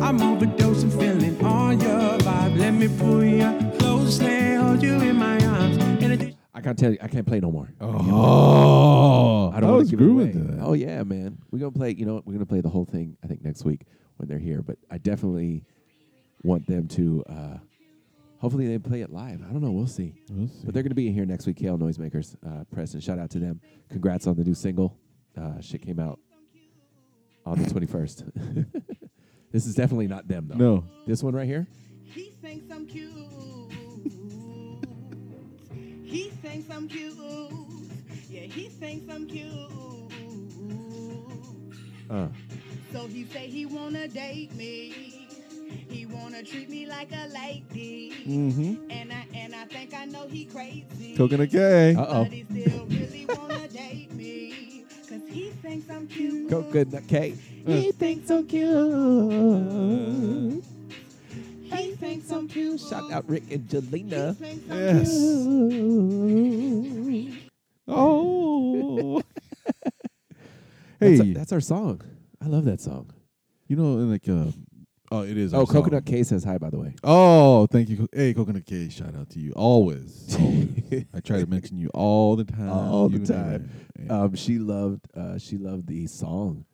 I'm overdosing, feeling on your vibe. Let me pull you closely, hold you in my arms. And it-
I can't tell you. I can't play no more.
Oh,
I don't want
was
to give it away.
grooving to that.
Oh yeah, man. We're gonna play. You know, what? we're gonna play the whole thing. I think next week when they're here. But I definitely want them to. Uh, hopefully they play it live. I don't know. We'll see.
We'll see.
But they're gonna be here next week. KL Noisemakers, uh, Preston. Shout out to them. Congrats on the new single. Uh, shit came out on the twenty first. this is definitely not them though.
No.
This one right here.
He thinks I'm cute. he thinks I'm cute. Yeah, he thinks I'm cute.
Uh,
So he say he wanna date me. He wanna treat me like a lady.
Mhm.
And I and I think I know he crazy.
Coconut Gay.
But he still really wanna date me. Cause he thinks I'm cute.
Coconut cake.
Uh.
He
thinks I'm cute.
He thinks I'm cute.
Shout out Rick and Jelena.
Oh.
That's,
Hey.
that's our song. I love that song.
You know, and like, uh, oh, it is.
Oh,
our song.
Coconut K says hi, by the way.
Oh, thank you. Co- Hey, Coconut K, shout out to you always. always. I try to mention you all the time.
all the
you and I.
time. Um, she loved uh, she loved the song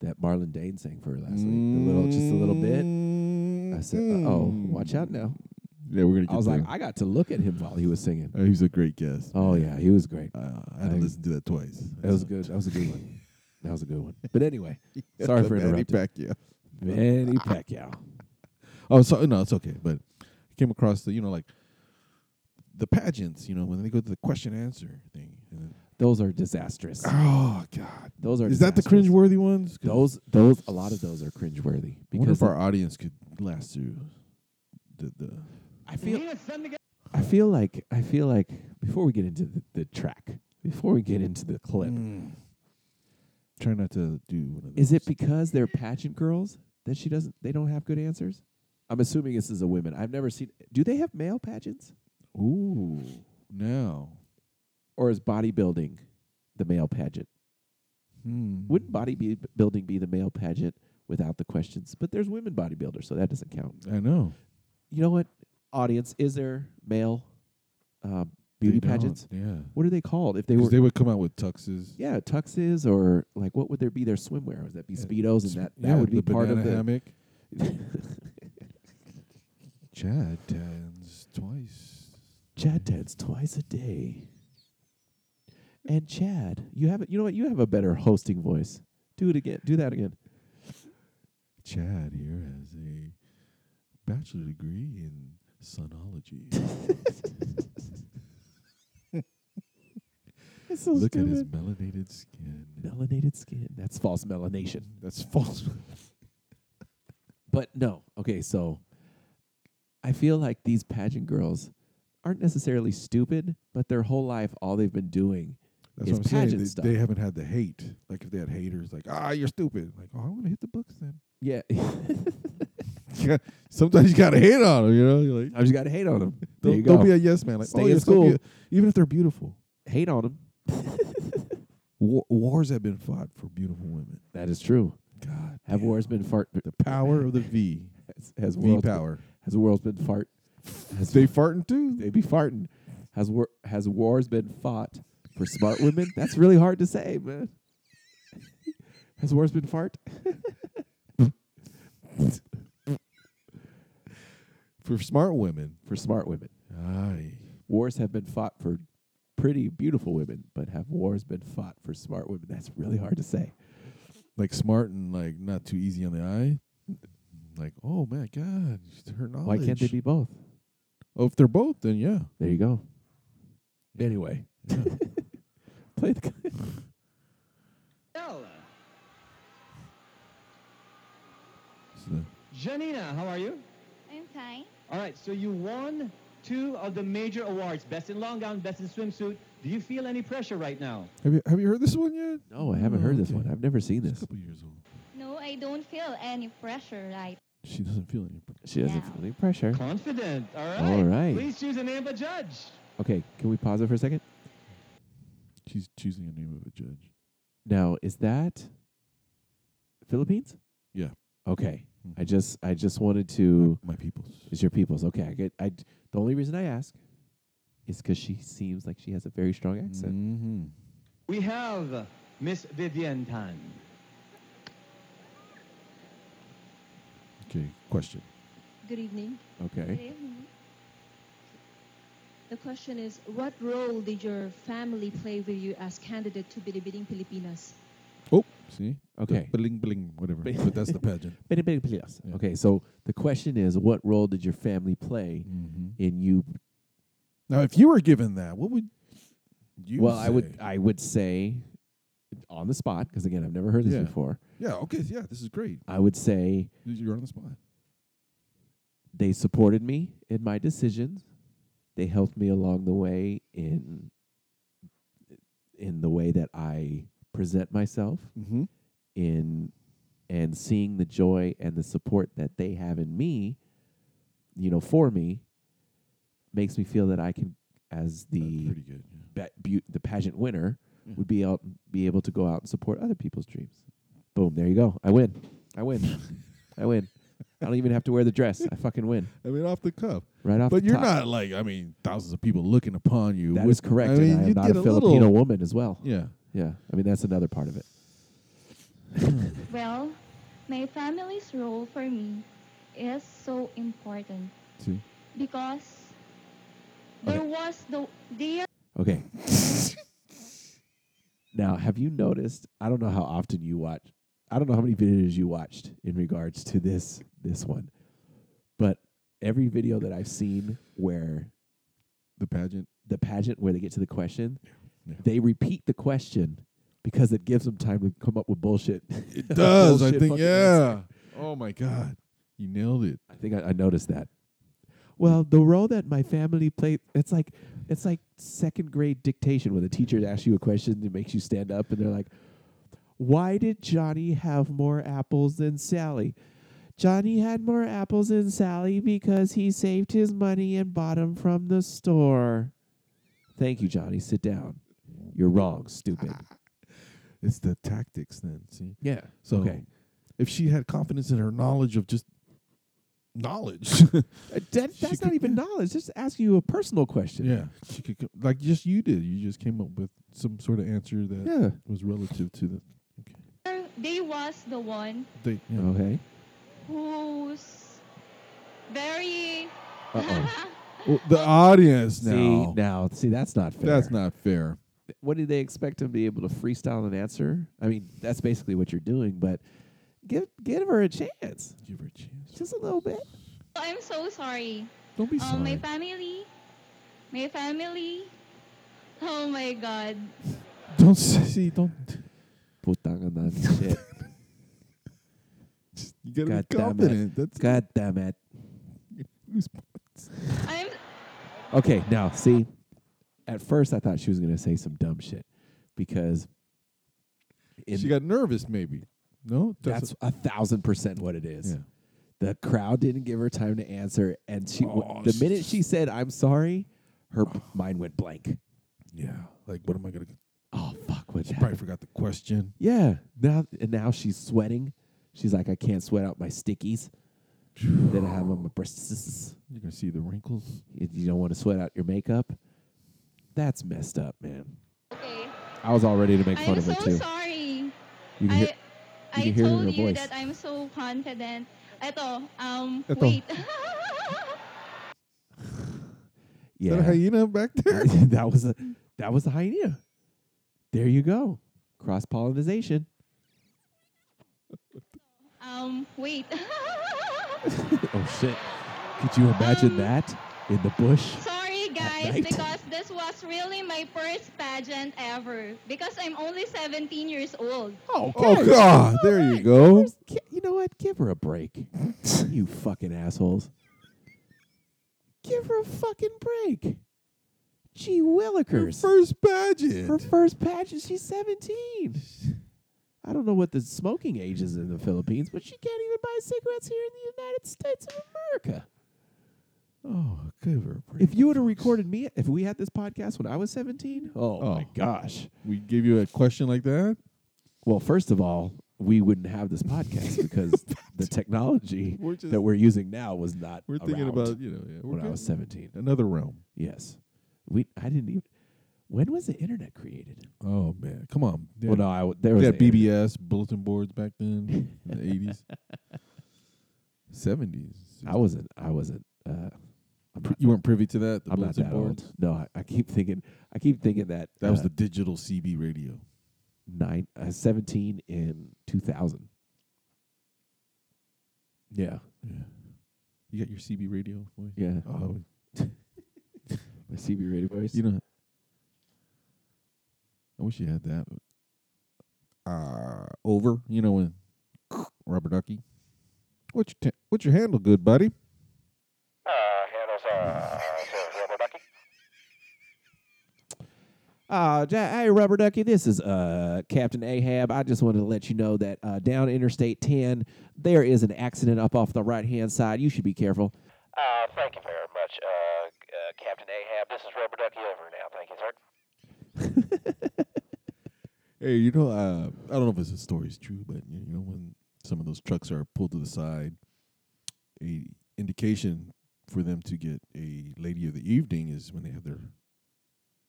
that Marlon Dane sang for her last week. The little, just a little bit. I said, uh, "Oh, watch out
Mm.
now."
Yeah, we're gonna. Get
I was
there.
like, I got to look at him while he was singing.
Uh, he was a great guest.
Oh yeah, he was great.
Uh, I had to
I-
listen to that twice.
That was good. That was a good one. That was a good one. But anyway, sorry
The
for
Manny
interrupting.
Pacquiao.
Manny Pacquiao.
Oh, so no, it's okay. But I came across the you know like the pageants. You know when they go to the question and answer thing. And then,
Those are disastrous.
oh God,
Those are
is that the
disastrous.
cringeworthy ones? 'Cause
Those those a lot of those are
I
cringeworthy
wonder
because
if our audience could last through the the.
I feel I feel like I feel like before we get into the, the track, before we get into the clip,
Try not to do one of those.
is it because they're pageant girls that she doesn't they don't have good answers? I'm assuming this is a women. I've never seen do they have male pageants?
Ooh, no.
Or is bodybuilding the male pageant?
Hmm.
Wouldn't bodybuilding be the male pageant without the questions? But there's women bodybuilders, so that doesn't count.
I know.
You know what, audience? Is there male uh,
They
beauty
don't,
pageants?
Yeah.
What are they called? If they
'Cause
were
they would come out with tuxes.
Yeah, tuxes or like what would there be their swimwear? Would that be speedos and that that
Yeah,
would be
the
part of
banana
the
hammock. Chad dance twice.
Chad dance twice a day. And Chad, you have a- you know what? You have a better hosting voice. Do it again. Do that again.
Chad here has a bachelor degree in sonology. Look at his melanated skin.
melanated skin. That's false melanation.
That's false.
But no. Okay, so I feel like these pageant girls aren't necessarily stupid, but their whole life all they've been doing
That's
is
what I'm saying.
pageant
They,
stuff.
they haven't had the hate. Like if they had haters, like ah, you're stupid. Like oh, I want to hit the books then.
yeah.
Sometimes you gotta hate on them. You know, you're like
I just got to hate on them. There
don't,
you
don't
go.
be a yes man. Like
Stay
oh,
in
you're
school.
so beautiful. even if they're beautiful.
hate on them.
War, wars have been fought for beautiful women.
That is true.
God,
Have wars been fart?
the power of the V.
Has, has
V
worlds been-
power.
has worlds been fart? Has,
They farting too.
they be farting. Has war has wars been fought for smart women? That's really hard to say, man. has wars been fart?
for smart women.
For smart women.
Aye.
Wars have been fought for pretty beautiful women, but have wars been fought for smart women? That's really hard to say.
Like smart and like not too easy on the eye. Like, oh my God, her knowledge.
Why can't they be both?
Oh, if they're both, then yeah.
There you go. Anyway, play the
Hello.
So,
Janina, how are you?
I'm fine.
All right, so you won two of the major awards, Best in Long Gown, Best in Swimsuit. Do you feel any pressure right now?
have you have you heard this one yet?
No, I haven't
Oh,
heard this
okay.
one. I've never seen
It's a
this.
couple years old.
No, I don't feel any pressure right
She doesn't feel any. pr-
She doesn't
now.
feel any pressure.
Confident, all right.
All right.
Please choose a name of a judge.
Okay, can we pause it for a second?
She's choosing a name of a judge.
Now, is that Philippines?
Yeah, Mm-hmm.
Okay. I just I just wanted to
my peoples.
is your people's. Okay, I get I d- the only reason I ask is cuz she seems like she has a very strong accent.
Mm-hmm.
We have Miss Vivian Tan.
Okay, question.
Good evening.
Okay.
Good evening. The question is, what role did your family play with you as candidate to Bilibining Pilipinas?
Oh, see.
Okay.
The bling bling, whatever.
Bling.
but that's the pageant.
Pili- pili- pili- yes. Okay, so the question is what role did your family play
Mm-hmm.
in you
Now, if you were given that, what would you?
Well, I
say?
would I would say on the spot because again, I've never heard this
Yeah.
before.
Yeah. Okay. Yeah. This is great.
I would say
You're on the spot.
they supported me in my decisions. They helped me along the way in in the way that I present myself in and seeing the joy and the support that they have in me, you know, for me, makes me feel that I can, as the ba- beau- the pageant winner,
Yeah.
would be out be able to go out and support other people's dreams. Boom! There you go. I win. I win. I win. I don't even have to wear the dress. I fucking win.
I mean, off the cuff,
Right off.
But
the
you're not
top.
like I mean, thousands of people looking upon you.
That
with-
is correct.
I mean,
and I am
you
not
get
a
a little-
Filipino woman as well.
Yeah.
Yeah. I mean, that's another part of it.
Well, my family's role for me is so important
See?
because there was the there
Okay. now, have you noticed? I don't know how often you watch. I don't know how many videos you watched in regards to this this one, but every video that I've seen where
the pageant,
the pageant where they get to the question, they repeat the question because it gives them time to come up with bullshit. It
does. I think. Yeah. Oh my god, you nailed it.
I think I, I noticed that. Well, the role that my family played, it's like it's like second grade dictation when the teacher asks you a question that makes you stand up and they're like, "Why did Johnny have more apples than Sally?" Johnny had more apples than Sally because he saved his money and bought them from the store. Thank you, Johnny. Sit down. You're wrong, stupid.
It's the tactics then. See.
Yeah.
So
Okay.
if she had confidence in her knowledge of just knowledge,
That, that's not even knowledge. Just ask you a personal question.
yeah, she could co- like just you did. You just came up with some sort of answer that
Yeah.
was relative to the
they was the one
date.
Okay.
who's very
Well, the audience now.
See, now, see, that's not fair.
That's not fair.
What do they expect him to be able to freestyle an answer? I mean, that's basically what you're doing, but give give her a chance.
Give her a chance.
Just a little bit.
I'm so sorry.
Don't be
Um, my
sorry.
family, my family. Oh my God.
Don't s- see. Don't.
Putang ina ng shit.
You gotta
God
be
damn it.
confident. That's
God damn it.
I'm
Okay, now see, at first I thought she was gonna say some dumb shit because
she got nervous. Maybe no.
that's, a thousand percent what it is.
Yeah.
The crowd didn't give her time to answer, and she w-
Oh,
the
she-
minute she said "I'm sorry," her p- mind went blank.
yeah. Like what am I gonna?
Oh fuck! What
She probably forgot the question.
Yeah. Now and now she's sweating. She's like, I can't sweat out my stickies that I have on my breasts.
You're gonna see the wrinkles.
You, you don't want to sweat out your makeup. That's messed up, man.
okay.
I was all ready to make fun
I'm
of her
so
too.
sorry.
You can
I
hear- you
I
can hear it in
told
her
you
voice.
that I'm so confident. Ito, um,
Ito.
wait.
Is
Yeah.
that a hyena back there?
that was a that was a hyena. There you go. Cross pollination.
um, wait.
oh shit. Could you
Um,
imagine that in the bush?
sorry, guys,
night.
because this was really my first pageant ever. Because I'm only 17 years old.
Oh,
Oh God! There you go.
Gi- You know what? Give her a break. you fucking assholes. Give her a fucking break. Gee willikers. Her
first pageant.
first pageant. She's 17. I don't know what the smoking age is in the Philippines, but she can't even buy cigarettes here in the United States of America.
Oh, give her a break.
If you would have recorded me, if we had this podcast when I was 17, oh, my gosh.
We give you a question like that.
Well, first of all, we wouldn't have this podcast because the technology
We're just-
that we're using now was not.
We're thinking
around
about you know yeah, we're
when I was
getting
seventeen.
Another realm.
Yes, we. I didn't even. When was the internet created?
Oh man, come on. They
Well,
had-
no, I w- there
they
was
had
the internet.
BBS bulletin boards back then in the eighties, seventies.
I wasn't. I wasn't. Uh, I'm not,
You weren't privy to that. The
I'm not
bulletin
that
boards.
old. No, I, I keep thinking. I keep thinking that
That was
uh,
the digital CB radio.
nine, uh, seventeen in two thousand. Yeah,
Yeah. You got your CB radio voice.
yeah.
Oh,
My CB radio voice.
you know. I wish you had that. Uh, over. You know when Robert Ducky. What's your ta- what's your handle, good buddy?
Uh, handles, uh, says Rubber Ducky.
Uh, Ja- hey, Rubber Ducky, this is uh, Captain Ahab. I just wanted to let you know that uh, down Interstate 10, there is an accident up off the right hand side. You should be careful.
Uh, thank you very much, uh, uh, Captain Ahab. This is Rubber Ducky over now. Thank you, sir.
Hey, you know, uh, I don't know if this story is true, but you know, when some of those trucks are pulled to the side, a indication for them to get a lady of the evening is when they have their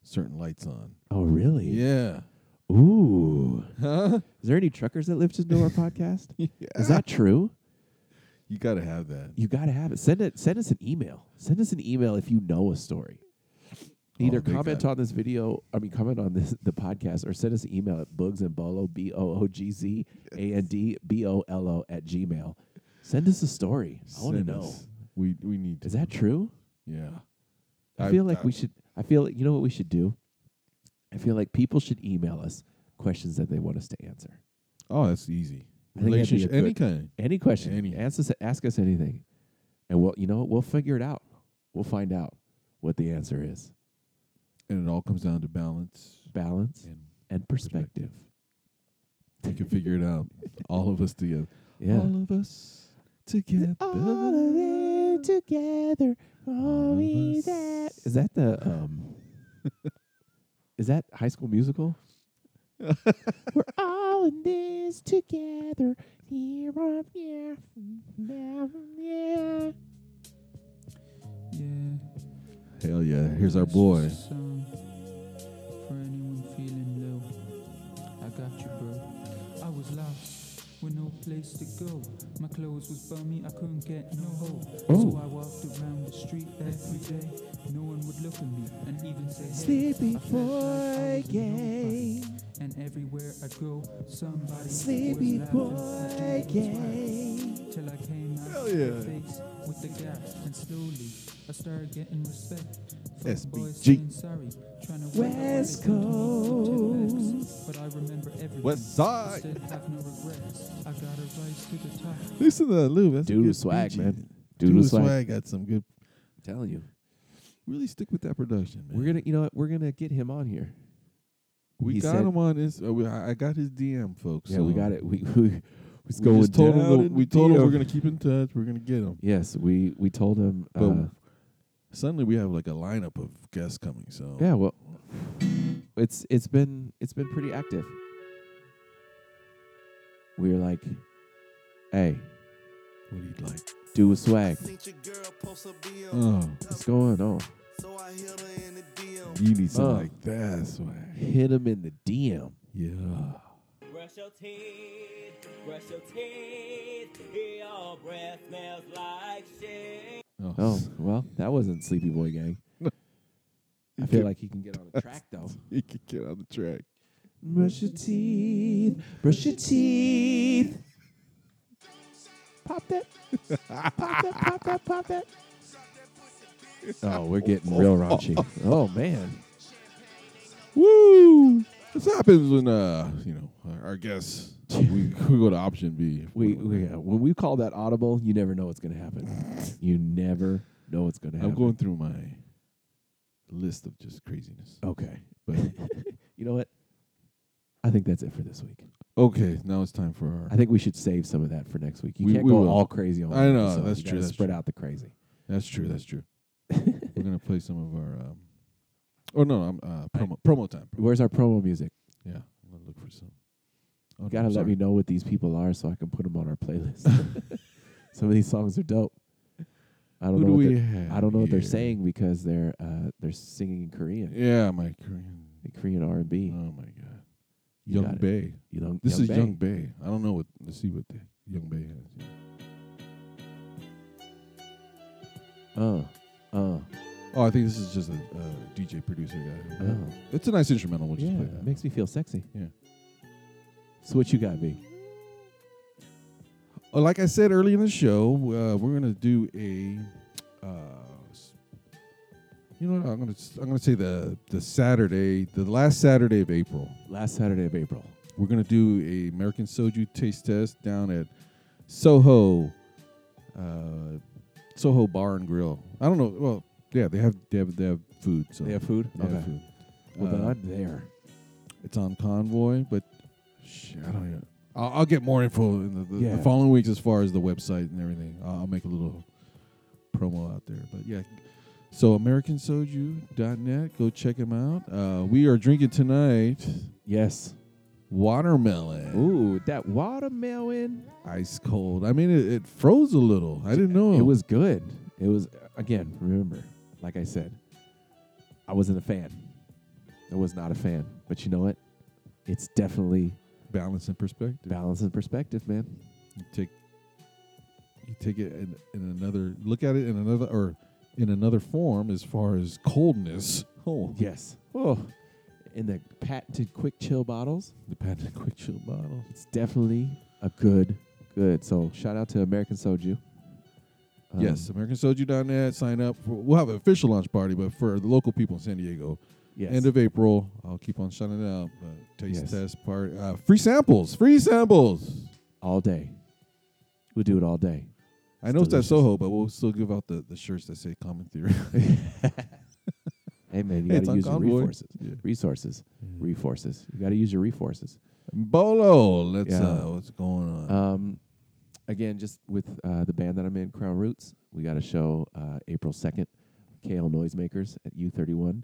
certain lights on.
Oh, really?
Yeah.
Ooh. Huh? Is there any truckers that listen to our podcast? Is that true?
You gotta have that.
You gotta have it. Send it. Send us an email. Send us an email if you know a story. Either
Oh, big
comment on this video, I mean, comment on this the podcast, or send us an email at bugsandbolo b o o g z a n d b o l o at gmail. Send us a story. I want to
Send
know.
us. We we need.
Is that true?
Yeah.
I
I-
feel like
I-
we should. I feel like you know what we should do. I feel like people should email us questions that they want us to answer.
Oh, that's easy.
I think that'd be a
Relationship, any
good-
kind.
any question. Ask us, ask us anything, and we'll you know what, we'll figure it out. We'll find out what the answer is.
And it all comes down to balance,
balance, and, perspective.
We can figure it out. All of us together.
Yeah.
All of us together.
All of it together. All we that. Is that the um? is that High School Musical?
We're all in this together. Here on yeah,
Mm-hmm.
now yeah.
Hell yeah! Here's our boy.
song for anyone feeling low. I got you, bro. I was lost with no place to go. My clothes was bummy, I couldn't get no hope.
Oh.
So I walked around the street every day. No one would look at me and even say, hey.
Sleepy
I felt like I
boy
was
gay.
nobody. And everywhere I'd go, somebody
Sleepy
was
boy
laughing at me.
gay.
Till I came out
Hell
of
yeah.
the face with the gap, and slowly I started getting respect.
SBG.
Boys saying sorry, trying to work out what
West
they did to me, to
Coast.
X, But I remember everything.
West Side.
Still have no regrets. I gotta rise to the top.
Listen to that, Lou. That's a
Dude
good
with swag,
BG.
man. Dude
Dude,
with
with
swag.
swag. got some good.
telling you,
really stick with that production. Man.
We're gonna, you know, what? We're gonna get him on here.
We
He
got
said-
him on his. Uh, we, I I got his DM, folks.
Yeah, we
so
got it. We we, we was
we
going
just told
down
him. that-
in
We
the
told him
DM.
we're gonna keep in touch. We're gonna get him.
Yes, we we told him.
But
uh,
suddenly we have like a lineup of guests coming. So
yeah, well, it's it's been it's been pretty active. We were like, hey,
what do you like?
Do a swag.
Oh.
What's going on?
You need something like that swag.
Uh, Hit him in the DM.
Yeah.
Brush your teeth, brush your teeth. Your breath smells like shit.
Oh, well, that wasn't Sleepy Boy Gang. I feel like he can get on the track though.
he can get on the track.
Brush your teeth. Brush your teeth.
Pop that. pop that, pop that, pop that.
Oh, we're getting real raunchy. Oh man.
Woo! This happens when uh, you know, our, our guests uh, we, we go to option B.
We, we yeah, when we call that audible, you never know what's gonna happen. You never know what's gonna happen.
I'm going through my list of just craziness.
Okay.
But
you know what? I think that's it for this week.
okay, now it's time for our
I think we should save some of that for next week. You
We-
can't
we
go
will.
all crazy on.
I
one
know,
episode.
that's
You
true,
gotta
that's
spread
true.
out the crazy.
That's true. That's true. We're gonna play some of our. Um, oh no! I'm uh, promo promo time.
Where's our promo music?
Yeah, I'm gonna look for some. Oh, no,
you gotta let
sorry.
me know what these people are so I can put them on our playlist. Some of these songs are dope. I don't
Who
know.
do
what
we
they're-
have
I don't know what they're
here?
saying because they're uh, they're singing in Korean.
Yeah, my Korean.
Korean R and B.
Oh my god.
You
Young
got it.
Bay.
Young-
this
Young
is
Bae.
Young Bay. I don't know what. Let's see what the Young Bay has. here.
Uh, uh.
Oh, I think this is just a uh, DJ producer guy.
Oh.
It's a nice instrumental. We'll just
yeah,
play that.
makes me feel sexy.
Yeah.
So what you got, B?
Uh, like I said earlier in the show, uh, we're gonna do a. Uh, s- you know what? I'm gonna s- I'm gonna say the the Saturday, the last Saturday of April.
Last Saturday of April.
We're gonna do a American Soju taste test down at Soho, uh, Soho Bar and Grill. I don't know. Well, yeah, they have they have they have food. So
They have food?
They have
Okay.
food. Uh,
Well, then I'm there.
It's on Convoy, but shit, I don't even. I'll, I'll get more info in the, the,
Yeah.
the following weeks as far as the website and everything. I'll, I'll make a little promo out there. But yeah, so AmericanSoju.net, go check them out. Uh, we are drinking tonight.
Yes,
watermelon.
Ooh, that watermelon.
Ice cold. I mean, it, it froze a little. I didn't know
It was good. It was again. Remember, like I said, I wasn't a fan. I was not a fan. But you know what? It's definitely
balance and perspective.
Balance and perspective, man.
You take you take it in, in another look at it in another or in another form as far as coldness. Oh
yes. Oh, in the patented quick chill bottles.
The patented quick chill bottle.
It's definitely a good, good. So shout out to American Soju. Um,
yes, AmericanSoju.net. Sign up. For, we'll have an official launch party, but for the local people in San Diego,
Yes.
end of April. I'll keep on shutting it out. But taste
Yes.
test part. Uh, free samples. Free samples.
All day. We'll do it all day.
I know it's at Soho, but we'll still give out the, the shirts that say Common Theory.
Hey man, you
Hey, it's
gotta
on
use your
Convoy.
resources.
Yeah. Mm.
Resources. Resources. You gotta use your resources.
Bolo, let's
Yeah.
uh, what's going on?
Um, again, just with uh, the band that I'm in, Crown Roots, we got a show uh, April 2nd, KL Noisemakers at U31.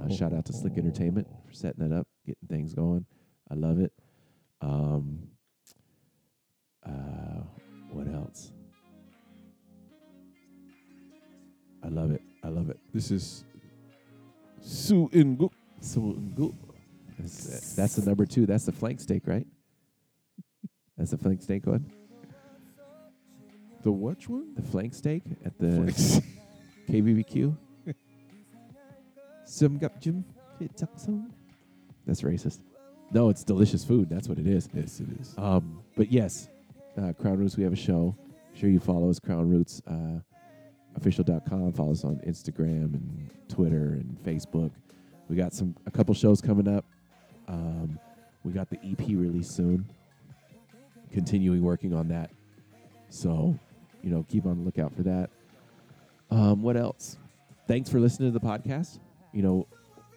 Uh,
Oh.
Shout out to Slick Entertainment for setting that up, getting things going. I love it. Um, uh, what else? I love it. I love it.
This is Su Ingu.
Su Ingu. That's, that's the number two. That's the flank steak, right? That's the flank steak one.
The which one?
The flank steak at the KBBQ. Some got Jim. It's awesome. That's racist. No, it's delicious food. That's what it is.
Yes, it is.
Um, but yes, uh, Crown Roots, we have a show. sure you follow us, Crown Roots uh, official.com. Follow us on Instagram and Twitter and Facebook. We got some a couple shows coming up. Um, we got the EP release soon. Continuing working on that. So, you know, keep on the lookout for that. Um, what else? Thanks for listening to the podcast. You know,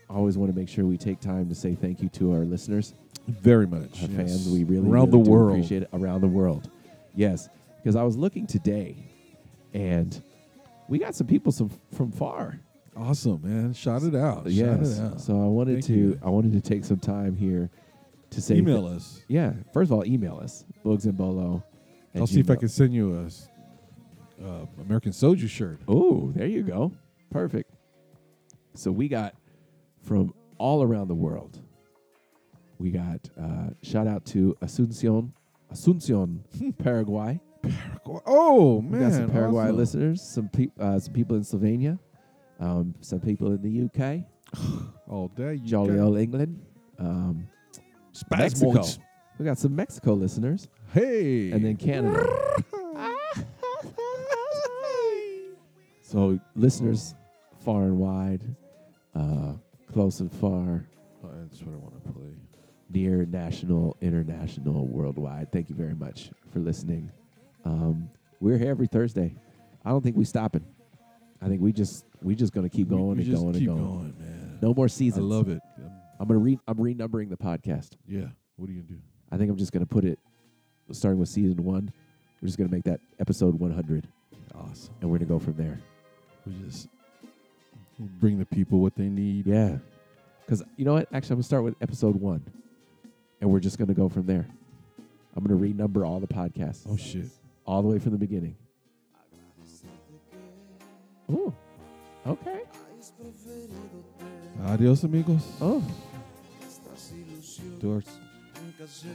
I always want to make sure we take time to say thank you to our listeners.
Very much.
Our
yes.
fans. We really,
Around
really
the
do
world.
appreciate it. Around the world. Yes. Because I was looking today and we got some people some, from far.
Awesome, man. Shout it out.
Yes.
Shout it out.
So I wanted
Thank
to
you.
I wanted to take some time here to say
Email
th-
us.
Yeah. First of all, email us. Bugs and Bolo. at
I'll see if I
gmail.
can send you a s- uh, American Soju shirt.
Oh, there you go. Perfect. So we got from all around the world. We got uh, shout out to Asuncion, Asuncion, Paraguay.
Hmm. Oh man,
We got some Paraguay
awesome.
listeners, some peop uh, some people in Slovenia, um, some people in the UK,
all day,
jolly
UK.
old England, um,
Spasmoids.
Mexico. We got some Mexico listeners.
Hey,
and then Canada. So listeners, far and wide, uh, close and far,
Oh, that's what I want to play.
near, national, international, worldwide. Thank you very much for listening. Um, we're here every Thursday. I don't think we stopping. I think we just we just gonna keep
We-
going
we
and
just
going
keep
and going.
going, man.
No more seasons.
I love it.
I'm gonna re I'm renumbering the podcast.
Yeah. What are you gonna do?
I think I'm just gonna put it starting with season one. We're just gonna make that episode 100.
Awesome.
And we're gonna go from there.
We just bring the people what they need.
Yeah. Because you know what? Actually, I'm going to start with episode one. And we're just going to go from there. I'm going to renumber all the podcasts.
Oh, shit.
All the way from the beginning. Ooh. Okay.
Adios, amigos.
Oh.
To our s-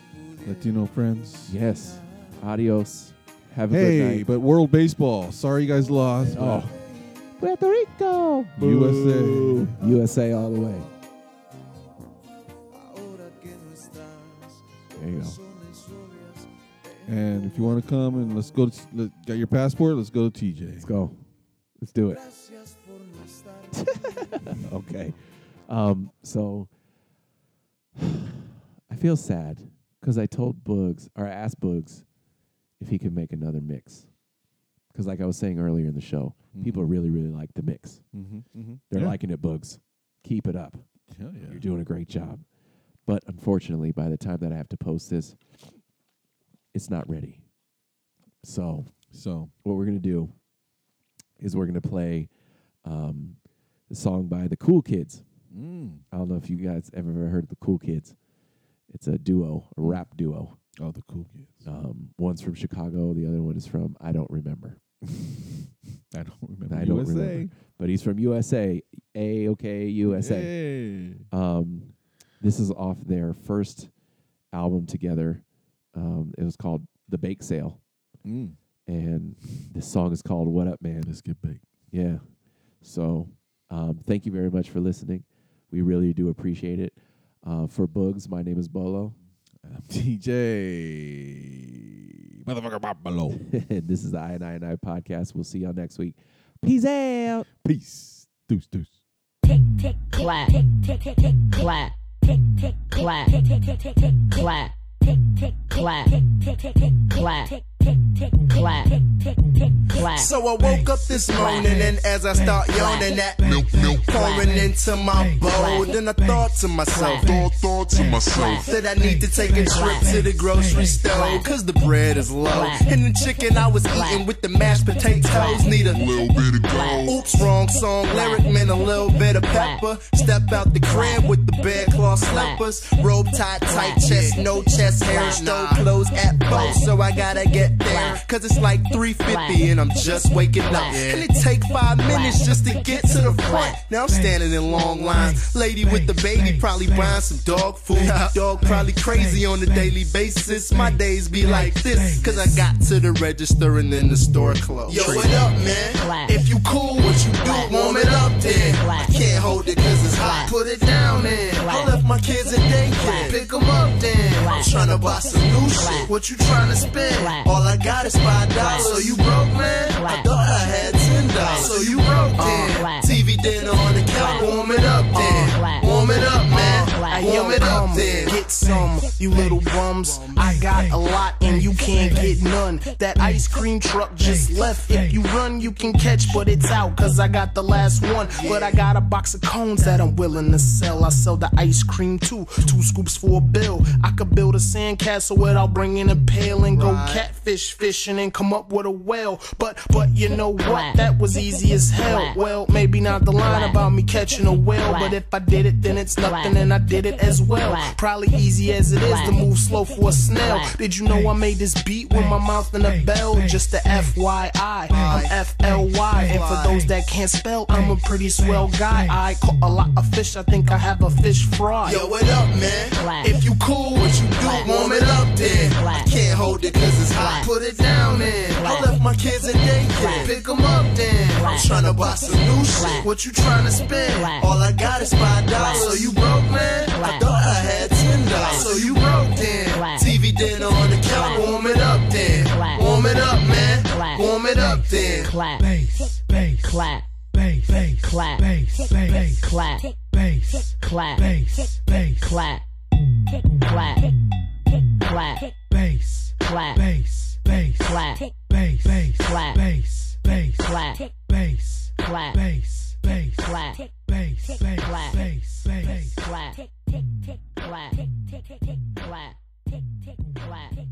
Latino friends.
Yes. Adios. Have a good
Hey,
night.
but World Baseball. Sorry you guys lost.
Oh. Puerto Rico.
but USA.
USA all the way. There you go.
And if you want to come and let's go, to, let, got your passport? Let's go to TJ. Let's
go. Let's do it. okay. Um, so I feel sad because I told Bugs or I asked Bugs if he could make another mix. Because, like I was saying earlier in the show, people really, really like the mix.
Mhm, mhm.
They're
Yeah.
liking it, Bugs. Keep it up. You're doing a great job. But unfortunately, by the time that I have to post this, it's not ready. So,
so
what we're gonna do is we're gonna play um, a song by the Cool Kids.
Mm.
I don't know if you guys ever ever heard of the Cool Kids. It's a duo, a rap duo.
Oh, the Cool Kids.
Um, one's from Chicago. The other one is from I don't remember.
I don't remember.
I don't
USA.
remember. But he's from USA. A okay USA.
Hey.
Um, this is off their first album together. Um, it was called The Bake Sale,
Mm.
and this song is called "What Up, Man."
Let's get baked.
Yeah. So, um, thank you very much for listening. We really do appreciate it. Uh, for Bugs, my name is Bolo.
I'm DJ. Motherfucker Bob Below.
and this is the I and I and I podcast. We'll see y'all next week. Peace out.
Peace. Deuce, deuce.
tick tick clap tick tick tick tick clap tick tick clap tick tick tick tick tick clap tick tick clap tick tick tick tick clap tick tick clap tick tick tick clap
So I woke up this morning and as I start yawning, that milk milk pouring into my bowl. Then I thought to myself, thought, thought to myself that I need to take a trip to the grocery store. Cause the bread is low. And the chicken I was eating with the mashed potatoes need a little bit of gold. Oops, wrong song lyric meant a little bit of pepper. Step out the crib with the bedcloth slippers. Robe tied tight chest, no chest hair, stole clothes at both. So I gotta get there. Cause it's like 350 and I'm just waking up. And it take five minutes just to get to the front. Now I'm standing in long lines. Lady with the baby probably buying some dog food. Dog probably crazy on a daily basis. My days be like this. Cause I got to the register and then the store closed. Yo, what up, man? If you cool, what you do, warm it up then. I can't hold it cause it's hot. Put it down then. I left my kids in daycare. Pick 'em up then. I'm trying to buy some new shit. What you trying to spend? All I got is five dollars. So you broke, man? I thought I had ten dollars. So you broke then. TV dinner on the couch. Warm it up then. Warm it up, man. Warm it up then.
Get some, you little bums. I got a lot and you can't get none. That ice cream truck just left. If you run, you can catch, but it's out cause I got the last one. But I got a box of cones that I'm willing to sell. I sell the ice cream too. Two scoops for a bill. I could build a sandcastle without bringing a pail and go catfish fishing and come up with a whale. But, but you know what? That was easy as hell. Well, maybe not the line about me catching a whale, but if I did it, then it's nothing and I did it as well. Probably easy as it is to move slow for a snail. Did you know I made this beat with my mouth in a bell? Just a FYI, I'm FLY. And for those that can't spell, I'm a pretty swell guy. I caught a lot of fish, I think I have a fish fry.
Yo, what up, man? If you cool, what you do, warm it up then. I can't hold it cause it's hot. Put it down then. I left my kids in daycare. Pick 'em up then. I'm trying to buy some new shit. What you trying to spend? All I got is five dollars. So you broke, man? I thought I had ten dollars. So you broke then. TV dinner on the couch. Warm it up then. Warm it up, man. Warm it up then.
clap bass bass clap bass bass clap bass bass clap bass clap bass bass clap tick clap tick clap bass clap bass bass clap bass bass clap bass bass clap bass clap bass bass clap bass bass clap bass bass clap tick tick clap tick tick tick clap tick tick clap